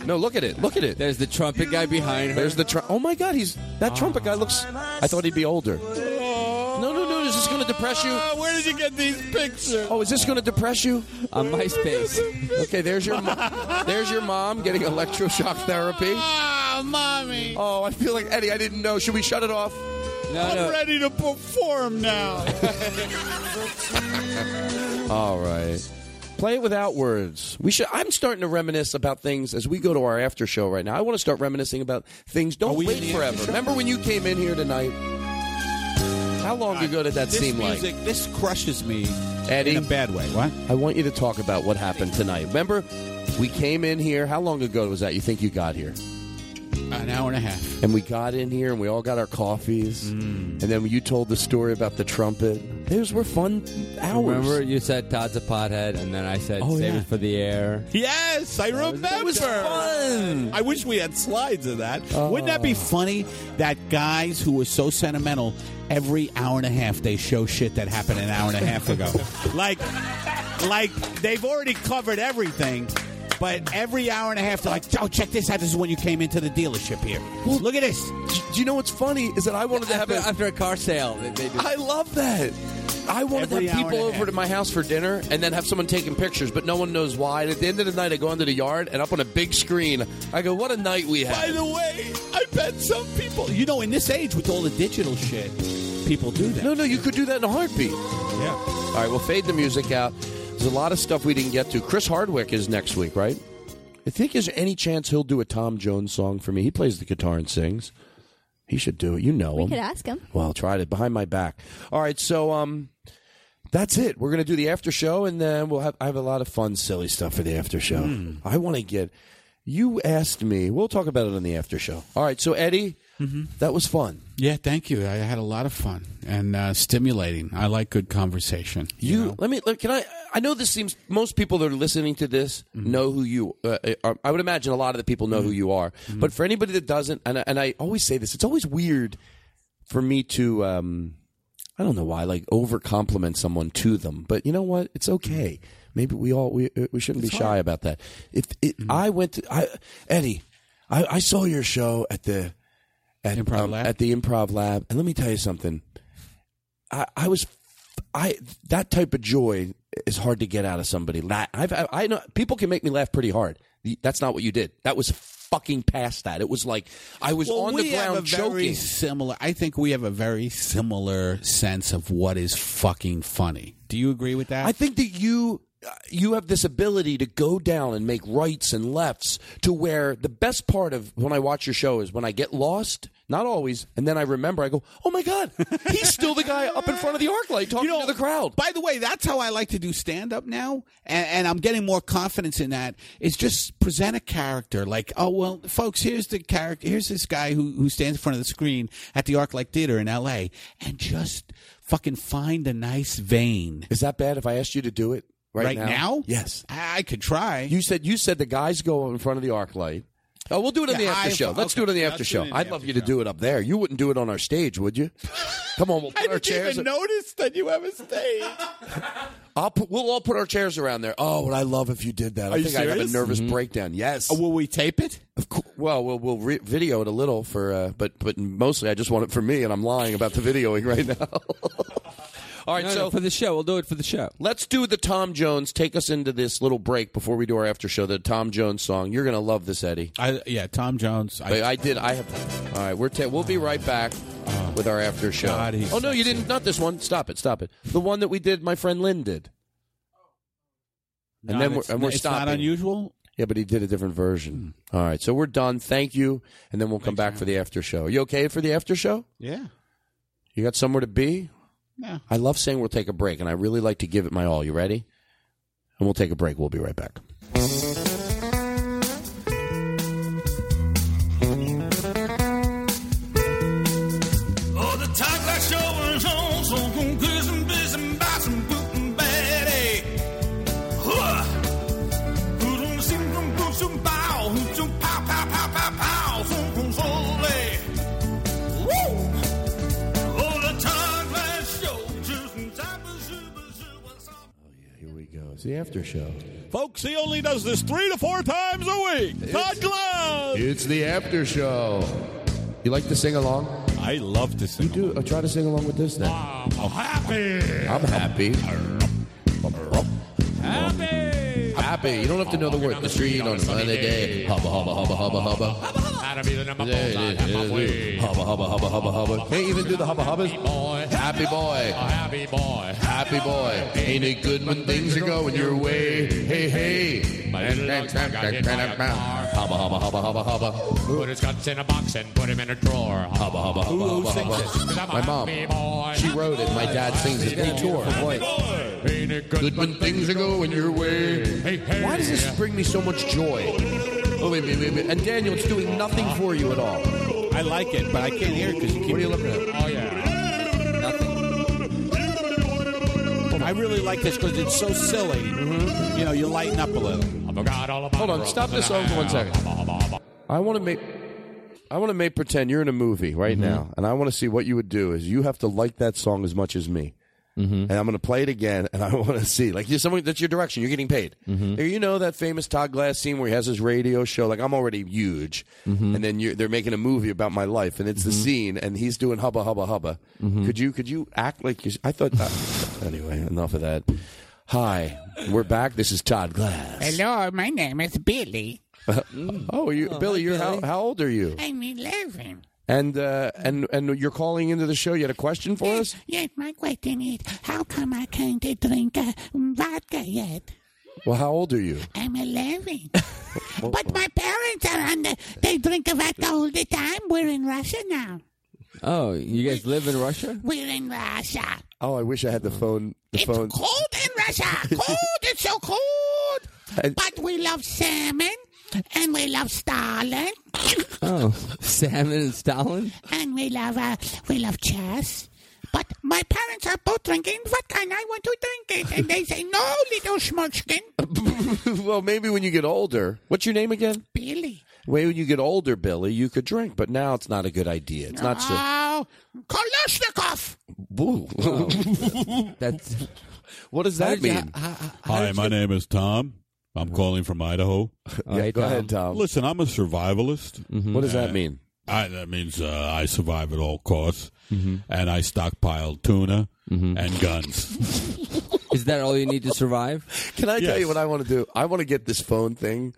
Speaker 1: No, look at it. Look at it.
Speaker 6: There's the trumpet guy behind her. Ah.
Speaker 1: There's the tru- Oh my god, he's that trumpet guy looks I thought he'd be older. No, no, no. Is this going to depress you?
Speaker 5: Oh, Where did you get these pictures?
Speaker 1: Oh, is this going to depress you?
Speaker 6: On MySpace.
Speaker 1: Okay, there's your mo- there's your mom getting electroshock therapy.
Speaker 5: Oh, mommy.
Speaker 1: Oh, I feel like Eddie. I didn't know. Should we shut it off?
Speaker 6: No, no.
Speaker 5: ready to perform now.
Speaker 1: All right. Play it without words. We should. I'm starting to reminisce about things as we go to our after show right now. I want to start reminiscing about things. Don't wait forever. Remember when you came in here tonight? How long ago did that
Speaker 5: this
Speaker 1: seem
Speaker 5: music,
Speaker 1: like?
Speaker 5: This crushes me,
Speaker 1: Eddie,
Speaker 5: in a bad way. What?
Speaker 1: I want you to talk about what happened tonight. Remember, we came in here. How long ago was that? You think you got here?
Speaker 5: An hour and a half. Mm.
Speaker 1: And we got in here and we all got our coffees. And then you told the story about the trumpet. Those were fun hours.
Speaker 6: Remember, you said Todd's a pothead, and then I said
Speaker 1: Oh,
Speaker 6: save
Speaker 1: yeah.
Speaker 6: it for the air.
Speaker 5: Yes, I remember. That was fun. Oh. I wish we had slides of that. Wouldn't that be funny? That guys who were so sentimental, every hour and a half they show shit that happened an hour and a half ago. like, like they've already covered everything. But every hour and a half, they're like, "Oh, check this out! This is when you came into the dealership here. Look at this."
Speaker 1: Do you know what's funny is that I wanted
Speaker 6: After, after a car sale, they, they just,
Speaker 1: I love that. I wanted
Speaker 6: Every
Speaker 1: to have
Speaker 6: hour
Speaker 1: people
Speaker 6: and a
Speaker 1: over to my house for dinner and then have someone taking pictures, but no one knows why. And at the end of the night, I go into the yard and up on a big screen, I go, "What a night we had!"
Speaker 5: By the way, I bet some people, you know, in this age with all the digital shit, people do that.
Speaker 1: No, no, you could do that in a heartbeat. Yeah. All right, we'll fade the music out. There's a lot of stuff we didn't get to. Chris Hardwick is next week, right? I think there's any chance he'll do a Tom Jones song for me. He plays the guitar and sings. He should do it. You know
Speaker 15: We
Speaker 1: him.
Speaker 15: could ask him.
Speaker 1: Well, I'll try it behind my back. All right, so um, that's it. We're gonna do the after show, and then we'll have I have a lot of fun, silly stuff for the after show.
Speaker 5: Hmm.
Speaker 1: I want to get. You asked me. We'll talk about it on the after show. All right, so Eddie, that was fun.
Speaker 5: Mm-hmm. Yeah, thank you. I had a lot of fun and uh, stimulating. I like good conversation.
Speaker 1: You let me look. Can I? I know this seems most people that are listening to this
Speaker 5: Mm-hmm.
Speaker 1: know who you. Uh, are, I would imagine a lot of the people know who you are.
Speaker 5: Mm-hmm.
Speaker 1: But for anybody that doesn't, and I, and I always say this, it's always weird for me to. Um, I don't know why, like over compliment someone to them, but you know what?
Speaker 5: Mm-hmm.
Speaker 1: It's okay. Maybe we all we uh, we shouldn't be shy about that. If it,
Speaker 5: Mm-hmm.
Speaker 1: I went, to, I Eddie, I, I saw your show at the at improv lab. at the improv lab, and let me tell you something. I, I was I that type of joy is hard to get out of somebody. La- I've, I, I know people can make me laugh pretty hard. The- That's not what you did. That was fucking past that. It was like I was
Speaker 5: Well,
Speaker 1: on
Speaker 5: we
Speaker 1: the
Speaker 5: have
Speaker 1: ground
Speaker 5: a very
Speaker 1: choking.
Speaker 5: Similar. I think we have a very similar sense of what is fucking funny. Do you agree with that?
Speaker 1: I think that you uh, you have this ability to go down and make rights and lefts to where the best part of when I watch your show is when I get lost. Not always, and then I remember. I go, "Oh my god, he's still the guy up in front of the arc light talking to the crowd."
Speaker 5: By the way, that's how I like to do stand up now, and, and I'm getting more confidence in that. Is just present a character like, oh well, folks, here's the character. Here's this guy who who stands in front of the screen at the ArcLight Theater in L.A. and just fucking find a nice vein.
Speaker 1: Is that bad if I asked you to do it right,
Speaker 5: Right now?
Speaker 1: Yes,
Speaker 5: I, I could try.
Speaker 1: You said you said the guys go in front of the arc light. Oh, we'll do it on the
Speaker 5: Yeah,
Speaker 1: after
Speaker 5: I-
Speaker 1: show. Let's
Speaker 5: okay,
Speaker 1: do it on the
Speaker 5: let's do
Speaker 1: after
Speaker 5: it
Speaker 1: show.
Speaker 5: in the
Speaker 1: I'd love you to do it up there. You wouldn't do it on our stage, would you? Come on, we'll put
Speaker 5: I
Speaker 1: our
Speaker 5: didn't
Speaker 1: chairs.
Speaker 5: even notice that you have a stage.
Speaker 1: I'll put, we'll all put our chairs around there. Oh, would I love if you did that? I
Speaker 5: Are you
Speaker 1: think I'd have a
Speaker 5: serious?
Speaker 1: nervous
Speaker 5: Mhm.
Speaker 1: breakdown. Yes.
Speaker 5: will we tape it?
Speaker 1: Of course. Well, we'll, we'll re- video it a little for, uh, but but mostly I just want it for me, and I'm lying about the videoing right now. all right,
Speaker 6: No, no,
Speaker 1: so
Speaker 6: for the show, we'll do it for the show.
Speaker 1: Let's do the Tom Jones. Take us into this little break before we do our after show. The Tom Jones song. You're gonna love this, Eddie.
Speaker 5: I, yeah, Tom Jones.
Speaker 1: I, I did. I have. All right, we're ta- we'll be right back with our after show.
Speaker 5: God, he's
Speaker 1: oh no, you didn't. Not this one. Stop it. Stop it. The one that we did. My friend Lynn did. And
Speaker 5: No,
Speaker 1: then we're,
Speaker 5: it's
Speaker 1: and we're
Speaker 5: n- it's not
Speaker 1: stopping.
Speaker 5: unusual? Hmm.
Speaker 1: Yeah, but he did a different version. All right, so we're done. Thank you, and then we'll come back for the after show. You okay for the after show?
Speaker 5: Yeah.
Speaker 1: You got somewhere to be?
Speaker 5: No.
Speaker 1: I love saying we'll take a break, and I really like to give it my all. You ready? And we'll take a break. We'll be right back.
Speaker 4: Oh, the talk like show is on, so go get some biz and buy some boot and bad egg. Huh. Put on the sim from boots and bow, hoots and pow, pow, pow, pow, pow, from from slowly. Woo! Oh, the talk like show, just in time for super, super soft.
Speaker 1: Here we go. It's the after show.
Speaker 4: Folks, he only does this three to four times a week. Todd Glass!
Speaker 1: It's the after show. You like to sing along?
Speaker 4: I love to sing.
Speaker 1: You do. Uh, try to sing along with this then. Oh.
Speaker 4: I'm happy!
Speaker 1: I'm happy. Happy. Happy. You don't have to know the word. The street on a sunny day. Hubba hubba hubba hubba hubba.
Speaker 4: Gotta be the number
Speaker 1: There it is. Hubba hubba hubba hubba hubba. Can't even do the hubba hubbas. happy boy. A happy boy. Happy boy. Ain't it good when things are going your way? Hey, hey.
Speaker 16: My
Speaker 1: And
Speaker 16: little
Speaker 1: then-
Speaker 16: dog got hit by a car.
Speaker 1: Hubba, hubba, hubba, hubba, hubba.
Speaker 16: Put his guts in a box and put him in a drawer.
Speaker 1: Hubba, hubba, hubba, hubba, hubba. My mom. She wrote it. My dad sings it. We tour. Ain't it good when things are going your way? Hey, hey. Why does this bring me so much joy? Oh, wait, wait, wait, wait. And Daniel, it's doing nothing for you at all.
Speaker 4: I like it, but I can't hear it because you keep. What are you looking at? Oh yeah. Nothing. I really like this because it's so silly. You know, you lighten up a little.
Speaker 1: Hold on, stop this over one second. I want to make. I want to make pretend you're in a movie right now, and I want to see what you would do. Is you have to like that song as much as me, and I'm going to play it again, and I want to see like you're someone that's your direction. You're getting paid.
Speaker 3: Mm-hmm.
Speaker 1: You know that famous Todd Glass scene where he has his radio show. Like I'm already huge,
Speaker 3: Mm-hmm.
Speaker 1: and then you're, they're making a movie about my life, and it's the scene, and he's doing hubba hubba hubba.
Speaker 3: Mm-hmm.
Speaker 1: Could you could you act like you? I thought. uh, anyway, enough of that. Hi, we're back. This is Todd Glass.
Speaker 3: Hello, my name is Billy.
Speaker 1: oh, you,
Speaker 3: Oh,
Speaker 1: Billy,
Speaker 3: hi,
Speaker 1: you're How,
Speaker 3: Billy.
Speaker 1: how old are you?
Speaker 3: I'm 11.
Speaker 1: And uh, and and you're calling into the show. You had a question for us?
Speaker 3: Yes, my question is, how come I can't drink uh, vodka yet?
Speaker 1: Well, how old are you?
Speaker 3: I'm 11.
Speaker 1: Well,
Speaker 3: but my parents are on the, they drink vodka all the time. We're in Russia now.
Speaker 6: Oh, you guys live in Russia?
Speaker 3: We're in Russia.
Speaker 1: Oh, I wish I had the phone. The phone.
Speaker 3: Cold in Russia. Cold. it's so cold. But we love salmon. And we love Stalin.
Speaker 6: Oh, salmon and Stalin.
Speaker 3: And we love, uh, we love chess. But my parents are both drinking vodka and I want to drink it. And they say, no, little schmuckskin.
Speaker 1: well, maybe when you get older. What's your name again?
Speaker 3: Billy.
Speaker 1: Way when you get older, Billy, you could drink, but now it's not a good idea. It's not
Speaker 4: Ah.
Speaker 1: so.
Speaker 3: Oh, Kalashnikov.
Speaker 1: Woo.
Speaker 16: Oh.
Speaker 6: That's.
Speaker 1: What does that mean?
Speaker 5: Hi, my name is Tom. I'm calling from Idaho.
Speaker 1: Yeah, go ahead, Tom. Mm-hmm.
Speaker 5: Listen, I'm a survivalist.
Speaker 1: What does that
Speaker 5: Uh,
Speaker 1: mean?
Speaker 5: I, that means uh, I survive at all costs,
Speaker 1: Mm-hmm.
Speaker 5: and I stockpile tuna and guns.
Speaker 6: Is that all you need to survive?
Speaker 1: Can I tell you what I want to do? I want to get this phone thing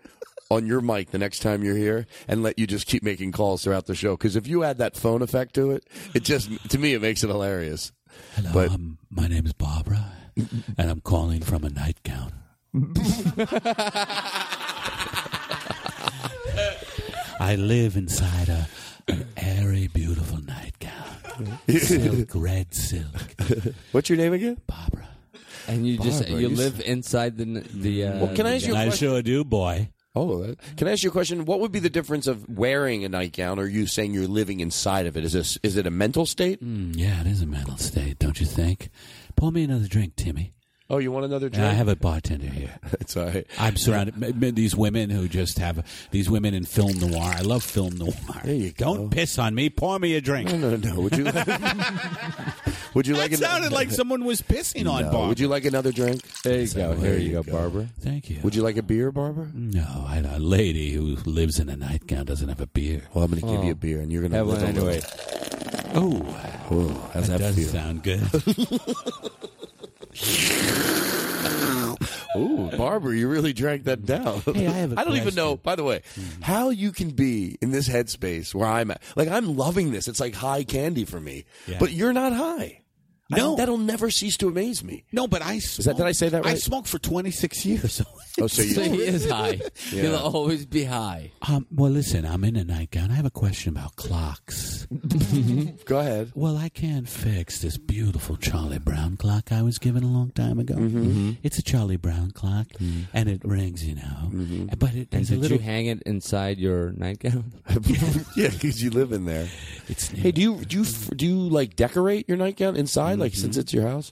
Speaker 1: on your mic the next time you're here and let you just keep making calls throughout the show. Because if you add that phone effect to it, it just to me it makes it hilarious. Hello, um,
Speaker 5: my name is Barbara, and I'm calling from a nightgown. I live inside a, an airy, beautiful nightgown, silk, red silk.
Speaker 1: What's your name again?
Speaker 5: Barbara.
Speaker 6: And you just
Speaker 1: Barbara,
Speaker 6: you
Speaker 1: you
Speaker 6: live inside the n- the. Uh,
Speaker 1: Well, can I ask you a
Speaker 6: the-
Speaker 1: question?
Speaker 5: sure do, boy.
Speaker 1: Oh, that- can I ask you a question? What would be the difference of wearing a nightgown or you saying you're living inside of it? Is this is it a mental state?
Speaker 5: Mm, yeah, it is a mental state, don't you think? Pour me another drink, Timmy.
Speaker 1: Oh, you want another drink?
Speaker 5: I have a bartender here.
Speaker 1: It's all right.
Speaker 5: I'm surrounded m- m- these women who just have these women in film noir. I love film noir. There you go. Don't piss on me. Pour me a drink.
Speaker 1: No, no, no. Would you? Would you
Speaker 5: That
Speaker 1: like?
Speaker 5: sounded like someone
Speaker 4: was pissing
Speaker 5: on
Speaker 1: Bob.
Speaker 5: Barbara.
Speaker 1: Would you like another drink? Oh, There you
Speaker 5: go. Here you go,
Speaker 1: Barbara.
Speaker 5: Thank you.
Speaker 1: Would you like a beer, Barbara?
Speaker 5: No, I, a lady who lives in a nightgown doesn't have a beer.
Speaker 1: Well, I'm going to give you a beer, and you're going to
Speaker 5: Oh. have one anyway. Oh,
Speaker 1: oh, how's that,
Speaker 5: does
Speaker 1: feel?
Speaker 5: sound good.
Speaker 1: Ooh, Barbara, you really drank that down.
Speaker 5: Hey, I have a
Speaker 1: I don't even
Speaker 5: question.
Speaker 1: know, by the way, how you can be in this headspace where I'm at. Like, I'm loving this. It's like high candy for me,
Speaker 4: Yeah.
Speaker 1: but you're not high. No. that'll never cease to amaze me.
Speaker 4: No, but I smoked,
Speaker 1: Is that, did I say that right?
Speaker 4: I smoked for 26 years.
Speaker 1: oh, so you.
Speaker 6: So he is high.
Speaker 1: Yeah.
Speaker 6: He'll always be high.
Speaker 5: Um, well, listen, I'm in a nightgown. I have a question about clocks.
Speaker 1: Go ahead.
Speaker 5: Well, I can't fix this beautiful Charlie Brown clock I was given a long time ago.
Speaker 1: Mm-hmm.
Speaker 5: It's a Charlie Brown clock, and it rings, you know.
Speaker 1: Mm-hmm.
Speaker 5: But it,
Speaker 6: Mm-hmm. And
Speaker 5: there's
Speaker 6: did
Speaker 5: a little.
Speaker 6: you hang it inside your nightgown?
Speaker 1: yeah, because you live in there.
Speaker 5: It's
Speaker 1: hey, do you do you f- do you like decorate your nightgown inside? Like since it's your house.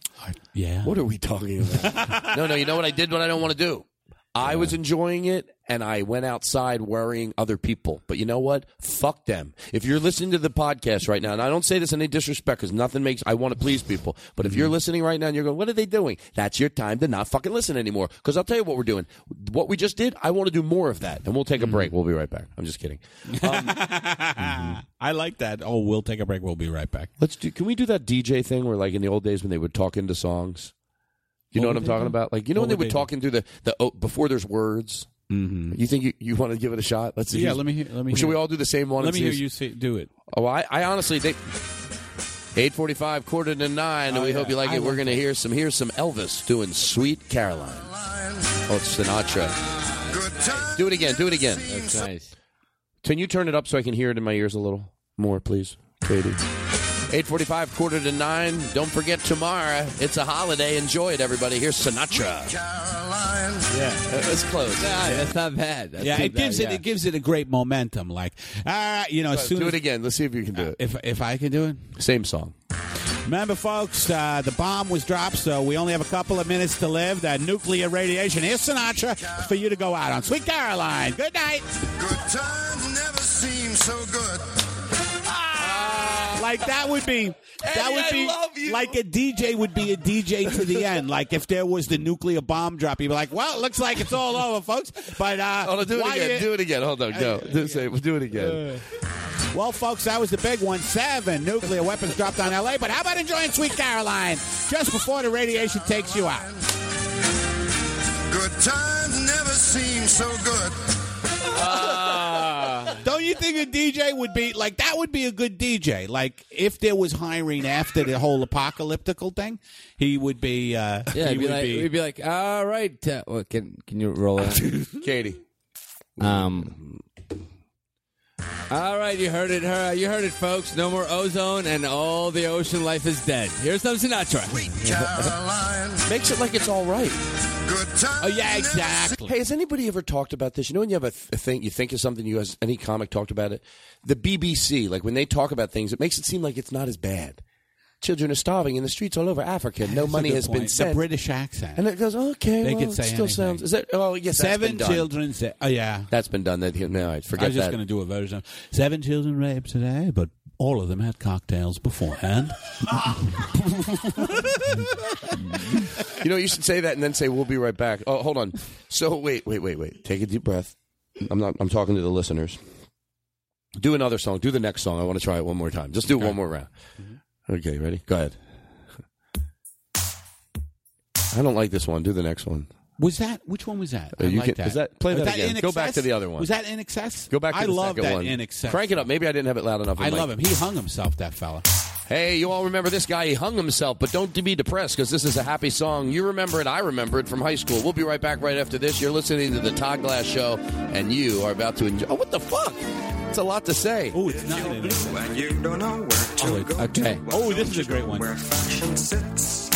Speaker 5: Yeah.
Speaker 1: What are we talking about? no, no. You know what I did? What I don't want to do. I was enjoying it, and I went outside worrying other people. But you know what? Fuck them. If you're listening to the podcast right now, and I don't say this in any disrespect, because nothing makes I want to please people. But if you're listening right now and you're going, "What are they doing?" That's your time to not fucking listen anymore. Because I'll tell you what we're doing. What we just did, I want to do more of that, and we'll take a break. We'll be right back. I'm just kidding. Um,
Speaker 5: I like that. Oh, we'll take a break. We'll be right back.
Speaker 1: Let's do. Can we do that DJ thing where, like in the old days, when they would talk into songs? You know
Speaker 5: What would
Speaker 1: what I'm
Speaker 5: they
Speaker 1: talking
Speaker 5: do?
Speaker 1: about? Like you know
Speaker 5: What
Speaker 1: when they
Speaker 5: would
Speaker 1: would
Speaker 5: they
Speaker 1: talk into the the oh, before there's words. Mm-hmm. You think you, you want to give it a shot? Let's see.
Speaker 5: Yeah,
Speaker 1: who's-
Speaker 5: let me hear- let me
Speaker 1: Should
Speaker 5: hear
Speaker 1: we
Speaker 5: it.
Speaker 1: all do the same one?
Speaker 5: Let
Speaker 1: and
Speaker 5: me
Speaker 1: see
Speaker 5: hear
Speaker 1: who's-
Speaker 5: you say, do it.
Speaker 1: Oh, I, I honestly they. 845, quarter to nine, and we
Speaker 5: Oh,
Speaker 1: hope you like it. We're going to hear some here's some Elvis doing Sweet Caroline. Oh, it's Sinatra. Do it again. Do it again. That's nice. Can you turn it up so I can hear it in my ears a little more, please, Katie? 845, quarter to nine. Don't forget tomorrow. It's a holiday. Enjoy it, everybody. Here's Sinatra. Yeah, that's close.
Speaker 6: Yeah, that's not bad. That's
Speaker 5: yeah,
Speaker 6: not
Speaker 5: it
Speaker 6: bad,
Speaker 5: gives it
Speaker 6: yeah.
Speaker 5: it gives it a great momentum. Like, ah, you know, as soon
Speaker 6: Do
Speaker 5: as,
Speaker 6: it
Speaker 1: again. Let's see if you can do it.
Speaker 5: If if I can do it,
Speaker 1: same song.
Speaker 5: Remember, folks, uh, the bomb was dropped, so we only have a couple of minutes to live. That nuclear radiation. Here's Sinatra for you to go out on. Sweet Caroline. Good night.
Speaker 4: Good times never seem so good.
Speaker 5: Like that would be that
Speaker 4: Eddie,
Speaker 5: would
Speaker 4: I
Speaker 5: be
Speaker 4: love you.
Speaker 5: like a DJ would be a DJ to the end. Like if there was the nuclear bomb drop, you'd be like, "Well, it looks like it's all over, folks." But uh,
Speaker 1: Hold on, Oh, do it
Speaker 5: why
Speaker 1: again.
Speaker 5: you-
Speaker 1: Do it again. Hold on. No, do, say, do it again.
Speaker 5: Well, folks, that was the big one. Seven nuclear weapons dropped on LA. But how about enjoying Sweet Caroline just before the radiation takes you out?
Speaker 4: Good times never seem so good.
Speaker 1: Uh.
Speaker 5: Don't you think a DJ would be like that? Would be a good DJ. Like if there was hiring after the whole apocalyptical thing, he would be. Uh,
Speaker 6: Yeah,
Speaker 5: he
Speaker 6: it'd be
Speaker 5: would
Speaker 6: like,
Speaker 5: be.
Speaker 6: we'd be like, all right, uh, well, can can you roll it,
Speaker 1: Katie?
Speaker 6: Um, all right, you heard it, her, you heard it, folks. No more ozone, and all the ocean life is dead. Here's some Sinatra.
Speaker 1: Makes it like it's all right.
Speaker 4: Oh
Speaker 5: yeah, exactly.
Speaker 1: Hey, has anybody ever talked about this? You know, when you have a, th- a thing, you think of something. You guys, any comic talked about it. The BBC, like when they talk about things, it makes it seem like it's not as bad. Children are starving in the streets all over Africa. No
Speaker 5: That's a
Speaker 1: money
Speaker 5: good
Speaker 1: has been
Speaker 5: point.
Speaker 1: sent.
Speaker 5: The British accent.
Speaker 1: And it goes, okay,
Speaker 5: They
Speaker 1: well,
Speaker 5: could
Speaker 1: it
Speaker 5: say
Speaker 1: still
Speaker 5: anything.
Speaker 1: sounds. Is that? Oh, yes. that's
Speaker 5: Seven
Speaker 1: been done.
Speaker 5: children. Say, oh yeah.
Speaker 1: That's been done. That no, all right, forget
Speaker 5: I was just
Speaker 1: that.
Speaker 5: going to do a version. of Seven children raped today, but all of them had cocktails beforehand.
Speaker 1: You know, you should say that and then say, "We'll be right back." Oh, hold on. So wait, wait, wait, wait. Take a deep breath. I'm not. I'm talking to the listeners. Do another song. Do the next song. I want to try it one more time. Just do one more round.
Speaker 5: Mm-hmm.
Speaker 1: Okay, ready? Go ahead. I don't like this one. Do the next one.
Speaker 5: Was that which one was that?
Speaker 1: Uh,
Speaker 5: I
Speaker 1: you
Speaker 5: like
Speaker 1: can-
Speaker 5: that.
Speaker 1: is that- play
Speaker 5: Was
Speaker 1: that again.
Speaker 5: In
Speaker 1: Go back
Speaker 5: Excess?
Speaker 1: to the other one.
Speaker 5: Was that in excess?
Speaker 1: Go back. To
Speaker 5: I
Speaker 1: the
Speaker 5: love
Speaker 1: second
Speaker 5: that
Speaker 1: one.
Speaker 5: in excess.
Speaker 1: Crank it up. Maybe I didn't have it loud enough. in
Speaker 5: I
Speaker 1: my-
Speaker 5: love him. He hung himself. That fella.
Speaker 1: Hey, you all remember this guy? He hung himself, but don't be depressed because this is a happy song. You remember it. I remember it from high school. We'll be right back right after this. You're listening to the Todd Glass Show, and you are about to enjoy. Oh, what the fuck? It's a lot to say.
Speaker 5: Oh, it's not.
Speaker 4: When you don't know where to go
Speaker 1: okay.
Speaker 4: to,
Speaker 5: Oh, this is a great one.
Speaker 4: where fashion sits.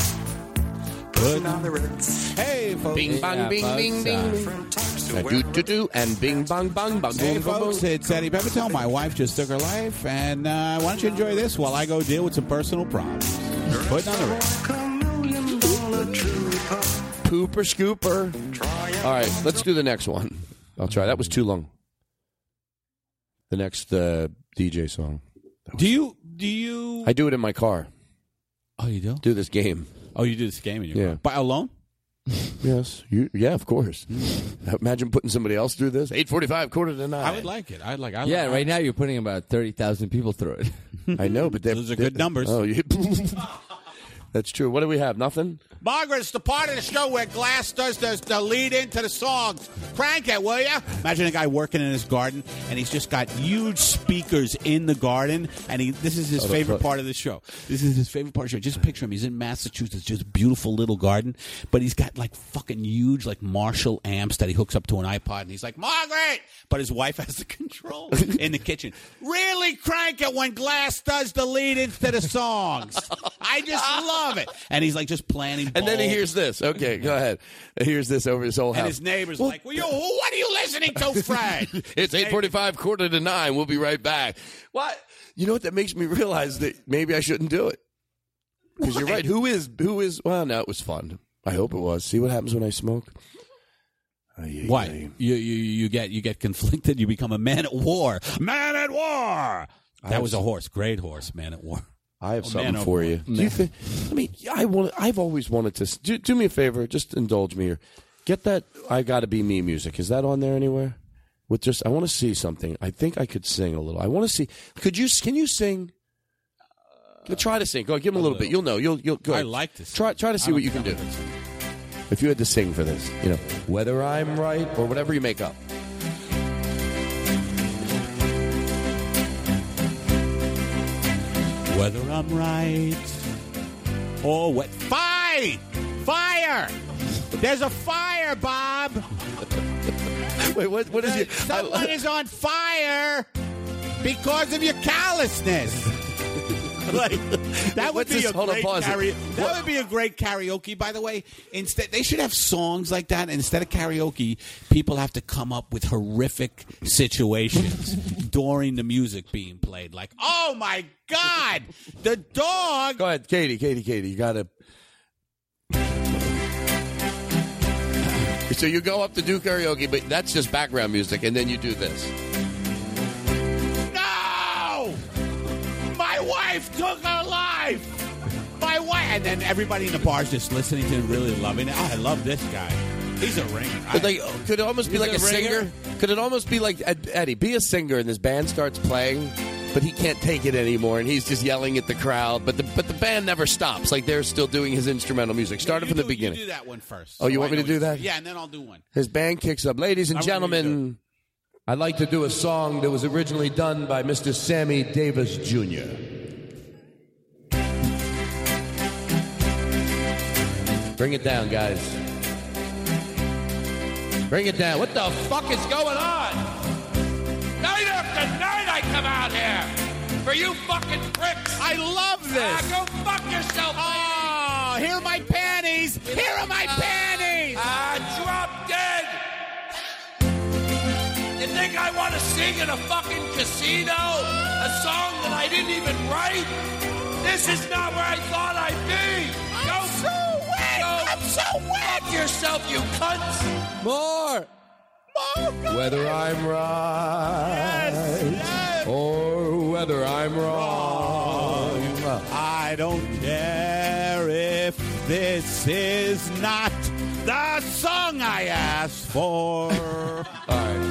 Speaker 5: Good.
Speaker 4: Another it's
Speaker 5: Hey, folks.
Speaker 1: Bing, bang,
Speaker 5: Yeah,
Speaker 1: bing,
Speaker 5: folks,
Speaker 1: bing, bing,
Speaker 5: uh,
Speaker 4: different types to
Speaker 1: Uh,
Speaker 4: wear.
Speaker 1: do do do and bing bang bang bang.
Speaker 5: Hey,
Speaker 1: boom, boom,
Speaker 5: folks,
Speaker 1: boom.
Speaker 5: it's Eddie Pepitone. My wife just took her life, and uh, why don't you enjoy this while I go deal with some personal problems? Putting on the ring.
Speaker 4: Million dollar trooper.
Speaker 1: Pooper scooper. All right, let's do the next one. I'll try. That was too long. The next uh, DJ song.
Speaker 5: Do you? Do you?
Speaker 1: I do it in my car.
Speaker 5: Oh, you do?
Speaker 1: Do this game.
Speaker 5: Oh, you do this game in your
Speaker 1: Yeah.
Speaker 5: car. By alone? Hmm.
Speaker 1: Yes. You, yeah, of course. Imagine putting somebody else through this. 845, quarter to nine.
Speaker 5: I would like it. I'd like. I
Speaker 6: Yeah,
Speaker 5: like,
Speaker 6: right now you're putting about thirty thousand people through it.
Speaker 1: I know, but those
Speaker 5: are good numbers.
Speaker 1: Oh, you, that's true. What do we have? Nothing?
Speaker 5: Margaret, it's the part of the show where Glass does the, the lead into the songs. Crank it, will ya? Imagine a guy working in his garden and he's just got huge speakers in the garden, and he this is his
Speaker 17: Oh, the
Speaker 5: favorite
Speaker 17: fuck.
Speaker 5: part of the show. This is his favorite part of the show. Just picture him. He's in Massachusetts, just beautiful little garden, but he's got like fucking huge like Marshall amps that he hooks up to an iPod, and he's like Margaret, but his wife has the control in the kitchen. Really crank it when Glass does the lead into the songs. I just
Speaker 4: Ah.
Speaker 5: love it, and he's like just planning.
Speaker 1: And then he
Speaker 5: bowls.
Speaker 1: hears this. Okay, go ahead. Here's this over his whole house.
Speaker 5: And his neighbor's like, well, you, what are you listening to, Fred?
Speaker 1: it's 845, quarter to nine. We'll be right back. What? You know what? That makes me realize that maybe I shouldn't do it. Because you're right. Who is, who is, well, no, it was fun. I hope it was. See what happens when I smoke?
Speaker 5: Why? You, you you get you get conflicted. You become a man at war. Man at war. That
Speaker 1: have
Speaker 5: was a
Speaker 1: some-
Speaker 5: horse. Great horse. Man at war.
Speaker 1: I have
Speaker 5: Oh,
Speaker 1: something
Speaker 5: man, oh,
Speaker 1: for you. Do you think, I mean, I want. I've always wanted to. s- Do, do me a favor. Just indulge me here. Get that. I gotta be me music. Is that on there anywhere? With just, I want to see something. I think I could sing a little. I want to see. Could you? s- Can you sing? Go try to sing. Go give him a little, bit. You'll know. You'll you'll go.
Speaker 5: Uh, I
Speaker 1: ahead.
Speaker 5: like to sing.
Speaker 1: Try try to see
Speaker 5: I
Speaker 1: what you
Speaker 5: don't
Speaker 1: can do.
Speaker 5: think I
Speaker 1: If you had to sing for this, you know, whether I'm right or whatever you make up.
Speaker 5: Whether I'm right or Oh, what. Fire! Fire! There's a fire, Bob! Uh,
Speaker 1: Wait, what, what is your.
Speaker 18: Someone
Speaker 5: is on fire because of your callousness. like that would
Speaker 18: What's
Speaker 5: be
Speaker 18: this-
Speaker 5: a
Speaker 18: hold on,
Speaker 5: great
Speaker 18: pause it.
Speaker 5: karaoke. That would be a great karaoke. By the way, instead they should have songs like that. And instead of karaoke, people have to come up with horrific situations during the music being played. Like, oh my god, the dog.
Speaker 1: Go ahead, Katie, Katie, Katie. You got to. So you go up to do karaoke, but that's just background music, and then you do this.
Speaker 5: No! My wife took her life! My wife! And then everybody in the bar's just listening to it, really loving it. Oh, I love this guy. He's a ringer. I-
Speaker 1: But like, could it almost be
Speaker 5: He's
Speaker 1: like a,
Speaker 5: a ringer.
Speaker 1: singer? Could it almost be like Ed- Eddie? Be a singer, and this band starts playing, but he can't take it anymore, and he's just yelling at the crowd. But the but the band never stops. Like they're still doing his instrumental music. Start it from the beginning.
Speaker 5: do that one first.
Speaker 1: Oh, you
Speaker 5: So
Speaker 1: want
Speaker 5: I
Speaker 1: me to
Speaker 5: know
Speaker 1: do
Speaker 5: what
Speaker 1: that?
Speaker 5: you- Yeah, and then I'll do one.
Speaker 1: His band kicks up. Ladies and gentlemen, I'd like to do a song that was originally done by Mr. Sammy Davis Jr. Bring it down, guys. Bring it down. What the fuck is going on?
Speaker 4: Night after night I come out here for you fucking pricks. I love this. Ah, go fuck yourself.
Speaker 5: Oh, here are my panties. Here are my panties.
Speaker 4: Ah, drop dead. You think I want to sing in a fucking casino a song that I didn't even write? This is not where I thought I'd be. I'm go, so wet. I'm so wet. Fuck yourself, you cunts.
Speaker 1: More. Whether I'm right or whether I'm wrong,
Speaker 5: I don't care if this is not the song I asked for. All
Speaker 6: right.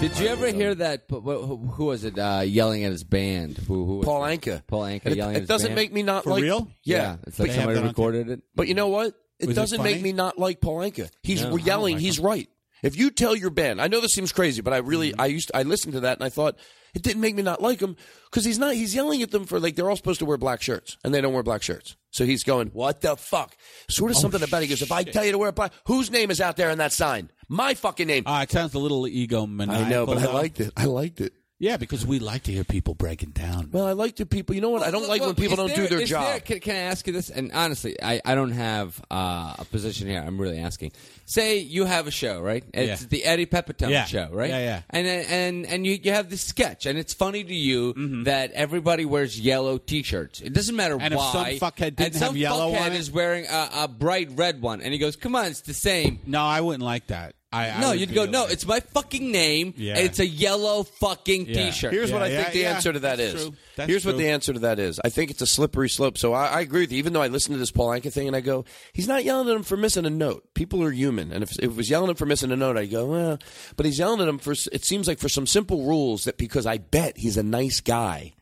Speaker 6: Did you ever hear that? but what- Who who was it uh, yelling at his band? Who, who
Speaker 1: Paul Anka.
Speaker 6: Paul Anka
Speaker 1: It-
Speaker 6: yelling.
Speaker 1: it
Speaker 6: at his
Speaker 1: doesn't
Speaker 6: band?
Speaker 1: make me not For like- real?
Speaker 6: Yeah,
Speaker 1: Yeah.
Speaker 6: it's like
Speaker 1: They have
Speaker 6: somebody
Speaker 1: that on
Speaker 6: recorded it.
Speaker 1: But you know what? It
Speaker 6: Was it
Speaker 1: doesn't make
Speaker 6: funny?
Speaker 1: me not like Paul Anka. He's
Speaker 6: No.
Speaker 1: yelling. he's right. If you tell your band, I know this seems crazy, but I really,
Speaker 5: Mm-hmm.
Speaker 1: I used, I listened to that and I thought it didn't make me not like him because he's not. He's yelling at them for like they're all supposed to wear black shirts and they don't wear black shirts. So he's going, "What the fuck?" Sort
Speaker 5: Oh,
Speaker 1: of something about it. He goes, "If I tell you to wear black, whose name is out there on that sign? My fucking name."
Speaker 5: Ah, it sounds a little ego maniacal.
Speaker 1: I know, but I
Speaker 5: though.
Speaker 1: liked it. I liked it.
Speaker 5: Yeah, because we like to hear people breaking down.
Speaker 1: Well, I like to people. You know what? I don't like when people
Speaker 6: Is
Speaker 1: don't
Speaker 6: there-
Speaker 1: do their
Speaker 6: is
Speaker 1: job.
Speaker 6: there- can, can I ask you this? And honestly, I, I don't have uh, a position here. I'm really asking. Say you have a show, right? It's
Speaker 5: Yeah.
Speaker 6: the Eddie Pepitone
Speaker 5: Yeah.
Speaker 6: show, right?
Speaker 5: Yeah, yeah.
Speaker 6: And and and you, you have this sketch, and it's funny to you that everybody wears yellow T-shirts. It doesn't matter
Speaker 5: Mm-hmm. And if some
Speaker 6: why.
Speaker 5: fuckhead didn't
Speaker 6: and some
Speaker 5: have yellow
Speaker 6: fuckhead
Speaker 5: on it?
Speaker 6: is wearing a, a bright red one, and he goes, "Come on, it's the same."
Speaker 5: No, I wouldn't like that. I, I
Speaker 6: no,
Speaker 5: would
Speaker 6: you'd
Speaker 5: be
Speaker 6: go,
Speaker 5: like-
Speaker 6: "No, it's my fucking name.
Speaker 5: Yeah.
Speaker 6: And it's a yellow fucking
Speaker 1: Yeah.
Speaker 6: T-shirt."
Speaker 1: Here's what I think the answer to that is. Here's what the answer to that is. I think it's a slippery slope. So I, I agree with you. Even though I listen to this Paul Anka thing and I go, he's not yelling at him for missing a note. People are human, and if, if it was yelling at him for missing a note, I go, well. But he's yelling at him for. s- It seems like for some simple rules that because I bet he's a nice guy.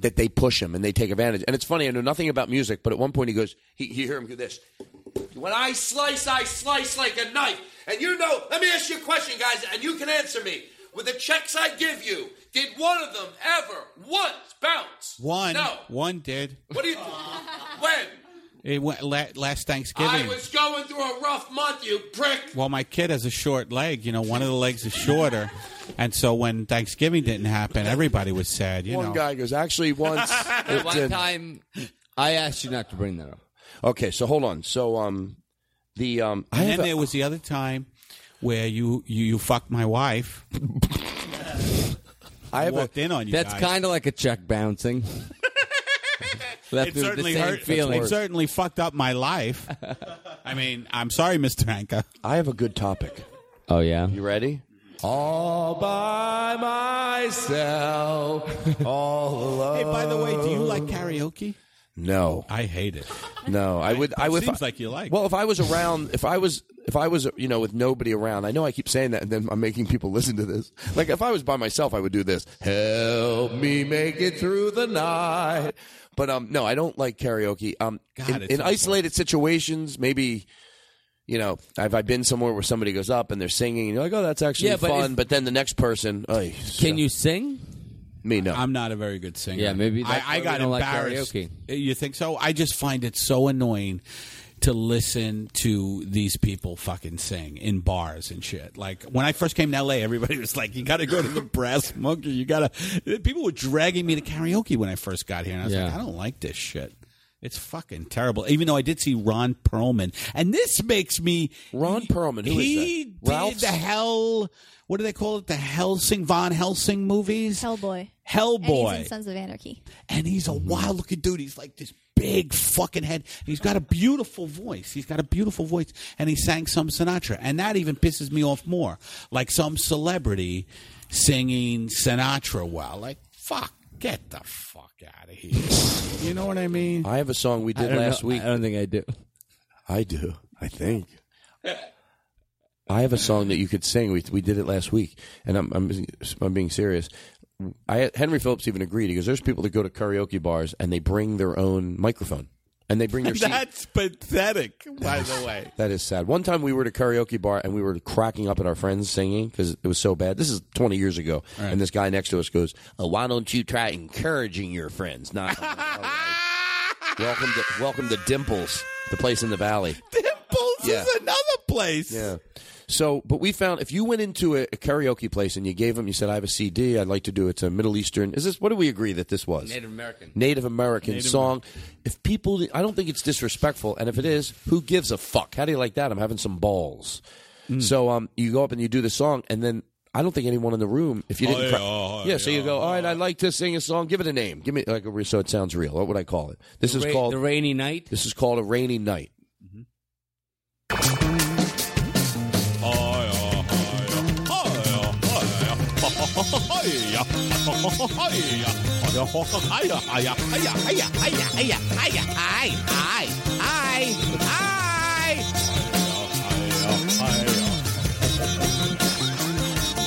Speaker 1: That they push him and they take advantage. And it's funny, I know nothing about music, but at one point he goes, he, you hear him do this.
Speaker 4: When I slice, I slice like a knife. And you know, let me ask you a question, guys, and you can answer me. With the checks I give you, did one of them ever once bounce?
Speaker 5: One,
Speaker 4: No.
Speaker 5: one did.
Speaker 4: What do you? when
Speaker 5: It went la- last Thanksgiving.
Speaker 4: I was going through a rough month, you prick.
Speaker 5: well, my kid has a short leg. You know, one of the legs is shorter, and so when Thanksgiving didn't happen, everybody was sad. You
Speaker 1: One
Speaker 5: know,
Speaker 1: guy goes, actually, once. it
Speaker 6: One
Speaker 1: did."
Speaker 6: time, I asked you not to bring that up.
Speaker 1: Okay, so hold on. So um, the um, I
Speaker 5: and
Speaker 1: have
Speaker 5: then
Speaker 1: a-
Speaker 5: there was the other time where you you, you fucked my wife.
Speaker 1: I have a-
Speaker 5: walked in on you.
Speaker 6: That's kind of like a check bouncing. Left
Speaker 5: it
Speaker 6: with
Speaker 5: certainly
Speaker 6: the same
Speaker 5: hurt.
Speaker 6: feeling.
Speaker 5: It certainly fucked up my life. I mean, I'm sorry, Mr. Anka.
Speaker 1: I have a good topic.
Speaker 6: Oh yeah,
Speaker 1: you ready? All by myself, all alone.
Speaker 5: Hey, by the way, do you like karaoke?
Speaker 1: No,
Speaker 5: I hate it.
Speaker 1: No, I would. I
Speaker 5: It
Speaker 1: would.
Speaker 5: seems like you like.
Speaker 1: Well, if I was around, if I was, if I was, you know, with nobody around, I know I keep saying that, and then I'm making people listen to this. Like if I was by myself, I would do this. Help me make it through the night. But um, no, I don't like karaoke. Um, in,
Speaker 5: it's
Speaker 1: in
Speaker 5: awful.
Speaker 1: isolated situations, maybe. You know, have I been somewhere where somebody goes up and they're singing, and you're like, "Oh, that's actually
Speaker 6: Yeah, but
Speaker 1: fun,"
Speaker 6: if-
Speaker 1: but then the next person, "Ay,
Speaker 6: Can you sing?
Speaker 1: Me no.
Speaker 5: I'm not a very good singer.
Speaker 6: Yeah, maybe that's
Speaker 5: I, I
Speaker 6: why we
Speaker 5: got
Speaker 6: don't like
Speaker 5: embarrassed.
Speaker 6: karaoke.
Speaker 5: you think so? I just find it so annoying to listen to these people fucking sing in bars and shit. Like when I first came to LA, everybody was like, "You got to go to the Brass Monkey. You got to." People were dragging me to karaoke when I first got here, and I was
Speaker 19: Yeah.
Speaker 5: like, "I don't like this shit." It's fucking terrible. Even though I did see Ron Perlman, and this makes me Ron Perlman.
Speaker 19: who is that?
Speaker 5: he did
Speaker 19: Ralph's?
Speaker 5: the hell. What do they call it? The Helsing Von Helsing movies.
Speaker 15: Hellboy.
Speaker 6: Oh,
Speaker 5: Hellboy.
Speaker 15: And he's in Sons of Anarchy.
Speaker 5: and he's a wild looking dude. He's like this big fucking head. And he's got a beautiful voice. He's got a beautiful voice. And he sang some Sinatra. And that even pisses me off more. Like some celebrity singing Sinatra well. Like, fuck, get the fuck out of here. you know what I mean?
Speaker 1: I have a song Oh, we
Speaker 5: I
Speaker 1: did
Speaker 5: don't
Speaker 1: last
Speaker 5: know.
Speaker 1: week.
Speaker 5: I uh,
Speaker 6: don't think I do.
Speaker 1: I do. I think. I have a song that you could sing. We we did it last week, and I'm I'm, I'm being serious. I Henry Phillips even agreed because there's people that go to karaoke bars and they bring their own microphone and they bring their seat.
Speaker 5: That's pathetic, by the way.
Speaker 1: That is sad. One time we were at a karaoke bar and we were cracking up at our friends singing because it was so bad. This is 20 years ago. And this guy next to us goes, oh, Why don't you try encouraging your friends? Not I'm like, "All right." welcome, to, welcome to Dimples, the place in the valley.
Speaker 5: Dimples
Speaker 1: Yeah.
Speaker 5: is another place.
Speaker 1: Yeah. So, but we found if you went into a, a karaoke place and you gave them, you said, I have a CD, I'd like to do it to Middle Eastern. Is this, what do we agree that this was?
Speaker 6: Native American.
Speaker 1: Native American
Speaker 6: Native
Speaker 1: song. If people, I don't think it's disrespectful, and if it is, who gives a fuck? How do you like that? I'm having some balls. So um, you go up and you do the song, and then I don't think anyone in the room, if you Oh, didn't, yeah, cra- oh, yeah, so you go, all right, I'd like to sing a song. Give it a name. Give me like a, so it sounds real. What would I call it? This
Speaker 6: The
Speaker 1: is
Speaker 6: Ra-
Speaker 1: called
Speaker 6: The Rainy Night.
Speaker 1: This is called a rainy night.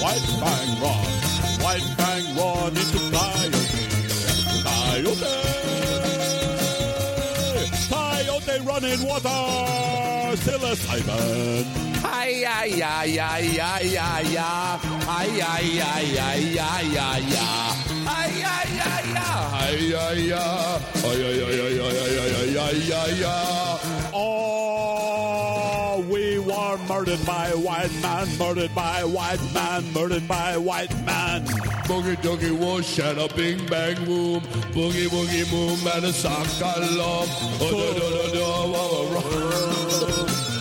Speaker 4: White Fang Ron, White Fang Ron is to fly away, fly away. Coyote run in water, still a Simon.
Speaker 1: Ay, ay, ay, ay, ay, ay, ay, ay, ay, ay,
Speaker 6: Ah,
Speaker 1: ay, ay, ay. Ay, ay, ay, ay.
Speaker 4: Ay, ay, ay, ay, ay, ay, ay, ay, ay, ay, ay, ay, ay. Oh, we were murdered by white man, murdered by white man, murdered by white man. Boogie doogie whoosh and a bing bang boom, boogie boogie boom and Oh, a sock-a-lum.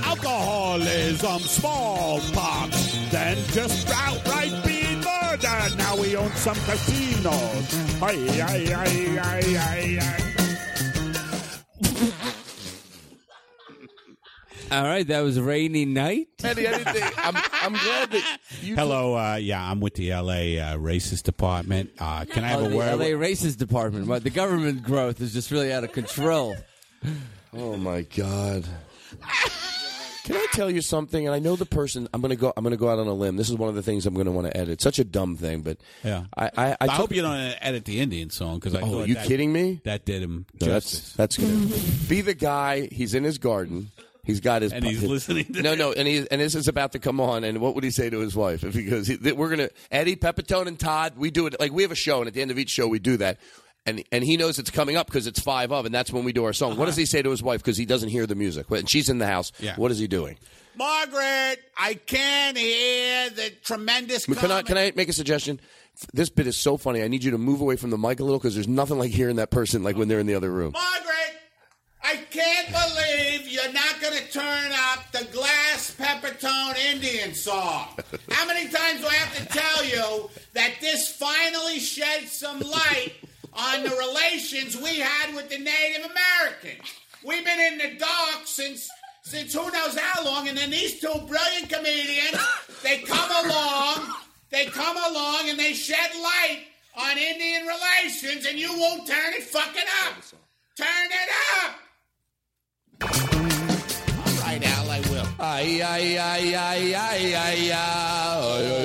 Speaker 4: Alcoholism, smallpox, then just outright being murdered. Now we own some casinos. Ay, ay, ay, ay, ay, ay.
Speaker 6: All right, that was Rainy Night.
Speaker 1: Eddie, I didn't think- I'm, I'm glad that you.
Speaker 5: Hello, uh, yeah, I'm with the LA uh, racist department. Uh, can I have
Speaker 6: Oh,
Speaker 5: a
Speaker 6: the
Speaker 5: word?
Speaker 6: LA
Speaker 5: with-
Speaker 6: Racist Department. Well, the government growth is just really out of control.
Speaker 1: Oh my God. Can I tell you something? And I know the person. I'm gonna go. I'm gonna go out on a limb. This is one of the things I'm gonna want to edit. Such a dumb thing, but
Speaker 5: Yeah.
Speaker 1: I. I,
Speaker 5: I,
Speaker 1: I
Speaker 5: hope you don't edit the Indian song because I.
Speaker 1: Oh,
Speaker 5: thought
Speaker 1: you
Speaker 5: that-
Speaker 1: kidding me?
Speaker 5: That did him
Speaker 1: No,
Speaker 5: justice.
Speaker 1: that's that's good. Be the guy. He's in his garden. He's got his
Speaker 5: And he's listening to
Speaker 1: no, no, and he and this is about to come on. And what would he say to his wife if he goes? He, that we're gonna Eddie Pepitone and Todd. We do it like we have a show, and at the end of each show, we do that. And and he knows it's coming up because it's five of, and that's when we do our song. What does he say to his wife because he doesn't hear the music? When she's in the house,
Speaker 5: Yeah.
Speaker 1: what is he doing?
Speaker 5: Margaret, I can hear the tremendous.
Speaker 1: Can I, can I make a suggestion? This bit is so funny. I need you to move away from the mic a little because there's nothing like hearing that person like when they're in the other room.
Speaker 5: Margaret, I can't believe you're not going to turn up the glass peppertone Indian song. How many times do I have to tell you that this finally sheds some light on the relations we had with the Native Americans? We've been in the dark since. Since who knows how long, and then these two brilliant comedians, they come along, they come along, and they shed light on Indian relations, and you won't turn it fucking up. Turn it up! All right, Al, I will.
Speaker 1: Ay, ay, ay, ay, ay, ay,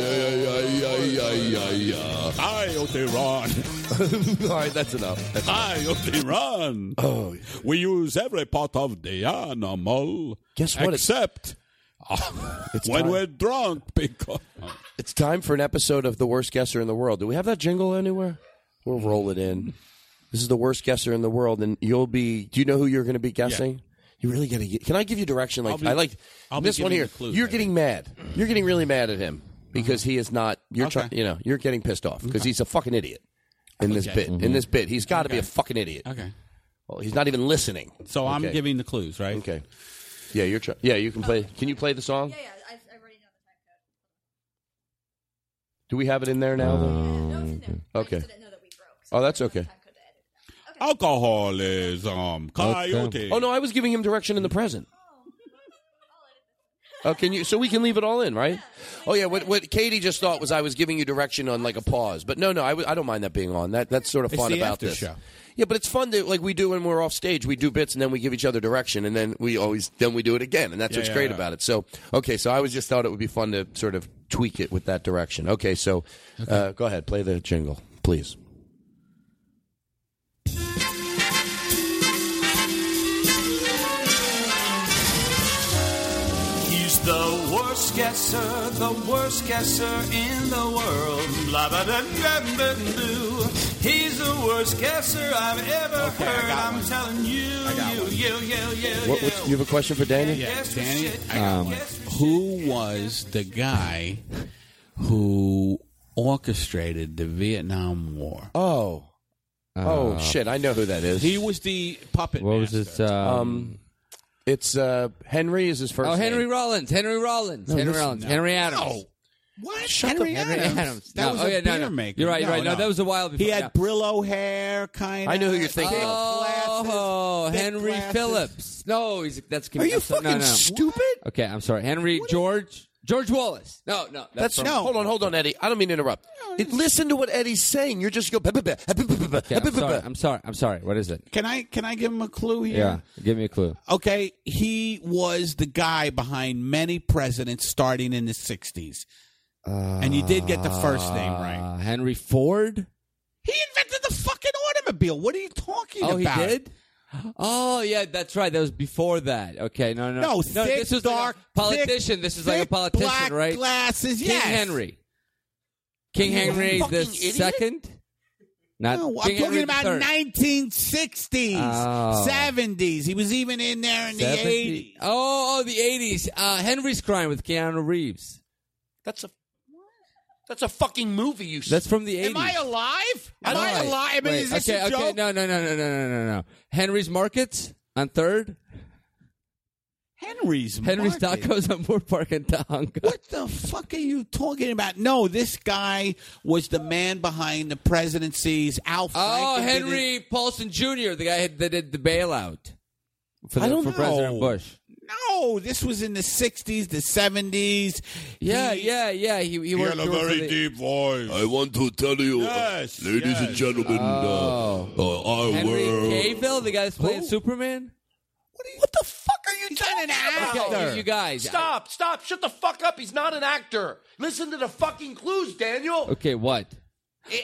Speaker 4: Coyote Ron.
Speaker 1: All right, that's enough. That's
Speaker 4: Coyote Ron.
Speaker 1: Oh,
Speaker 4: we use every part of the animal.
Speaker 1: Guess what?
Speaker 4: Except when
Speaker 1: time.
Speaker 4: we're drunk, because
Speaker 1: It's time for an episode of The Worst Guesser in the World. Do we have that jingle anywhere? We'll roll it in. This is the worst guesser in the world, and you'll be. Do you know who you're going to be guessing? You really got to. get Can I give you direction? Like I'll be- I like I'll be this one giving here. the clues, you're I getting mad. You're getting really mad at him
Speaker 5: Uh-huh.
Speaker 1: because he is not. You're trying. You know. You're getting pissed off because he's a fucking idiot in this
Speaker 5: Okay.
Speaker 1: bit.
Speaker 5: Mhm.
Speaker 1: In this bit, he's got to be a fucking idiot.
Speaker 5: Okay.
Speaker 1: Well, he's not even listening.
Speaker 5: So I'm
Speaker 1: Okay.
Speaker 5: giving the clues, right?
Speaker 1: Okay. Yeah, you're. Try- yeah, you can play. Can you play the song? Yeah, yeah. I, I already know the time code. Do we have it in there now? though? Okay. Oh, that's okay.
Speaker 4: um,
Speaker 5: Alcoholism, coyote.
Speaker 1: Oh no, I was giving him direction in the present. Oh, can you? So we can leave it all in, right? Oh yeah. What, what Katie just thought was I was giving you direction on like a pause, but no, no, I, w- I don't mind that being on. That that's sort of
Speaker 5: It's
Speaker 1: fun
Speaker 5: the
Speaker 1: about
Speaker 5: after
Speaker 1: this.
Speaker 5: show.
Speaker 1: Yeah, but it's fun that like we do when we're off stage, we do bits and then we give each other direction, and then we always then we do it again, and that's
Speaker 5: Yeah,
Speaker 1: what's
Speaker 5: yeah,
Speaker 1: great
Speaker 5: yeah.
Speaker 1: about it. So okay, so I was just thought it would be fun to sort of tweak it with that direction. Okay, so Uh, go ahead, play the jingle, please.
Speaker 4: He's the worst guesser, the worst guesser in the world. Blah, blah, blah, blah, blah, blah. He's the worst guesser I've ever heard. I'm telling you, you, you, you, you,
Speaker 1: What, what's, you have a question for Danny?
Speaker 5: Yeah, Danny, I got
Speaker 6: Um,
Speaker 5: one. who was the guy who orchestrated the Vietnam War?
Speaker 1: Oh. Oh, shit! I know who that is.
Speaker 5: He was the puppet.
Speaker 1: What was it? Um, it's uh, Henry is his first.
Speaker 6: oh, Henry
Speaker 1: name.
Speaker 6: Rollins. Henry Rollins.
Speaker 1: No,
Speaker 6: Henry
Speaker 1: this-
Speaker 6: Rollins.
Speaker 1: no.
Speaker 6: Henry Adams.
Speaker 5: What?
Speaker 1: Shut
Speaker 6: Henry Adams.
Speaker 5: That
Speaker 6: No,
Speaker 5: was
Speaker 6: oh,
Speaker 5: a
Speaker 6: yeah, no,
Speaker 5: beer
Speaker 6: no.
Speaker 5: maker.
Speaker 6: You're right, you're right. No, that was a while
Speaker 5: He
Speaker 6: before,
Speaker 5: had
Speaker 6: yeah.
Speaker 5: Brillo hair, kind of.
Speaker 1: I know who you're thinking of.
Speaker 6: Oh, Henry Phillips. No, he's that's.
Speaker 1: Are you
Speaker 6: that's- no,
Speaker 1: fucking
Speaker 6: no.
Speaker 1: stupid?
Speaker 6: Okay, I'm sorry, Henry George George Wallace. No, no,
Speaker 1: That's,
Speaker 6: that's, from-
Speaker 1: no. Hold on, hold on, Eddie. I don't mean to interrupt. It- listen to what Eddie's saying. You're just go. "Bah, bah, bah, bah, bah, bah, bah,
Speaker 6: Okay,
Speaker 1: bah,
Speaker 6: I'm
Speaker 1: bah,
Speaker 6: sorry.
Speaker 1: bah."
Speaker 6: I'm sorry. I'm sorry. What is it?
Speaker 5: Can I can I give him a clue here?
Speaker 6: Yeah, give me a clue.
Speaker 5: Okay, he was the guy behind many presidents starting in the 60s. and you did get the first name right.
Speaker 6: Uh, Henry Ford?
Speaker 5: He invented the fucking automobile. What are you talking
Speaker 6: Oh, he
Speaker 5: about?
Speaker 6: did. Oh yeah, that's right. That was before that. Okay, no, no,
Speaker 5: No, thick,
Speaker 6: this was
Speaker 5: dark,
Speaker 6: like a politician.
Speaker 5: thick-
Speaker 6: this is like a
Speaker 5: thick
Speaker 6: politician,
Speaker 5: black
Speaker 6: right?
Speaker 5: glasses,
Speaker 6: King
Speaker 5: yes.
Speaker 6: Henry. King
Speaker 5: Are you a
Speaker 6: Henry
Speaker 5: fucking
Speaker 6: the
Speaker 5: idiot?
Speaker 6: second. Not
Speaker 5: No, I'm
Speaker 6: King Henry
Speaker 5: talking about
Speaker 6: the third.
Speaker 5: 1960s,
Speaker 6: Oh.
Speaker 5: 70s. He was even in there in
Speaker 6: 70
Speaker 5: the 80s.
Speaker 6: Oh, oh, the eighties. Uh, Henry's crime with Keanu Reeves.
Speaker 1: That's a that's a fucking movie. You.
Speaker 6: That's from the eighties.
Speaker 5: Am I alive? Am I
Speaker 6: Right.
Speaker 5: alive? I mean,
Speaker 6: Wait,
Speaker 5: is this
Speaker 6: okay,
Speaker 5: a joke?
Speaker 6: okay, no, no, no, no, no, no, no, no. Henry's Markets on third.
Speaker 5: Henry's
Speaker 6: Henry's
Speaker 5: Market.
Speaker 6: Tacos on Moore Park and Tahonga.
Speaker 5: What the fuck are you talking about? No, this guy was the man behind the presidencies. Al
Speaker 6: Oh,
Speaker 5: Franken did it.
Speaker 6: Henry Paulson Jr., the guy that did the bailout for, the,
Speaker 5: I don't
Speaker 6: for President
Speaker 5: know.
Speaker 6: Bush.
Speaker 5: No, this was in the 60s, the 70s.
Speaker 6: Yeah,
Speaker 5: He-
Speaker 6: yeah, yeah. He, he,
Speaker 5: He
Speaker 6: worked
Speaker 5: had a
Speaker 6: he worked for
Speaker 5: very
Speaker 6: the-
Speaker 5: deep voice.
Speaker 8: I want to tell you,
Speaker 5: Yes,
Speaker 8: uh, ladies and gentlemen, uh, uh,
Speaker 5: Oh,
Speaker 8: our
Speaker 6: Oh. Henry
Speaker 8: world.
Speaker 6: Cavill, the guy that's playing Superman.
Speaker 1: He's not an
Speaker 6: Okay, you, you guys.
Speaker 1: Stop! Stop! Shut the fuck up! He's not an actor. Listen to the fucking clues, Daniel.
Speaker 6: Okay, what?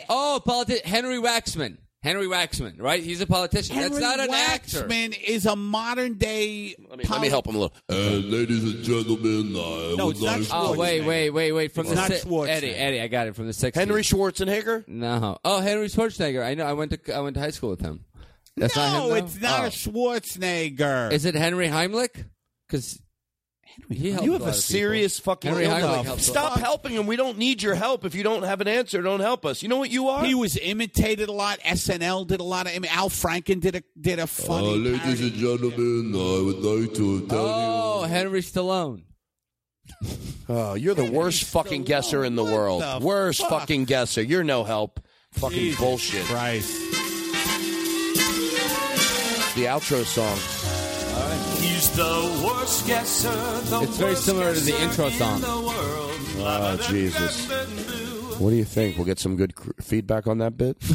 Speaker 6: oh, politi- Henry Waxman. Henry Waxman, right? He's a politician.
Speaker 5: Henry
Speaker 6: that's not an actor.
Speaker 5: Waxman is a modern day.
Speaker 8: Let me help him a little. And Uh, ladies and gentlemen, I
Speaker 5: No,
Speaker 8: would
Speaker 5: it's not
Speaker 8: like
Speaker 6: Oh wait, wait, wait, wait! From
Speaker 5: It's
Speaker 6: the
Speaker 5: not
Speaker 6: si- Eddie, Eddie, I got it from the sixties.
Speaker 1: Henry Schwarzenegger.
Speaker 6: no, oh Henry Schwarzenegger. I know. I went to I went to high school with him. That's
Speaker 5: no,
Speaker 6: not him. though?
Speaker 5: it's not
Speaker 6: Oh.
Speaker 5: a Schwarzenegger.
Speaker 6: Is it Henry Heimlich? Because he helped
Speaker 1: You have
Speaker 6: lot
Speaker 1: a
Speaker 6: of people.
Speaker 1: serious fucking
Speaker 6: Henry
Speaker 1: illness.
Speaker 6: Heimlich helped a
Speaker 1: Stop
Speaker 6: lot.
Speaker 1: helping him. We don't need your help. If you don't have an answer, don't help us. You know what you are?
Speaker 5: he was imitated a lot. SNL did a lot of. him. Al Franken did a did a
Speaker 8: Uh,
Speaker 1: Oh,
Speaker 5: funny.
Speaker 8: ladies and gentlemen, I would like to tell
Speaker 6: Oh, Henry Stallone.
Speaker 1: Oh, you're the worst fucking guesser in the world.
Speaker 6: the
Speaker 1: worst
Speaker 6: fuck?
Speaker 1: fucking guesser. You're no help. Fucking
Speaker 5: Jesus
Speaker 1: bullshit.
Speaker 5: Christ.
Speaker 1: The outro song.
Speaker 4: He's the worst guesser, the
Speaker 6: It's very
Speaker 4: worst
Speaker 6: similar to the
Speaker 4: guesser
Speaker 6: intro
Speaker 4: in
Speaker 6: song.
Speaker 4: the world.
Speaker 1: Oh, Jesus. What do you think? We'll get some good cr- feedback on that bit?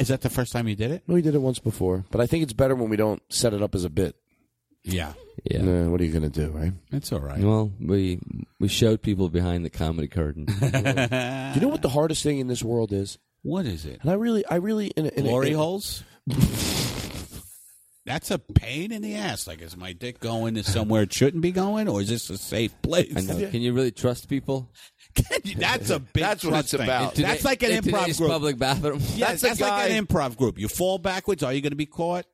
Speaker 5: Is that the first time you did it?
Speaker 1: no, we did it once before. But I think it's better when we don't set it up as a bit.
Speaker 5: Yeah.
Speaker 6: Yeah.
Speaker 1: Nah, what are you going to do, right?
Speaker 5: That's all right.
Speaker 6: Well, we we showed people behind the comedy curtain.
Speaker 1: you know what the hardest thing in this world is?
Speaker 5: What is it?
Speaker 1: And I really, I really, in a, in a-
Speaker 5: Glory
Speaker 1: in a-
Speaker 5: holes? That's a pain in the ass. Like, is my dick going to somewhere it shouldn't be going, or is this a safe place?
Speaker 6: I know. Can you really trust people?
Speaker 5: That's a big.
Speaker 6: That's what
Speaker 5: trust
Speaker 6: it's
Speaker 5: thing.
Speaker 6: about. In
Speaker 5: That's
Speaker 6: today-
Speaker 5: like an
Speaker 6: in
Speaker 5: improv
Speaker 6: today's
Speaker 5: group.
Speaker 6: public bathroom.
Speaker 5: Yeah,
Speaker 6: That's
Speaker 5: that's,
Speaker 6: a guy-
Speaker 5: like an improv group. You fall backwards. Are you going to be caught?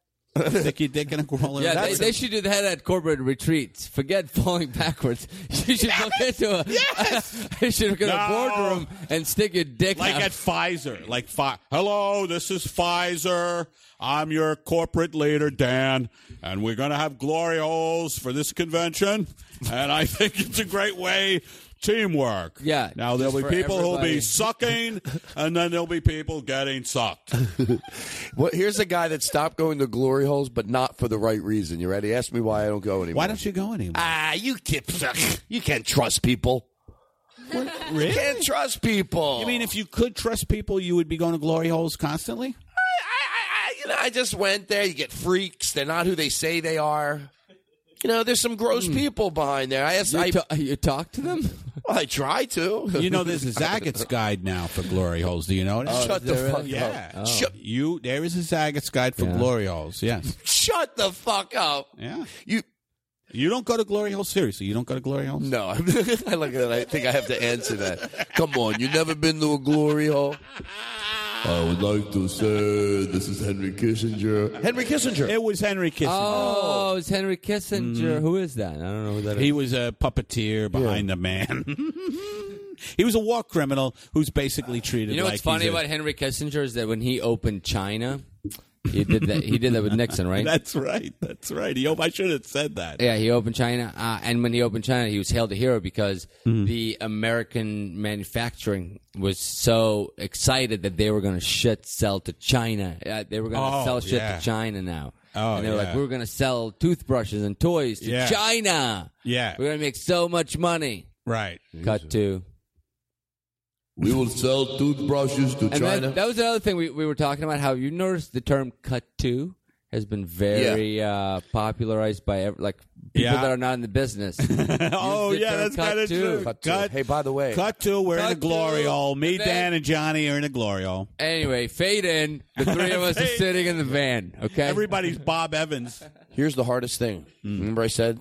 Speaker 5: Stick your dick in a crawler.
Speaker 6: Yeah, they,
Speaker 5: That's-
Speaker 6: they should do that at corporate retreats. Forget falling backwards. You should look into a. you should go to a boardroom and stick your dick
Speaker 5: like
Speaker 6: out.
Speaker 5: at Pfizer. Like, Pfi- hello, this is Pfizer. I'm your corporate leader, Dan, and we're going to have glory holes for this convention. And I think it's a great way teamwork.
Speaker 6: Yeah.
Speaker 5: Now there'll be
Speaker 6: for
Speaker 5: people who'll
Speaker 6: everybody.
Speaker 5: be sucking, and then there'll be people getting sucked.
Speaker 1: well, here's a guy that stopped going to glory holes, but not for the right reason. You ready? Ask me why I don't go anymore. Why don't
Speaker 5: you go anymore?
Speaker 1: Ah, you can't. You can't trust people.
Speaker 5: Really?
Speaker 1: Can't trust people.
Speaker 5: You mean if you could trust people, you would be going to glory holes constantly?
Speaker 1: I, you know, I just went there. You get freaks. They're not who they say they are. You know, there's some gross
Speaker 5: Hmm.
Speaker 1: people behind there. I asked. I,
Speaker 6: you talk to them?
Speaker 1: Well, I try to.
Speaker 5: You know, there's a Zagat's guide now for glory holes. Do you know it?
Speaker 1: Oh, Shut the there fuck is? up.
Speaker 5: Yeah.
Speaker 1: Oh. Shut-
Speaker 5: You, there is a Zagat's guide for glory holes. Yes.
Speaker 1: Shut the fuck up.
Speaker 5: Yeah.
Speaker 1: You
Speaker 5: you don't go to glory holes seriously. You don't go to glory holes.
Speaker 1: No, I look at that. I think I have to answer that. Come on, you never been to a glory hole?
Speaker 4: I would like to say this is Henry Kissinger.
Speaker 1: Henry Kissinger.
Speaker 5: It was Henry Kissinger. Mm-hmm.
Speaker 6: Oh, it's Henry Kissinger. Who is that? I don't know who that is.
Speaker 5: He was a puppeteer behind the man. he was a war criminal who's basically treated
Speaker 6: You know
Speaker 5: like
Speaker 6: what's funny
Speaker 5: he's a-
Speaker 6: about Henry Kissinger is that when he opened China, he did that. He did that with Nixon, right?
Speaker 5: That's right. That's right. He, I should have said that.
Speaker 6: Yeah, he opened China, uh, and when he opened China, he was hailed a hero because
Speaker 5: Mm-hmm.
Speaker 6: the American manufacturing was so excited that they were going to shit sell to China. Uh, they were going to
Speaker 5: Oh,
Speaker 6: sell shit
Speaker 5: yeah.
Speaker 6: to China now.
Speaker 5: Oh,
Speaker 6: and they were like,
Speaker 5: yeah.
Speaker 6: we're going to sell toothbrushes and toys to
Speaker 5: Yeah.
Speaker 6: China.
Speaker 5: Yeah.
Speaker 6: We're going to make so much money.
Speaker 5: Right.
Speaker 6: Cut to.
Speaker 4: We will sell toothbrushes to
Speaker 6: And
Speaker 4: China.
Speaker 6: that, that was another thing we, we were talking about. How you noticed the term "cut to" has been very uh, popularized by ev- like people
Speaker 5: Yeah.
Speaker 6: that are not in the business.
Speaker 5: Oh yeah, that's kind of true.
Speaker 1: Hey, by the way,
Speaker 5: cut to we're in
Speaker 6: Cut
Speaker 5: a glory
Speaker 6: to.
Speaker 5: hole. Me,
Speaker 6: And then-
Speaker 5: Dan, and Johnny are in a glory hole.
Speaker 6: Anyway, fade in. The three of us are
Speaker 5: Fade
Speaker 6: sitting in the van. Okay,
Speaker 5: Everybody's Bob Evans.
Speaker 1: Here's the hardest thing. Remember, I said,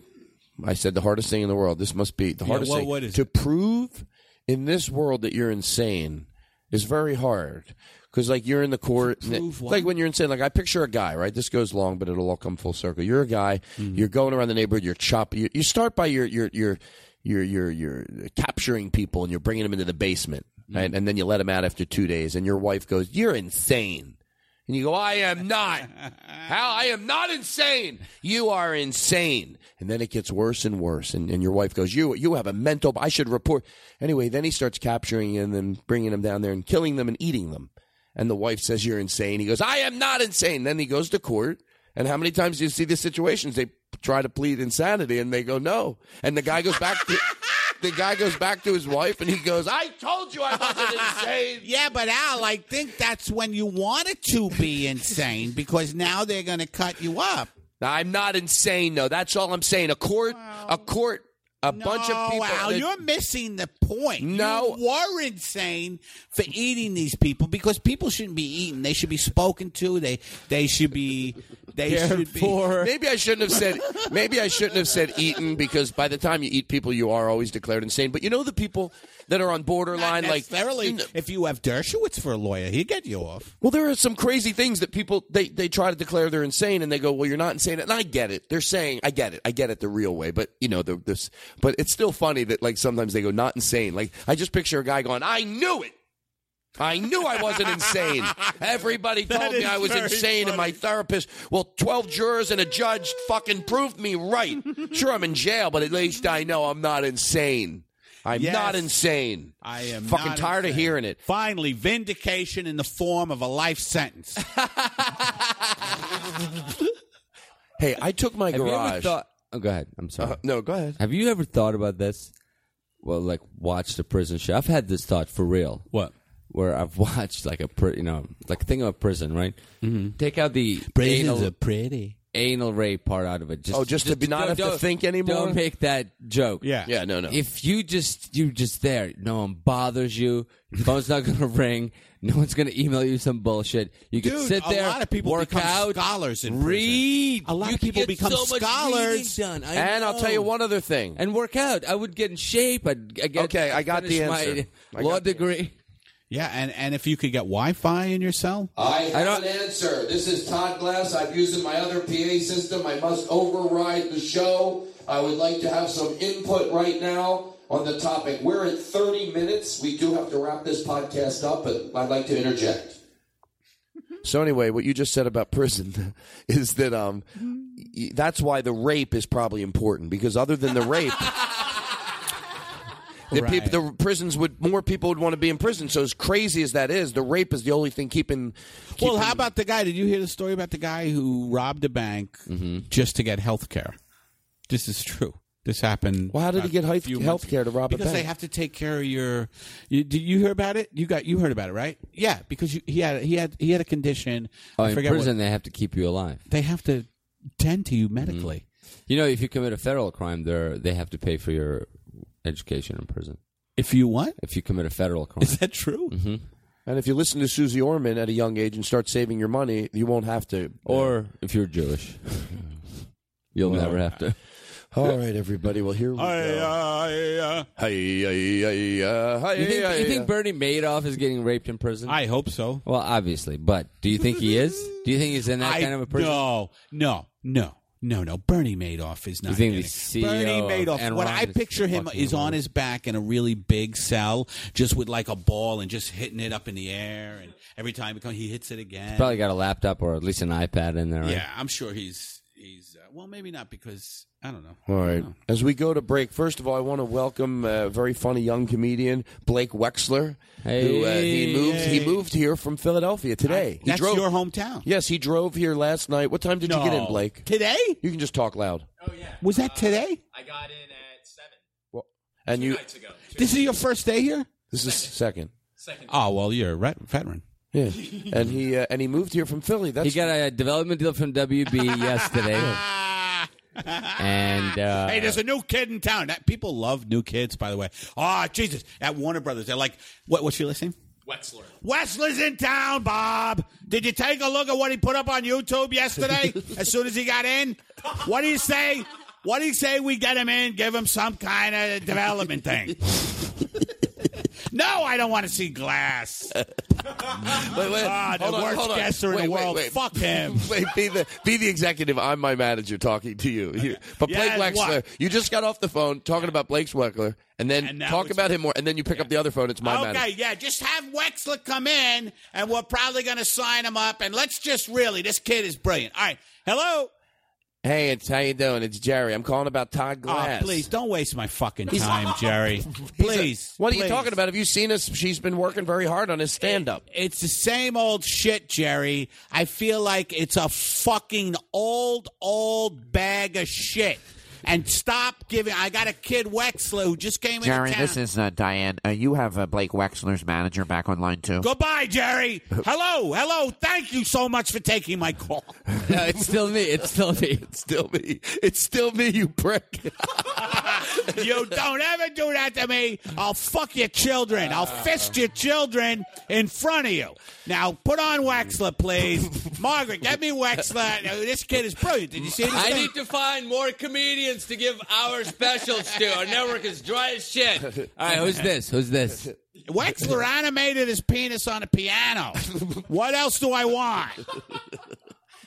Speaker 1: I said the hardest thing in the world. This must be the
Speaker 5: Yeah,
Speaker 1: hardest
Speaker 5: what-
Speaker 1: thing
Speaker 5: what is
Speaker 1: to prove in this world that you're insane is very hard. Because like you're in the court, and it-
Speaker 5: prove what?
Speaker 1: like when you're insane. Like I picture a guy, right? This goes long, but it'll all come full circle. You're a guy.
Speaker 5: Mm-hmm.
Speaker 1: You're going around the neighborhood. You're chopping. You, you start by your your your your your your capturing people and you're bringing them into the basement,
Speaker 5: Mm-hmm.
Speaker 1: right? And then you let them out after two days. And your wife goes, "You're insane." And you go, I am not. How I am not insane. You are insane. And then it gets worse and worse. And, and your wife goes, you you have a mental. I should report. Anyway, then he starts capturing and then bringing them down there and killing them and eating them. And the wife says, you're insane. He goes, I am not insane. Then he goes to court. And how many times do you see these situations? They try to plead insanity and they go no. And the guy goes back. To, the guy goes back to his wife and he goes, I told you I wasn't insane.
Speaker 5: yeah, but Al, I think that's when you wanted to be insane because now they're going to cut you up.
Speaker 1: I'm not insane though. That's all I'm saying. A court, a court, a bunch of people.
Speaker 5: Al,
Speaker 1: that-
Speaker 5: you're missing the point.
Speaker 1: No.
Speaker 5: you were insane for eating these people because people shouldn't be eaten. They should be spoken to. They they should be they should be.
Speaker 1: maybe I shouldn't have said. Maybe I shouldn't have said eaten because by the time you eat people, you are always declared insane. But you know the people that are on borderline, like
Speaker 5: necessarily. if you have Dershowitz for a lawyer, he'd get you off.
Speaker 1: Well, there are some crazy things that people they, they try to declare they're insane, and they go, "Well, you're not insane." And I get it. They're saying, "I get it. I get it the real way." But you know, the, this. But it's still funny that like sometimes they go, "Not insane." Like I just picture a guy going, "I knew it. I knew I wasn't insane. Everybody
Speaker 20: That
Speaker 1: told me
Speaker 20: is
Speaker 1: I was
Speaker 20: very
Speaker 1: insane, and my
Speaker 20: funny.
Speaker 1: therapist, well, twelve jurors and a judge fucking proved me right. Sure, I'm in jail, but at least I know I'm not insane. I'm
Speaker 5: Yes.
Speaker 1: not insane.
Speaker 5: I am
Speaker 1: fucking
Speaker 5: not
Speaker 1: tired of
Speaker 5: insane.
Speaker 1: hearing it.
Speaker 5: Finally, vindication in the form of a life sentence.
Speaker 1: Hey, I took my
Speaker 6: Have you
Speaker 1: garage. Uh,
Speaker 6: ever thought? Oh, go ahead. I'm sorry.
Speaker 1: no, go ahead.
Speaker 6: Have you ever thought about this? Well, like watched a prison show. I've had this thought for real.
Speaker 5: What?
Speaker 6: Where I've watched like a pri- you know like think of a prison right. Mm-hmm. Take out the
Speaker 21: Prisons
Speaker 6: anal-
Speaker 21: are pretty.
Speaker 6: anal rape part out of it. Just,
Speaker 1: Oh, just to be- not
Speaker 6: don't-
Speaker 1: have to
Speaker 6: don't-
Speaker 1: think anymore?
Speaker 6: Don't make that joke.
Speaker 1: Yeah. Yeah, no, no.
Speaker 6: If you just you're just there, no one bothers you. Your phone's not gonna ring. No one's gonna email you some bullshit. You can
Speaker 5: Dude,
Speaker 6: sit
Speaker 5: a
Speaker 6: there.
Speaker 5: lot of people
Speaker 6: work
Speaker 5: become
Speaker 6: out,
Speaker 5: scholars in
Speaker 6: read.
Speaker 5: A lot
Speaker 6: You
Speaker 5: of
Speaker 6: can
Speaker 5: people
Speaker 6: get
Speaker 5: become
Speaker 6: so much
Speaker 5: scholars.
Speaker 6: reading done. I
Speaker 1: and I'll tell you
Speaker 6: know.
Speaker 1: one other thing.
Speaker 6: And work out. I would get in shape. I'd, i get,
Speaker 1: Okay, I got the
Speaker 6: finish
Speaker 1: answer.
Speaker 6: My law degree.
Speaker 5: Yeah, and, and if you could get Wi Fi in your cell?
Speaker 1: Uh,
Speaker 4: I have an answer. This is Todd Glass. I've used in my other PA system. I must override the show. I would like to have some input right now on the topic. We're at 30 minutes. We do have to wrap this podcast up, but I'd like to interject.
Speaker 1: So anyway, what you just said about prison is that um, y- that's why the rape is probably important because other than the rape, the people, the prisons would more people would want to be in prison. So as crazy as that is, the rape is the only thing keeping.
Speaker 5: Well, how about the guy? Did you hear the story about the guy who robbed a bank
Speaker 6: Mm-hmm.
Speaker 5: just to get health care? This is true. This happened. Well,
Speaker 1: how did he get health, health care to rob
Speaker 5: because
Speaker 1: a
Speaker 5: they
Speaker 1: bank?
Speaker 5: have to take care of your. You, did you hear about it? You got you heard about it, right? Yeah, because you, he had he had he had a condition.
Speaker 6: Oh,
Speaker 5: I
Speaker 6: in
Speaker 5: forget what-
Speaker 6: prison they have to keep you alive.
Speaker 5: they have to tend to
Speaker 6: Mm-hmm.
Speaker 5: you medically.
Speaker 6: You know, if you commit a federal crime, they they have to pay for your education in prison.
Speaker 5: If you what?
Speaker 6: If you commit a federal crime, is
Speaker 5: that true?
Speaker 6: hmm
Speaker 1: And if you listen to Susie Orman at a young age and start saving your money, you won't have to.
Speaker 6: Or if you're Jewish, you'll never have to.
Speaker 1: All right, everybody. Well, here we go. Hey, hey, hey, uh, hey,
Speaker 6: you think,
Speaker 1: hey,
Speaker 6: you
Speaker 1: hey,
Speaker 6: think Bernie Madoff is getting raped in prison? I
Speaker 5: hope so.
Speaker 6: Well, obviously, but do you think he is? Do you think he's in that
Speaker 5: I-
Speaker 6: kind of a prison?
Speaker 5: No, no, no, no, no. Bernie Madoff is not.
Speaker 6: You think
Speaker 5: getting-
Speaker 6: the CEO
Speaker 5: Bernie
Speaker 6: E of
Speaker 5: Madoff.
Speaker 6: Enron
Speaker 5: what I
Speaker 6: is
Speaker 5: picture him
Speaker 6: fucking
Speaker 5: is on his back in a really big cell, just with like a ball and just hitting it up in the air, and every time it comes, he hits it again.
Speaker 6: He's probably got a laptop or at least an iPad in there. Right?
Speaker 5: Yeah, I'm sure he's he's uh, well, maybe not because I don't know.
Speaker 1: All right. As we go to break, first of all, I want to welcome a very funny young comedian, Blake Wexler, who uh,
Speaker 5: Hey.
Speaker 1: he moved he moved here from Philadelphia today. he
Speaker 5: That's
Speaker 1: drove,
Speaker 5: your hometown.
Speaker 1: Yes, he drove here last night. What time did you get in,
Speaker 5: No.
Speaker 1: Blake?
Speaker 5: Today? Oh,
Speaker 1: You can just talk loud.
Speaker 5: Was that today?
Speaker 12: I got in at seven.
Speaker 1: And you
Speaker 12: Nights ago.
Speaker 5: This is your first day
Speaker 6: Eh,
Speaker 5: here.
Speaker 1: This is second.
Speaker 12: Second.
Speaker 5: Oh well, you're a ret- veteran.
Speaker 1: Yeah. and he uh, and he moved here from Philly. That's
Speaker 6: he got a development deal from WB yesterday, and uh,
Speaker 5: hey, there's a new kid in town. That, people love new kids, by the way. Oh, Jesus. At Warner Brothers, they're like, what, what's your last name?
Speaker 12: Wetzler.
Speaker 5: Wesley's in town, Bob. Did you take a look at what he put up on YouTube yesterday as soon as he got in? What do you say? What do you say we get him in, give him some kind of development thing? no, I don't want to see glass.
Speaker 1: Wait, wait,
Speaker 5: Ah, the
Speaker 1: hold on,
Speaker 5: worst
Speaker 1: hold on.
Speaker 5: guesser in
Speaker 1: Wait,
Speaker 5: the
Speaker 1: wait,
Speaker 5: world.
Speaker 1: wait.
Speaker 5: Fuck him.
Speaker 1: Wait, be the be the executive. I'm my manager talking to you. You- But Blake
Speaker 5: Yeah, and
Speaker 1: Wexler,
Speaker 5: what?
Speaker 1: you just got off the phone talking about Blake Wexler, and then
Speaker 5: And now
Speaker 1: talk
Speaker 5: it's-
Speaker 1: about him more, and then you pick up the other phone. It's my
Speaker 5: okay,
Speaker 1: manager.
Speaker 5: yeah, just have Wexler come in, and we're probably going to sign him up. And let's just really, this kid is brilliant. All right, hello.
Speaker 1: Hey, it's how you doing? It's Jerry. I'm calling about Todd Glass.
Speaker 5: Oh, please don't waste my fucking time, Jerry. Please.
Speaker 1: What are you
Speaker 5: please.
Speaker 1: talking about? Have you seen us? She's been working very hard on his stand-up.
Speaker 5: It's the same old shit, Jerry. I feel like it's a fucking old, old bag of shit. And stop giving. I got a kid Wexler who just came
Speaker 22: Jerry,
Speaker 5: in.
Speaker 22: this is uh, Diane. Uh, you have uh, Blake Wexler's manager back on line two.
Speaker 5: Goodbye, Jerry. Hello, hello. Thank you so much for taking my call.
Speaker 6: no, it's still me. It's still me. It's
Speaker 1: still me. It's still me. You prick.
Speaker 5: you don't ever do that to me. I'll fuck your children. I'll fist your children in front of you. Now put on Wexler, please. Margaret, get me Wexler. Now, This kid is brilliant. Did you see this?
Speaker 6: I
Speaker 5: thing?
Speaker 6: need to find more comedians to give our specials to. Our network is dry as shit. All right, who's this? Who's this?
Speaker 5: Wexler animated his penis on a piano. What else do I want?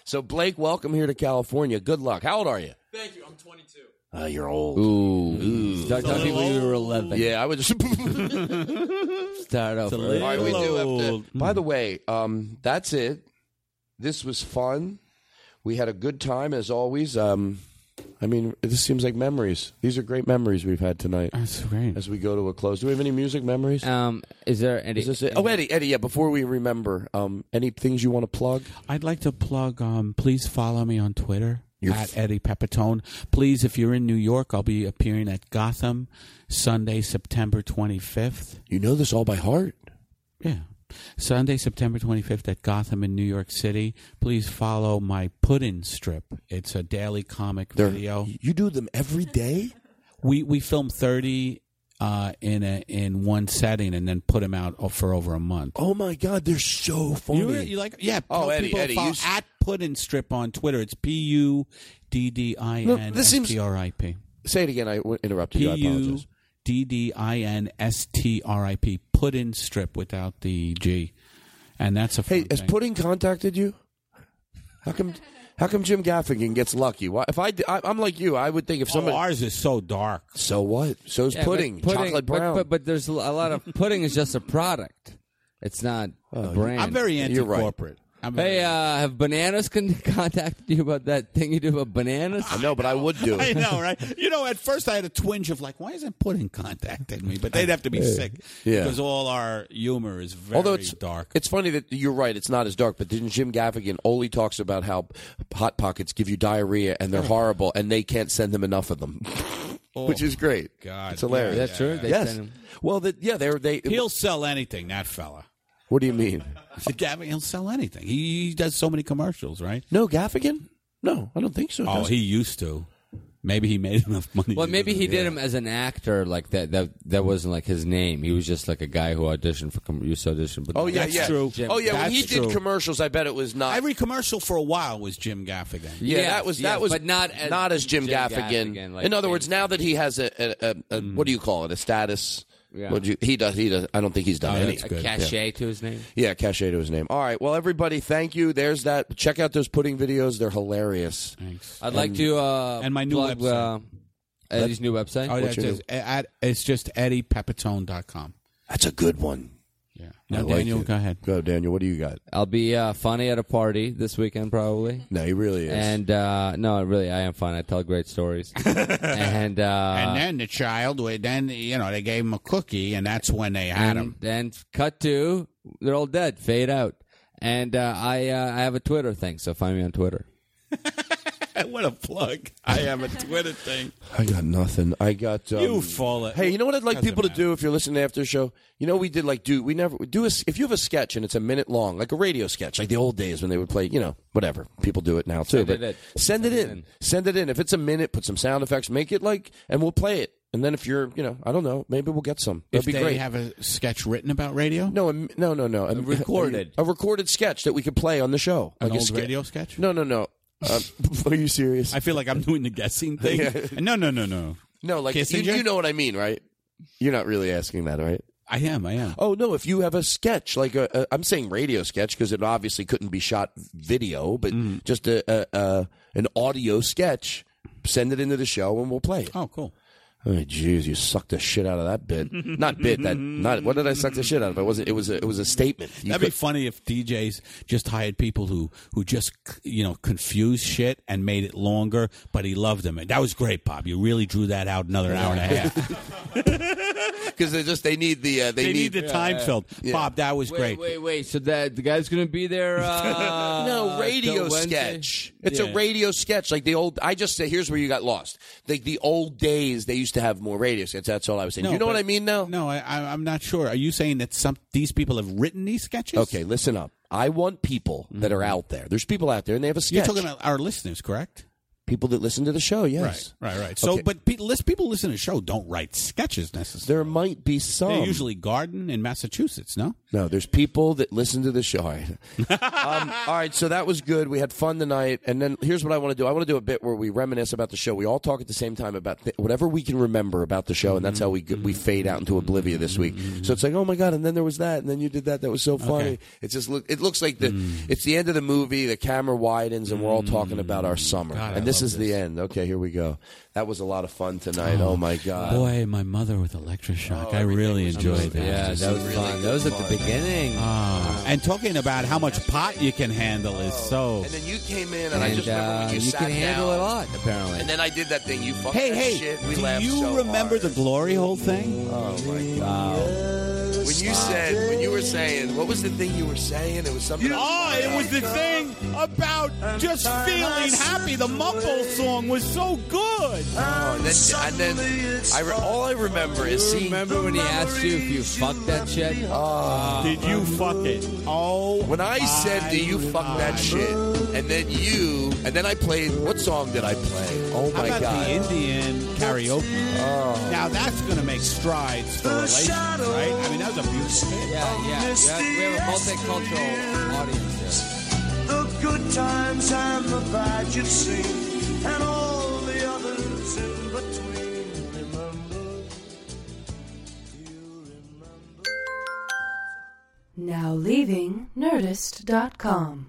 Speaker 1: So Blake, welcome here to California. Good luck. How old are you?
Speaker 12: Thank you. I'm 22.
Speaker 8: Ah,
Speaker 1: Uh, you're old.
Speaker 6: Ooh. Start talking people you were 11.
Speaker 1: Yeah, I would just.
Speaker 6: Start over.
Speaker 1: All right, we do have to. By the way, um, that's it. This was fun. We had a good time as always. Um, I mean, this seems like memories. These are great memories we've had tonight. That's
Speaker 5: great.
Speaker 1: As we go to a close, do we have any music memories?
Speaker 6: Um, is there any?
Speaker 1: Is this it? Oh, Eddie, Eddie, yeah. Before we remember, um, any things you want to plug?
Speaker 5: I'd like to plug. Um, please follow me on Twitter
Speaker 1: You're
Speaker 5: at Eddie Pepitone. Please, if you're in New York, I'll be appearing at Gotham Sunday, September 25th.
Speaker 1: You know this all by heart.
Speaker 5: Yeah. Sunday, September 25th at Gotham in New York City. Please follow my Puddin Strip. It's a daily comic video.
Speaker 1: You do them every day?
Speaker 5: We we film 30 uh, in a in one setting and then put them out o- for over a month.
Speaker 1: Oh my God, they're so funny.
Speaker 5: You, you like yeah?
Speaker 1: Oh,
Speaker 5: tell
Speaker 1: Eddie,
Speaker 5: people to
Speaker 1: Eddie,
Speaker 5: follow
Speaker 1: you s-
Speaker 5: at Puddin Strip on Twitter. It's P U D D I N
Speaker 1: Look,
Speaker 5: S
Speaker 1: this seems-
Speaker 5: T R I P.
Speaker 1: Say it again. I w- interrupted
Speaker 5: P
Speaker 1: you. I apologize.
Speaker 5: U D D I N S T R I P. Put in strip without the G, and that's a
Speaker 1: Hey, has Pudding contacted you? How come? How come Jim Gaffigan gets lucky? Why, if I, d- I, am like you, I would think if somebody
Speaker 5: Oh, ours is so dark.
Speaker 1: So what? So's
Speaker 6: Yeah, but
Speaker 1: pudding, chocolate
Speaker 6: but-
Speaker 1: brown.
Speaker 6: But, but, there's a lot of pudding is just a product. It's not a brand.
Speaker 5: I'm very
Speaker 6: You're right.
Speaker 5: anti-corporate. I'm very-
Speaker 6: Hey, uh, have bananas con- contacted you about that thing you do about bananas? I
Speaker 1: know, but I would do
Speaker 5: I know, right? You know, at first I had a twinge of like, why isn't Pudding contacting me? But they'd have to be
Speaker 1: Yeah.
Speaker 5: sick
Speaker 1: Yeah.
Speaker 5: because all our humor is very
Speaker 1: Although it's
Speaker 5: dark.
Speaker 1: It's funny that you're right. It's not as dark. But then Jim Gaffigan only talks about how hot pockets give you diarrhea and
Speaker 5: Oh.
Speaker 1: they're horrible, and they can't send them enough of them, which is great.
Speaker 5: Oh God,
Speaker 1: it's hilarious.
Speaker 5: That's true. They
Speaker 1: yes.
Speaker 5: send 'em.
Speaker 1: Well, the, yeah, they're they.
Speaker 5: He'll sell anything, that fella.
Speaker 1: What do you mean?
Speaker 5: Gavin, he'll sell anything. He, he does so many commercials, right?
Speaker 1: No, Gaffigan? No, I don't think so.
Speaker 5: Oh,
Speaker 6: does
Speaker 5: he used to. Maybe he made enough money.
Speaker 6: Well,
Speaker 5: to
Speaker 6: maybe
Speaker 5: do
Speaker 6: he
Speaker 5: that.
Speaker 6: did him as an actor, like that. That that wasn't like his name. He was just like a guy who auditioned for com- used to audition. But
Speaker 1: Oh yeah,
Speaker 6: That's
Speaker 1: yeah.
Speaker 6: true.
Speaker 1: Oh yeah, when
Speaker 6: That's
Speaker 1: he
Speaker 6: true.
Speaker 1: did commercials, I bet it was not.
Speaker 5: Every commercial for a while was Jim Gaffigan.
Speaker 1: Yeah, that was that
Speaker 6: yes,
Speaker 1: was
Speaker 6: but not as
Speaker 1: not as Jim,
Speaker 6: Jim
Speaker 1: Gaffigan.
Speaker 6: Gaffigan, like
Speaker 1: In other words, now that he has a, a, a, a what do you call it? A status.
Speaker 6: Yeah.
Speaker 1: What do you, he does. He does. I don't think he's done
Speaker 6: Oh,
Speaker 1: any
Speaker 6: that's good. A cachet to his name?
Speaker 1: Yeah, cachet to his name. All right. Well, everybody, thank you. There's that. Check out those pudding videos. They're hilarious. Thanks.
Speaker 6: I'd like to. Uh,
Speaker 5: and my new
Speaker 6: plug,
Speaker 5: website.
Speaker 6: Uh, Eddie's new website.
Speaker 5: Oh, that's just, at, it's just eddiepepitone.com.
Speaker 1: That's a good one.
Speaker 5: Yeah. No, Daniel, go ahead.
Speaker 1: Go, Daniel. What do you got?
Speaker 6: I'll be uh, funny at a party this weekend, probably.
Speaker 1: No, he really is.
Speaker 6: And uh, no, really, I am funny. I tell great stories. and uh,
Speaker 5: and then the child, would- then you know, they gave him a cookie, and that's when they had him.
Speaker 6: Then cut to they're all dead, fade out. And uh, I uh, I have a Twitter thing, so find me on Twitter.
Speaker 5: what a plug! I have a Twitter thing.
Speaker 1: I got nothing. I got um,
Speaker 5: You fall it-
Speaker 1: Hey, you know what I'd like
Speaker 5: Doesn't
Speaker 1: people to do if you're listening after the show? You know, we did like do we never do a, s- if you have a sketch and it's a minute long, like a radio sketch, like the old days when they would play. You know, whatever people do it now too.
Speaker 6: Send
Speaker 1: but
Speaker 6: it
Speaker 1: send it in. Send it in. If it's a minute, put some sound effects, make it like, and we'll play it. And then if you're, you know, I don't know, maybe we'll get some. That'd
Speaker 5: if
Speaker 1: be
Speaker 5: they
Speaker 1: great.
Speaker 5: have a sketch written about radio,
Speaker 1: no, a, no, no, no, a,
Speaker 5: recorded.
Speaker 1: a, recorded sketch that we could play on the show,
Speaker 5: An
Speaker 1: like
Speaker 5: old
Speaker 1: a ske-
Speaker 5: radio sketch?
Speaker 1: No, no, no. Uh, are you serious?
Speaker 5: I feel like I'm doing the guessing thing.
Speaker 1: Yeah.
Speaker 5: No, no, no, no.
Speaker 1: No, like you,
Speaker 5: Kissinger?
Speaker 1: you know what I mean, right? You're not really asking that, right?
Speaker 5: I am. I am.
Speaker 1: Oh no! If you have a sketch, like a, a I'm saying radio sketch, because it obviously couldn't be shot video, but
Speaker 5: Mm-hmm.
Speaker 1: just a, a, a an audio sketch, send it into the show and we'll play it.
Speaker 5: Oh, cool.
Speaker 1: Oh, jeez, you sucked the shit out of that bit. not bit. That not. What did I suck the shit out of? It wasn't. It was. A, it was a statement. You
Speaker 5: That'd be
Speaker 1: could-
Speaker 5: funny if DJs just hired people who who just you know confused shit and made it longer, but he loved them. That was great, Bob. You really drew that out another hour and a half.
Speaker 1: because they just they need the uh, they,
Speaker 5: They need the time filled.
Speaker 1: Yeah.
Speaker 5: Bob, that was
Speaker 6: wait,
Speaker 5: great.
Speaker 6: Wait, wait. So that the guy's going to be there. Uh,
Speaker 1: no radio
Speaker 6: till Wednesday?
Speaker 1: sketch. It's
Speaker 6: Yeah.
Speaker 1: a radio sketch, like the old. I just say here's where you got lost. Like the old days, they used to have more radio sketches. That's all I was saying. you know what I mean? Now,
Speaker 5: no, I, I, I'm not sure. Are you saying that some these people have written these sketches? Mm-hmm.
Speaker 1: Okay, listen up. I want people that are out there. There's people out there, and they have a sketch.
Speaker 5: You're talking about our listeners, correct?
Speaker 1: people that listen to the show. Yes,
Speaker 5: Right, right, right. So,
Speaker 1: Okay.
Speaker 5: but pe- list- people listen to the show don't write sketches necessarily.
Speaker 1: There might be some.
Speaker 5: They usually garden in Massachusetts, no?
Speaker 1: No, there's people that listen to the show. All right. um, all right, so that was good. We had fun tonight. And then here's what I want to do I want to do a bit where we reminisce about the show. We all talk at the same time about th- whatever we can remember about the show, and that's how we g- we fade out into oblivion this week. So it's like, oh my God, and then there was that, and then you did that. That was so funny. It just look, it looks like the
Speaker 5: Mm.
Speaker 1: it's the end of the movie, the camera widens, and we're all talking about our summer.
Speaker 5: God, I
Speaker 1: and this
Speaker 5: love
Speaker 1: is the end. Okay, here we go. That was a lot of fun tonight. Oh,
Speaker 5: Oh,
Speaker 1: my God.
Speaker 5: Boy, my mother with electroshock. I really enjoyed that.
Speaker 6: Yeah, that was fun. That was at the beginning.
Speaker 5: Ah, and talking about how much pot you can handle is so.
Speaker 1: Oh, And then you came in, and, I
Speaker 5: And,
Speaker 1: just remember when
Speaker 5: uh,
Speaker 1: you,
Speaker 5: you
Speaker 1: sat
Speaker 5: can handle
Speaker 1: down,
Speaker 5: a lot, apparently.
Speaker 1: And then I did that thing. You fucked
Speaker 5: Hey,
Speaker 1: that
Speaker 5: hey,
Speaker 1: shit. We
Speaker 5: do
Speaker 1: laughed
Speaker 5: you
Speaker 1: so
Speaker 5: remember the glory hole thing?
Speaker 1: hard. Oh my god! When you said, when you were saying, what was the thing you were saying? It was something.
Speaker 5: Oh, it was the thing about just feeling happy. The Mumble song was so good.
Speaker 1: Oh, and then, and then I re- all I remember is seeing.
Speaker 23: Remember when he asked you if you fucked that shit?
Speaker 1: Oh.
Speaker 5: Did you fuck it? Oh.
Speaker 1: When I said, "Do you fuck that shit?" and then you, and then I played. What song did I play? Oh
Speaker 5: How
Speaker 1: my
Speaker 5: about
Speaker 1: god!
Speaker 5: the Indian karaoke?
Speaker 1: Oh.
Speaker 5: Now that's going to make strides for relations, right? I mean, that was a beautiful hit.
Speaker 23: Yeah, yeah. You have- we have a multicultural audience here.
Speaker 4: The good times and the bad you've seen, and all the others in between.
Speaker 12: Now leaving Nerdist.com.